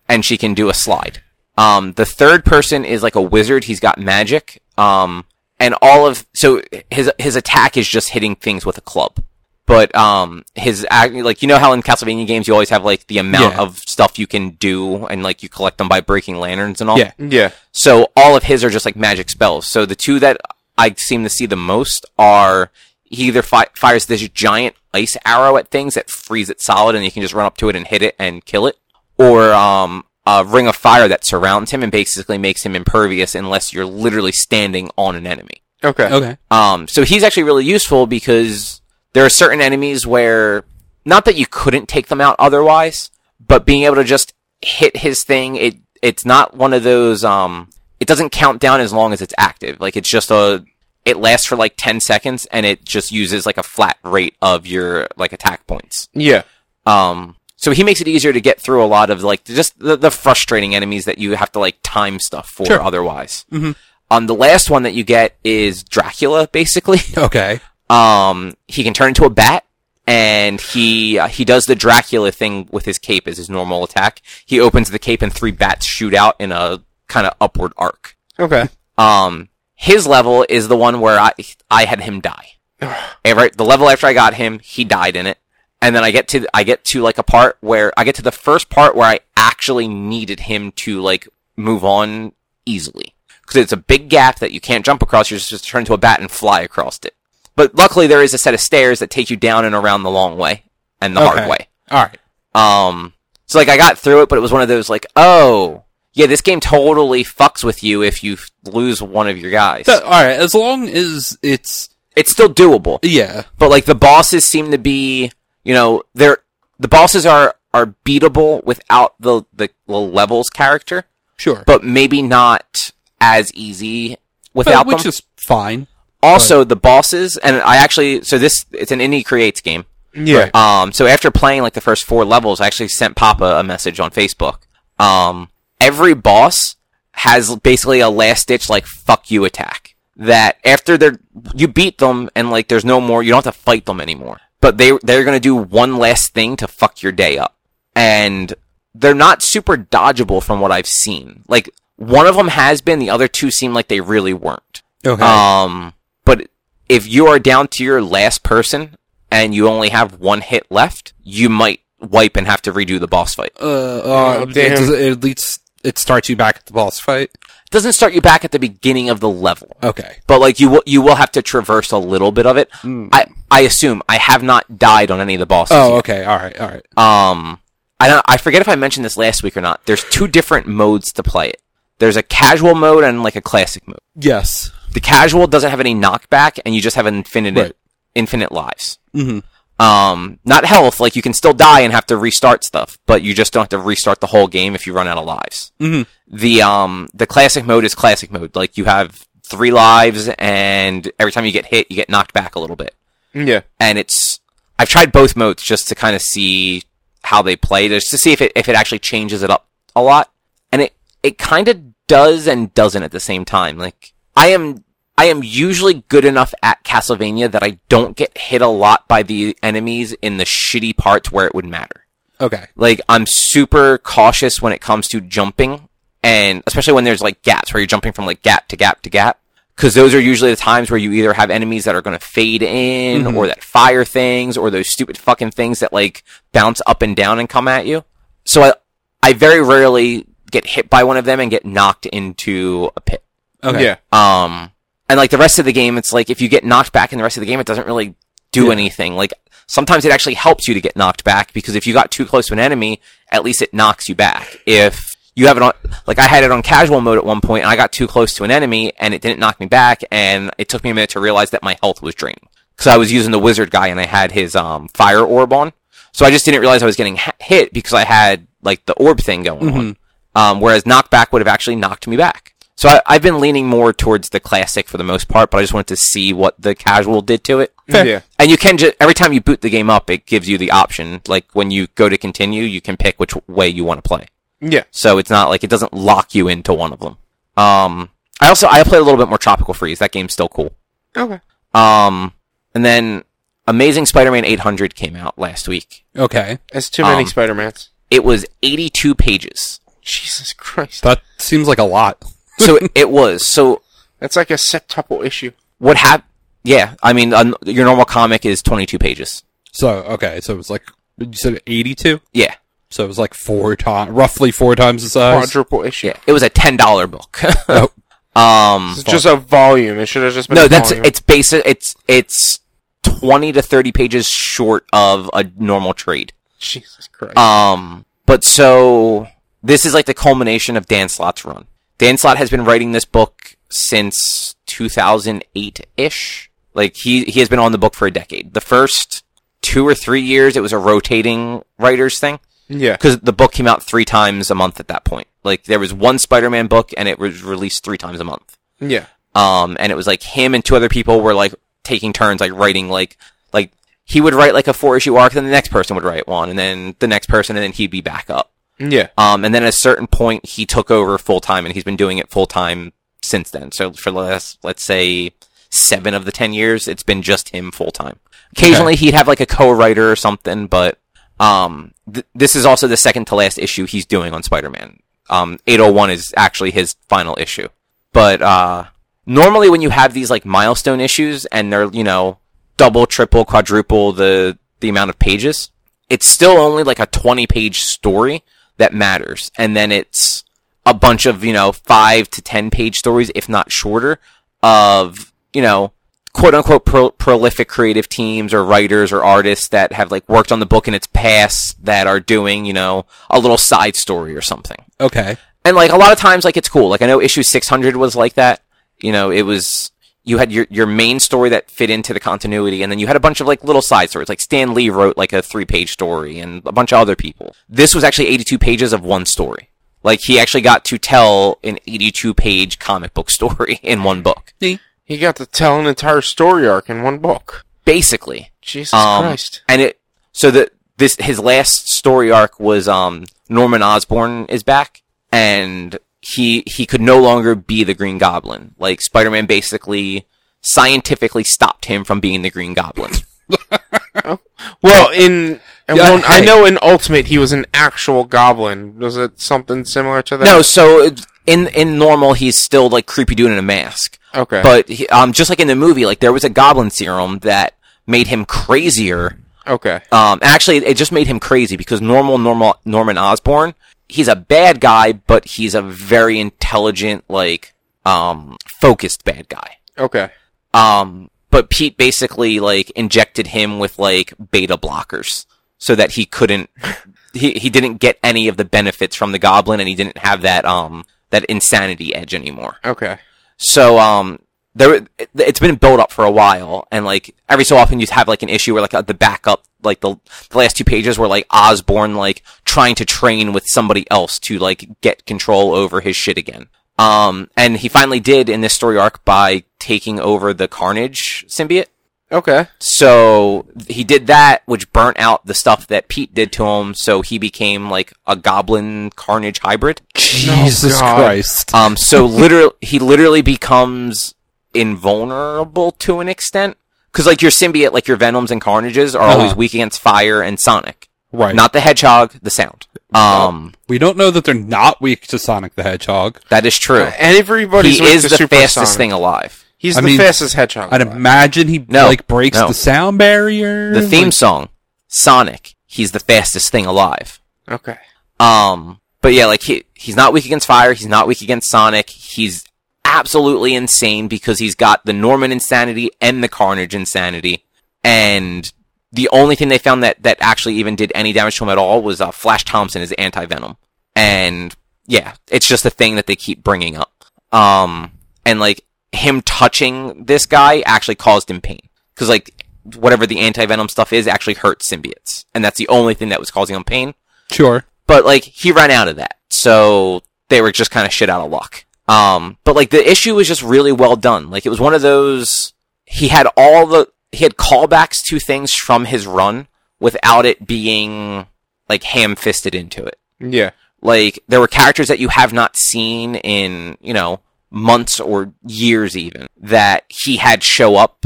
Speaker 1: and she can do a slide. Um, the third person is like a wizard. He's got magic. Um, and all of so his his attack is just hitting things with a club. But um, his ac- like you know how in Castlevania games you always have like the amount
Speaker 3: Yeah.
Speaker 1: of stuff you can do, and like you collect them by breaking lanterns and all.
Speaker 3: Yeah.
Speaker 2: Yeah.
Speaker 1: So all of his are just like magic spells. So the two that I seem to see the most are he either fi- fires this giant ice arrow at things that freeze it solid and you can just run up to it and hit it and kill it, or um, a ring of fire that surrounds him and basically makes him impervious unless you're literally standing on an enemy.
Speaker 2: Okay.
Speaker 3: Okay.
Speaker 1: Um, so he's actually really useful because there are certain enemies where, not that you couldn't take them out otherwise, but being able to just hit his thing, it, it's not one of those, um, it doesn't count down as long as it's active. Like it's just a, it lasts for like 10 seconds and it just uses like a flat rate of your, like attack points.
Speaker 2: Yeah.
Speaker 1: Um, so he makes it easier to get through a lot of like just the, the frustrating enemies that you have to like time stuff for
Speaker 3: Sure.
Speaker 1: otherwise.
Speaker 3: Mhm.
Speaker 1: Um, the last one that you get is Dracula, basically. [LAUGHS]
Speaker 3: Okay.
Speaker 1: Um, he can turn into a bat, and he uh, he does the Dracula thing with his cape as his normal attack. He opens the cape, and three bats shoot out in a kind of upward arc.
Speaker 2: Okay.
Speaker 1: Um, his level is the one where I I had him die. Eh, right, the level after I got him, he died in it, and then I get to I get to like a part where I get to the first part where I actually needed him to like move on easily because it's a big gap that you can't jump across. You're just turned to a bat and fly across it. But luckily, there is a set of stairs that take you down and around the long way and the
Speaker 3: Okay.
Speaker 1: hard way.
Speaker 3: All right.
Speaker 1: Um, so like I got through it, but it was one of those like, oh, yeah, this game totally fucks with you if you f- lose one of your guys.
Speaker 3: So, all right. As long as it's
Speaker 1: it's still doable,
Speaker 3: yeah.
Speaker 1: but like the bosses seem to be, you know, they're the bosses are are beatable without the the, the levels character,
Speaker 3: Sure.
Speaker 1: but maybe not as easy without
Speaker 3: which
Speaker 1: them.
Speaker 3: is fine.
Speaker 1: also, the bosses, and I actually so this it's an indie creates game.
Speaker 2: Yeah.
Speaker 1: Um, so after playing like the first four levels, I actually sent Papa a message on Facebook. Um, every boss has basically a last ditch like fuck you attack that after they're you beat them and like there's no more you don't have to fight them anymore. But they they're gonna do one last thing to fuck your day up, and they're not super dodgeable from what I've seen. Like one of them has been, the other two seem like they really weren't.
Speaker 3: Okay.
Speaker 1: Um, but if you are down to your last person and you only have one hit left, you might wipe and have to redo the boss fight.
Speaker 3: uh, uh,
Speaker 2: Oh,
Speaker 3: it,
Speaker 2: damn.
Speaker 3: does- it leads. It starts you back at the boss fight.
Speaker 1: It doesn't start you back at the beginning of the level,
Speaker 3: Okay.
Speaker 1: but like you will, you will have to traverse a little bit of it. I, I assume I have not died on any of the bosses.
Speaker 3: Hmm. Oh, okay. All right. All right.
Speaker 1: yet. Um, I don't, I forget if I mentioned this last week or not. There's two different modes to play it. There's a casual mode and like a classic mode.
Speaker 3: Yes.
Speaker 1: The casual doesn't have any knockback, and you just have infinite
Speaker 3: Right.
Speaker 1: infinite lives.
Speaker 3: hmm
Speaker 1: um, not health, like you can still die and have to restart stuff, but you just don't have to restart the whole game if you run out of lives.
Speaker 3: Mhm.
Speaker 1: The, um, the classic mode is classic mode. Like you have three lives and every time you get hit, you get knocked back a little bit.
Speaker 2: Yeah.
Speaker 1: And it's, I've tried both modes just to kind of see how they play, just to see if it, if it actually changes it up a lot. And it, it kind of does and doesn't at the same time. Like I am, I am usually good enough at Castlevania that I don't get hit a lot by the enemies in the shitty parts where it would matter.
Speaker 3: Okay.
Speaker 1: Like I'm super cautious when it comes to jumping and especially when there's like gaps where you're jumping from like gap to gap to gap. Cause those are usually the times where you either have enemies that are going to fade in or that fire things or those stupid fucking things that like bounce up and down and come at you. So I, I very rarely get hit by one of them and get knocked into a pit.
Speaker 3: Okay.
Speaker 2: Yeah.
Speaker 1: Um, and like the rest of the game, it's like if you get knocked back in the rest of the game, it doesn't really do anything. Like sometimes it actually helps you to get knocked back because if you got too close to an enemy, at least it knocks you back. If you have it on, like I had it on casual mode at one point and I got too close to an enemy and it didn't knock me back and it took me a minute to realize that my health was draining. Cause I was using the wizard guy and I had his, um, fire orb on. So I just didn't realize I was getting ha- hit because I had like the orb thing going on. Um, whereas knockback would have actually knocked me back. So I, I've been leaning more towards the classic for the most part, but I just wanted to see what the casual did to it.
Speaker 2: Yeah.
Speaker 1: And you can just every time you boot the game up, it gives you the option. Like when you go to continue, you can pick which way you want to play.
Speaker 2: Yeah.
Speaker 1: So it's not like it doesn't lock you into one of them. Um, I also I played a little bit more Tropical Freeze. That game's still cool.
Speaker 2: Okay.
Speaker 1: Um, and then Amazing Spider-Man 800 came out last week.
Speaker 3: Okay.
Speaker 2: That's too many
Speaker 1: Um,
Speaker 2: Spider-Mans.
Speaker 1: It was 82 pages.
Speaker 2: Jesus Christ.
Speaker 3: That seems like a lot.
Speaker 1: So it, it was. So
Speaker 2: That's like a septuple issue.
Speaker 1: what hap Yeah, I mean, un- your normal comic is 22 pages.
Speaker 3: So okay. So it was like you said, eighty-two.
Speaker 1: Yeah,
Speaker 3: So it was like four times, roughly four times the size.
Speaker 2: Quadruple issue.
Speaker 1: yeah. It was a ten dollar book. [LAUGHS]
Speaker 3: Oh,
Speaker 1: um,
Speaker 2: It's just a volume. It should have just been.
Speaker 1: no,
Speaker 2: a
Speaker 1: that's
Speaker 2: volume.
Speaker 1: it's basic. It's it's 20 to 30 pages short of a normal trade.
Speaker 2: Jesus Christ.
Speaker 1: Um, but so this is like the culmination of Dan Slott's run. Dan Slott has been writing this book since 2008 ish. Like he he has been on the book for a decade. The first two or three years, it was a rotating writers thing
Speaker 2: yeah.
Speaker 1: because the book came out three times a month at that point. Like there was one Spider-Man book, and it was released three times a month.
Speaker 2: Yeah.
Speaker 1: Um, and it was like him and two other people were like taking turns, like writing like like he would write like a four issue arc, then the next person would write one, and then the next person, and then he'd be back up.
Speaker 2: Yeah.
Speaker 1: Um, and then at a certain point, he took over full time, and he's been doing it full time since then. So for the last, let's say, seven of the ten years, it's been just him full time. Occasionally, he'd have like a co-writer or something, but um, th- this is also the second to last issue he's doing on Spider-Man. Um, 801 is actually his final issue, but uh, normally when you have these like milestone issues and they're you know double, triple, quadruple the the amount of pages, it's still only like a 20 page story that matters. And then it's a bunch of, you know, five to 10 page stories, if not shorter, of, you know, quote unquote pro- prolific creative teams or writers or artists that have like worked on the book in its past that are doing, you know, a little side story or something
Speaker 3: Okay.
Speaker 1: and like a lot of times like it's cool like i know issue 600 was like that you know it was you had your your main story that fit into the continuity and then you had a bunch of like little side stories like stan lee wrote like a three page story and a bunch of other people this was actually 82 pages of one story like he actually got to tell an 82 page comic book story [LAUGHS] in one book
Speaker 2: He got to tell an entire story arc in one book.
Speaker 1: basically
Speaker 2: Jesus
Speaker 1: Um,
Speaker 2: Christ.
Speaker 1: And it so that this his last story arc was um Norman Osborn is back and he he could no longer be the Green Goblin. Like Spider-Man basically scientifically stopped him from being the Green Goblin.
Speaker 2: Well, in and
Speaker 3: Yeah,
Speaker 2: one- I
Speaker 3: hey.
Speaker 2: know in Ultimate he was an actual goblin. Was it something similar to that?
Speaker 1: no, so it- in in normal he's still like creepy dude in a mask.
Speaker 2: Okay.
Speaker 1: But he, um just like in the movie like there was a goblin serum that made him crazier
Speaker 2: okay.
Speaker 1: Um, actually, it just made him crazy because normal, normal Norman Osborn, he's a bad guy, but he's a very intelligent, like, um, focused bad guy.
Speaker 2: Okay.
Speaker 1: Um, but Pete basically like injected him with like beta blockers so that he couldn't, [LAUGHS] he he didn't get any of the benefits from the Goblin, and he didn't have that um that insanity edge anymore.
Speaker 2: Okay.
Speaker 1: So um there it- it's been built up for a while and like every so often you'd have like an issue where like uh, the backup like the, the last two pages were like Osborne like trying to train with somebody else to like get control over his shit again. Um and he finally did in this story arc by taking over the Carnage symbiote.
Speaker 2: Okay.
Speaker 1: So he did that, which burnt out the stuff that Pete did to him. So he became like a goblin carnage hybrid.
Speaker 3: Jesus
Speaker 2: God.
Speaker 3: Christ.
Speaker 1: Um, so literally, he literally becomes invulnerable to an extent. Cause like your symbiote, like your Venoms and Carnages are always
Speaker 3: Uh-huh.
Speaker 1: weak against fire and Sonic.
Speaker 3: Right.
Speaker 1: Not the Hedgehog, the sound. Um,
Speaker 3: we don't know that they're not weak to Sonic the Hedgehog.
Speaker 1: that is true.
Speaker 2: Everybody's
Speaker 1: He
Speaker 2: with
Speaker 1: is the,
Speaker 2: Super
Speaker 1: fastest
Speaker 2: Sonic.
Speaker 1: thing alive.
Speaker 2: He's
Speaker 3: I
Speaker 2: the
Speaker 3: mean,
Speaker 2: fastest hedgehog.
Speaker 3: I'd
Speaker 2: alive.
Speaker 3: imagine he
Speaker 1: No,
Speaker 3: like breaks
Speaker 1: no.
Speaker 3: the sound barrier.
Speaker 1: The theme
Speaker 3: Like,
Speaker 1: song, Sonic, he's the fastest thing alive.
Speaker 2: okay.
Speaker 1: Um, but yeah, like he, he's not weak against fire. He's not weak against Sonic. He's absolutely insane because he's got the Norman insanity and the Carnage insanity. And the only thing they found that, that actually even did any damage to him at all was, uh, Flash Thompson is anti-venom. And yeah, it's just a thing that they keep bringing up. Um, and like him touching this guy actually caused him pain. Cause like whatever the anti-venom stuff is actually hurts symbiotes. And that's the only thing that was causing him pain
Speaker 3: Sure.
Speaker 1: but like he ran out of that, so they were just kind of shit out of luck. Um, but like the issue was just really well done. Like it was one of those he had all the he had callbacks to things from his run without it being like ham fisted into it.
Speaker 2: Yeah.
Speaker 1: Like there were characters that you have not seen in you know months or years even that he had show up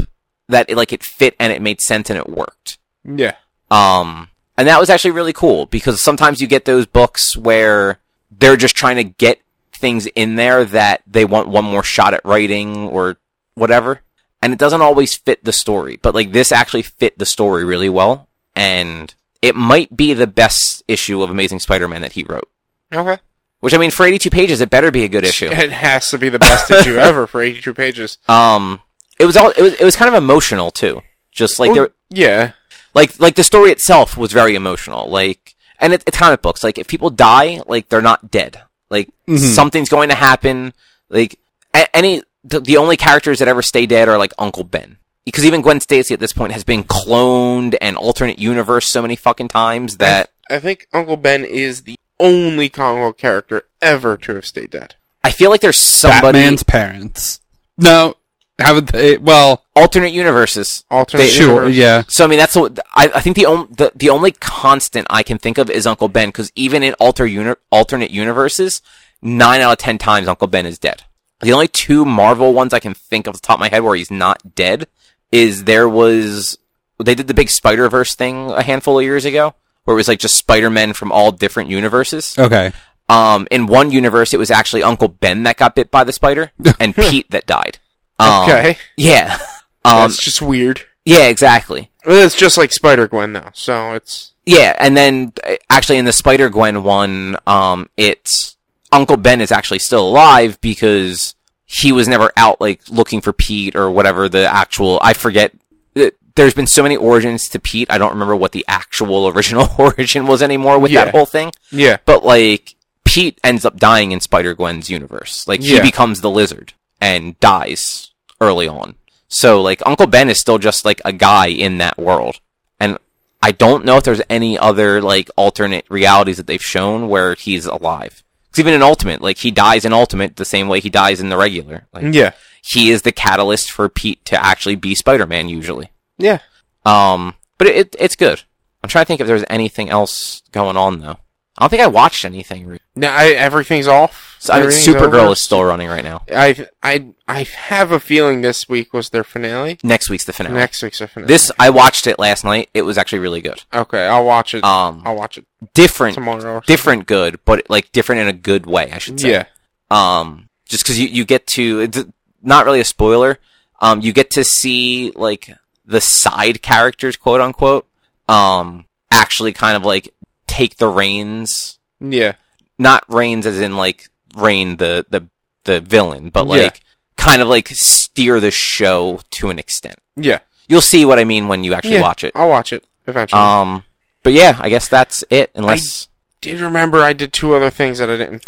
Speaker 1: that like it fit and it made sense and it worked.
Speaker 2: Yeah.
Speaker 1: Um, and that was actually really cool because sometimes you get those books where they're just trying to get things in there that they want one more shot at writing or whatever. And it doesn't always fit the story, but like this actually fit the story really well. And it might be the best issue of Amazing Spider-Man that he wrote.
Speaker 2: Okay.
Speaker 1: Which I mean, for 82 pages, it better be a good issue.
Speaker 2: [LAUGHS] It
Speaker 1: [LAUGHS]
Speaker 2: has to be the best issue ever for 82 pages.
Speaker 1: Um, it was all, it was, it was kind of emotional too. Just like
Speaker 2: Well,
Speaker 1: there,
Speaker 2: yeah.
Speaker 1: like like the story itself was very emotional. Like, and it, it's comic books. Like, if people die, like they're not dead. Like
Speaker 3: Mhm.
Speaker 1: something's going to happen. Like a- any the, the only characters that ever stay dead are like Uncle Ben. Because even Gwen Stacy at this point has been cloned and alternate universe so many fucking times that
Speaker 2: I think Uncle Ben is the only comic book character ever to have stayed dead.
Speaker 1: I feel like there's somebody
Speaker 3: Batman's parents. No, haven't they? Well,
Speaker 1: alternate universes.
Speaker 2: Alternate
Speaker 1: They-
Speaker 3: sure,
Speaker 2: universe.
Speaker 3: yeah.
Speaker 1: So I mean, that's what I, I think the, on, the the only constant I can think of is Uncle Ben because even in alter uni- alternate universes, nine out of ten times Uncle Ben is dead. The only two Marvel ones I can think of off the top of my head where he's not dead is there was they did the big Spider Verse thing a handful of years ago where it was like just Spider Men from all different universes.
Speaker 3: Okay.
Speaker 1: Um, in one universe, it was actually Uncle Ben that got bit by the spider and Pete that died. Um,
Speaker 2: [LAUGHS] Okay.
Speaker 1: Yeah. [LAUGHS] Um,
Speaker 2: That's just weird.
Speaker 1: yeah, exactly.
Speaker 2: Well, it's just like Spider Gwen though, so it's
Speaker 1: Yeah, and then uh, actually in the Spider Gwen one, um, it's Uncle Ben is actually still alive because he was never out like looking for Pete or whatever the actual. I forget. Uh, There's been so many origins to Pete. I don't remember what the actual [LAUGHS] original origin was anymore with
Speaker 2: Yeah.
Speaker 1: that whole thing.
Speaker 2: yeah.
Speaker 1: But like Pete ends up dying in Spider Gwen's universe. Like
Speaker 2: Yeah.
Speaker 1: he becomes the lizard and dies early on. So like Uncle Ben is still just like a guy in that world. And I don't know if there's any other like alternate realities that they've shown where he's alive. 'Cause even in Ultimate, like he dies in Ultimate the same way he dies in the regular. Like
Speaker 2: Yeah.
Speaker 1: he is the catalyst for Pete to actually be Spider Man usually.
Speaker 2: Yeah.
Speaker 1: Um, but it, it's good. I'm trying to think if there's anything else going on though. I don't think I watched anything. Re-
Speaker 2: Now I, everything's off.
Speaker 1: so, I mean,
Speaker 2: Everything's
Speaker 1: Supergirl
Speaker 2: over.
Speaker 1: is still running right now.
Speaker 2: I I I have a feeling this week was their finale.
Speaker 1: Next week's the finale.
Speaker 2: Next week's their finale.
Speaker 1: This I watched it last night. It was actually really good.
Speaker 2: okay. I'll watch it.
Speaker 1: Um,
Speaker 2: I'll watch it
Speaker 1: different,
Speaker 2: tomorrow. Or
Speaker 1: different good, but like different in a good way. I should say.
Speaker 2: yeah.
Speaker 1: um just because you, you get to it's not really a spoiler um you get to see like the side characters quote unquote um actually kind of like take the reins
Speaker 2: Yeah.
Speaker 1: not reins as in like reign the the the villain but like
Speaker 2: Yeah.
Speaker 1: kind of like steer the show to an extent
Speaker 2: Yeah.
Speaker 1: you'll see what i mean when you actually
Speaker 2: Yeah.
Speaker 1: watch it
Speaker 2: I'll watch it eventually.
Speaker 1: um but yeah i guess that's it unless
Speaker 2: did remember I did two other things that I didn't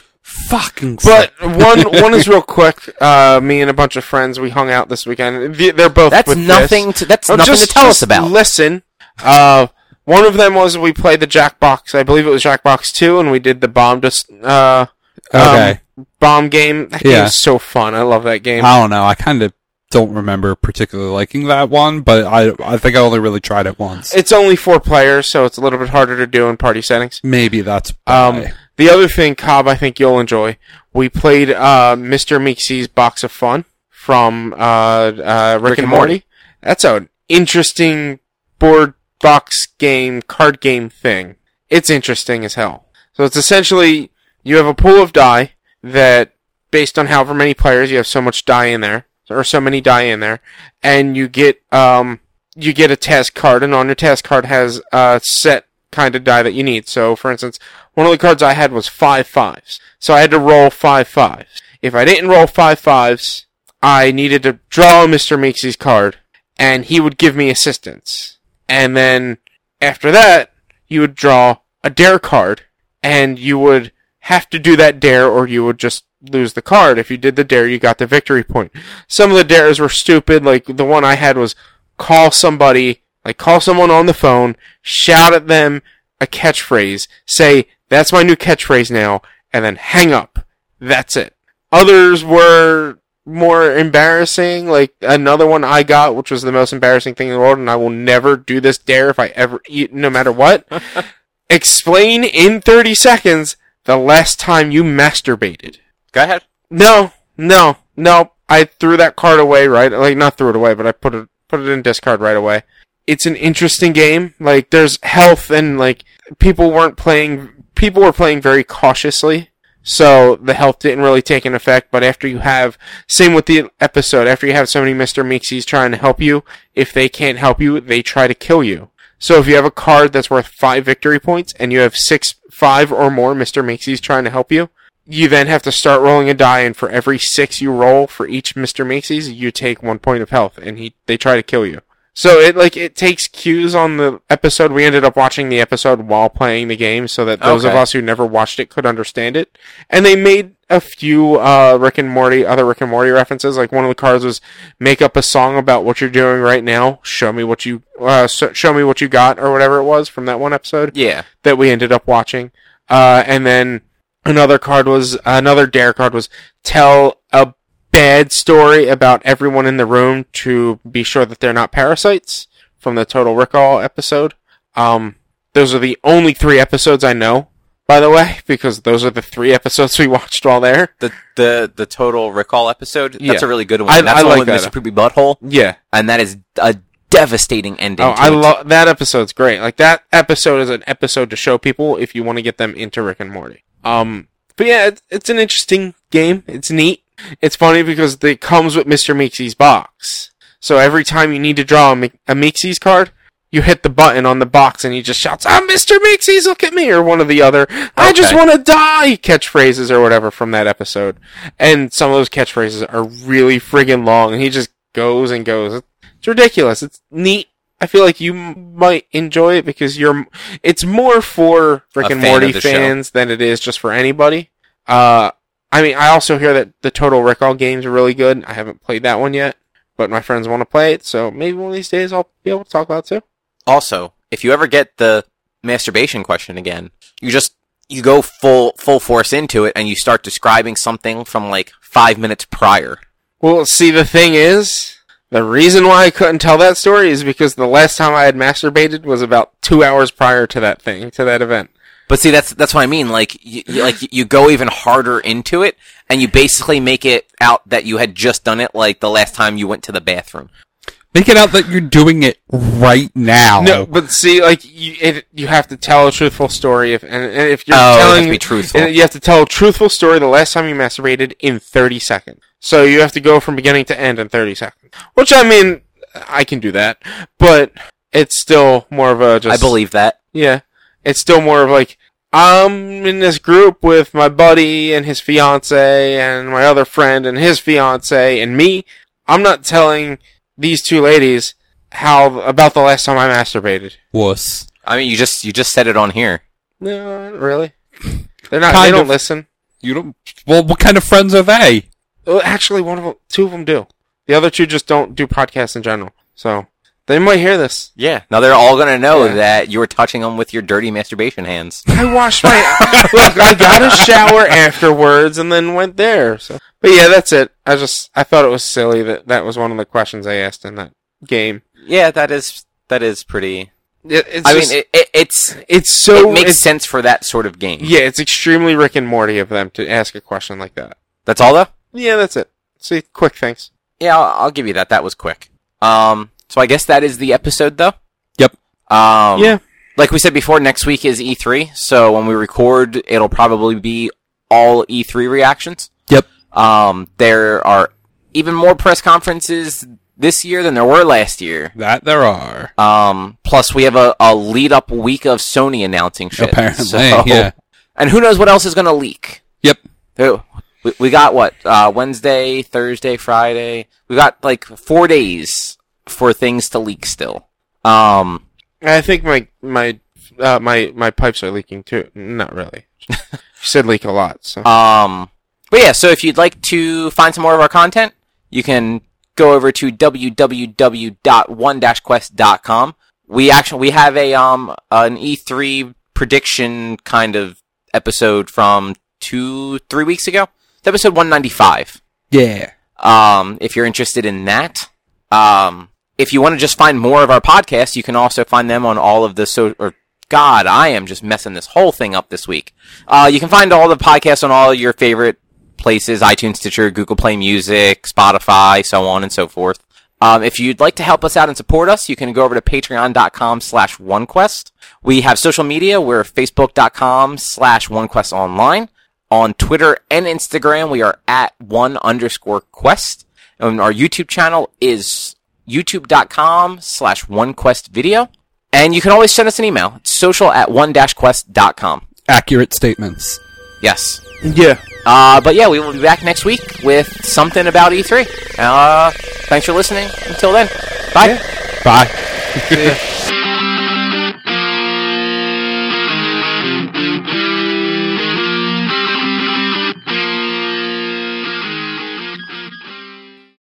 Speaker 3: Fucking.
Speaker 2: But [LAUGHS] one
Speaker 1: [LAUGHS]
Speaker 2: one is real quick. Uh, me and a bunch of friends we hung out this weekend. The- They're both
Speaker 1: that's
Speaker 2: with
Speaker 1: nothing
Speaker 2: This.
Speaker 1: to that's
Speaker 2: Oh,
Speaker 1: nothing
Speaker 2: just-
Speaker 1: to tell us
Speaker 2: just
Speaker 1: about
Speaker 2: Listen, uh, one of them was we played the Jackbox. I believe it was Jackbox Two, and we did the bomb just uh
Speaker 3: okay.
Speaker 2: um, bomb game. That
Speaker 3: Yeah.
Speaker 2: game is so fun. I love that game.
Speaker 3: I don't know. I kind of don't remember particularly liking that one, but I I think I only really tried it once.
Speaker 2: It's only four players, so it's a little bit harder to do in party settings.
Speaker 3: Maybe that's
Speaker 2: Um,
Speaker 3: why.
Speaker 2: the other thing, Cobb, I think you'll enjoy. We played uh, Mr. Meeksy's Box of Fun from uh, uh, Rick, and
Speaker 1: and
Speaker 2: Morty.
Speaker 1: Morty.
Speaker 2: That's an interesting board box game, card game thing. It's interesting as hell. So it's essentially you have a pool of die that, based on however many players, you have so much die in there or so many die in there, and you get um you get a task card, and on your task card has a set kind of die that you need. So, for instance, one of the cards I had was five fives. So I had to roll five fives. If I didn't roll five fives, I needed to draw Mr. Meeksy's card, and he would give me assistance. And then after that, you would draw a dare card, and you would have to do that dare or you would just lose the card. If you did the dare, you got the victory point. Some of the dares were stupid, like the one I had was call somebody, like call someone on the phone, shout at them a catchphrase, say, that's my new catchphrase now, and then hang up. That's it. Others were more embarrassing, like another one I got, which was the most embarrassing thing in the world, and I will never do this dare if I ever eat, no matter what. Explain in 30 seconds the last time you masturbated.
Speaker 1: go ahead
Speaker 2: No, no, no. I threw that card away right like not threw it away, but I put it put it in discard right away. It's an interesting game. Like there's health and like people weren't playing people were playing very cautiously. So the health didn't really take an effect, but after you have same with the episode, after you have so many Mr. Meeksies trying to help you, if they can't help you, they try to kill you. So if you have a card that's worth five victory points and you have six five or more Mr. Meeksies trying to help you, you then have to start rolling a die, and for every six you roll for each Mister Macy's, you take one point of health, and he they try to kill you. So it like it takes cues on the episode. We ended up watching the episode while playing the game, so that those of
Speaker 1: Okay.
Speaker 2: us who never watched it could understand it. And they made a few uh, Rick and Morty, other Rick and Morty references. Like one of the cards was make up a song about what you're doing right now. Show me what you uh, so- show me what you got or whatever it was from that one episode
Speaker 1: Yeah.
Speaker 2: that we ended up watching. Uh, and then another card was another dare card was tell a bad story about everyone in the room to be sure that they're not parasites from the Total Recall episode. Um, those are the only three episodes I know, by the way, because those are the three episodes we [LAUGHS] watched while there.
Speaker 1: The the the total recall episode. That's
Speaker 2: Yeah.
Speaker 1: a really good one.
Speaker 2: I-
Speaker 1: that's
Speaker 2: I
Speaker 1: the
Speaker 2: like
Speaker 1: one
Speaker 2: that.
Speaker 1: with Mr. Poopy Butthole,
Speaker 2: Yeah.
Speaker 1: and that is a devastating ending.
Speaker 2: Oh,
Speaker 1: to
Speaker 2: I
Speaker 1: it.
Speaker 2: love that episode's great. Like that episode is an episode to show people if you want to get them into Rick and Morty. Um, but yeah, it, it's an interesting game. It's neat. It's funny because it comes with Mr. Meeksy's box. So every time you need to draw a, Mi- a Meeksy's card, you hit the button on the box and he just shouts, "I'm Mr. Meeksy's, look at me!" or one of the other. I just
Speaker 1: Okay.
Speaker 2: want to die catchphrases or whatever from that episode. And some of those catchphrases are really friggin' long, and he just goes and goes. It's ridiculous. It's neat. I feel like you m- might enjoy it because you're. It's more for Rick
Speaker 1: A
Speaker 2: and
Speaker 1: fan of
Speaker 2: Morty
Speaker 1: the show.
Speaker 2: fans than it is just for anybody. Uh, I mean, I also hear that the Total Recall games are really good. I haven't played that one yet, but my friends want to play it, so maybe one of these days I'll be able to talk about it too.
Speaker 1: Also, if you ever get the masturbation question again, you just you go full full force into it and you start describing something from like five minutes prior.
Speaker 2: Well, see, the thing is, the reason why I couldn't tell that story is because the last time I had masturbated was about two hours prior to that thing, to that event.
Speaker 1: But see, that's that's what I mean. Like, you, you- like you go even harder into it, and you basically make it out that you had just done it, like the last time you went to the bathroom.
Speaker 3: Make it out that you're doing it right now.
Speaker 2: No, but see, like you, it, you have to tell a truthful story. If and, and if you're
Speaker 1: Oh, it has
Speaker 2: telling,
Speaker 1: to be truthful.
Speaker 2: and you have to tell a truthful story. The last time you masturbated in 30 seconds, so you have to go from beginning to end in 30 seconds. Which I mean, I can do that, but it's still more of a
Speaker 1: I
Speaker 2: just.
Speaker 1: believe that.
Speaker 2: Yeah, it's still more of like I'm in this group with my buddy and his fiance and my other friend and his fiance and me. I'm not telling these two ladies how about the last time I masturbated.
Speaker 3: Wuss.
Speaker 1: I mean, you just you just said it on here.
Speaker 2: No, not really. They're not. they
Speaker 3: Kind
Speaker 2: don't
Speaker 3: of.
Speaker 2: listen.
Speaker 3: You don't. Well, what kind of friends are they?
Speaker 2: Well, actually, one of 'em- two of them do. The other two just don't do podcasts in general. So they might hear this.
Speaker 1: Yeah. Now they're all gonna know
Speaker 2: Yeah.
Speaker 1: that you were touching them with your dirty masturbation hands.
Speaker 2: I washed my. [LAUGHS] look, I got a shower afterwards and then went there. So, but yeah, that's it. I just I thought it was silly that that was one of the questions I asked in that game.
Speaker 1: yeah, that is that is pretty.
Speaker 2: It, it's
Speaker 1: I
Speaker 2: just-
Speaker 1: mean, it, it, it's
Speaker 2: it's so
Speaker 1: it makes
Speaker 2: it's-
Speaker 1: sense for that sort of game.
Speaker 2: Yeah, it's extremely Rick and Morty of them to ask a question like that.
Speaker 1: That's all though.
Speaker 2: Yeah, that's it. See, quick things.
Speaker 1: Yeah, I'll, I'll give you that. That was quick. Um, so I guess that is the episode though.
Speaker 3: Yep.
Speaker 1: Um,
Speaker 2: yeah,
Speaker 1: like we said before, next week is E3, so when we record, it'll probably be all E3 reactions.
Speaker 3: Yep.
Speaker 1: Um, there are even more press conferences this year than there were last year.
Speaker 3: That there are.
Speaker 1: Um, plus we have a, a lead up week of Sony announcing shit.
Speaker 3: Apparently,
Speaker 1: So-
Speaker 3: yeah.
Speaker 1: And who knows what else is going to leak?
Speaker 3: Yep.
Speaker 1: There- We, we got what? Uh, Wednesday, Thursday, Friday. We got like four days for things to leak still. Um,
Speaker 2: I think my my uh, my my pipes are leaking too. Not really. [LAUGHS] You said leak a lot. So
Speaker 1: Um, but yeah, so if you'd like to find some more of our content, you can go over to www.one-quest.com. We actually we have a um an E3 prediction kind of episode from two three weeks ago. It's episode 195.
Speaker 3: Yeah.
Speaker 1: Um, if you're interested in that, um, if you want to just find more of our podcasts, you can also find them on all of the so. Or, God, I am just messing this whole thing up this week. Uh, you can find all the podcasts on all your favorite places: iTunes, Stitcher, Google Play Music, Spotify, so on and so forth. Um, if you'd like to help us out and support us, you can go over to patreon.com slash onequest. We have social media. We're facebook.com slash onequest online. On Twitter and Instagram, we are at one underscore quest. And our YouTube channel is youtube.com slash onequest video. And you can always send us an email. It's social at one-quest.com.
Speaker 3: Accurate statements.
Speaker 1: Yes.
Speaker 2: yeah.
Speaker 1: Uh, but yeah, we will be back next week E with something about E3. Uh, thanks for listening. Until then, bye.
Speaker 3: Bye.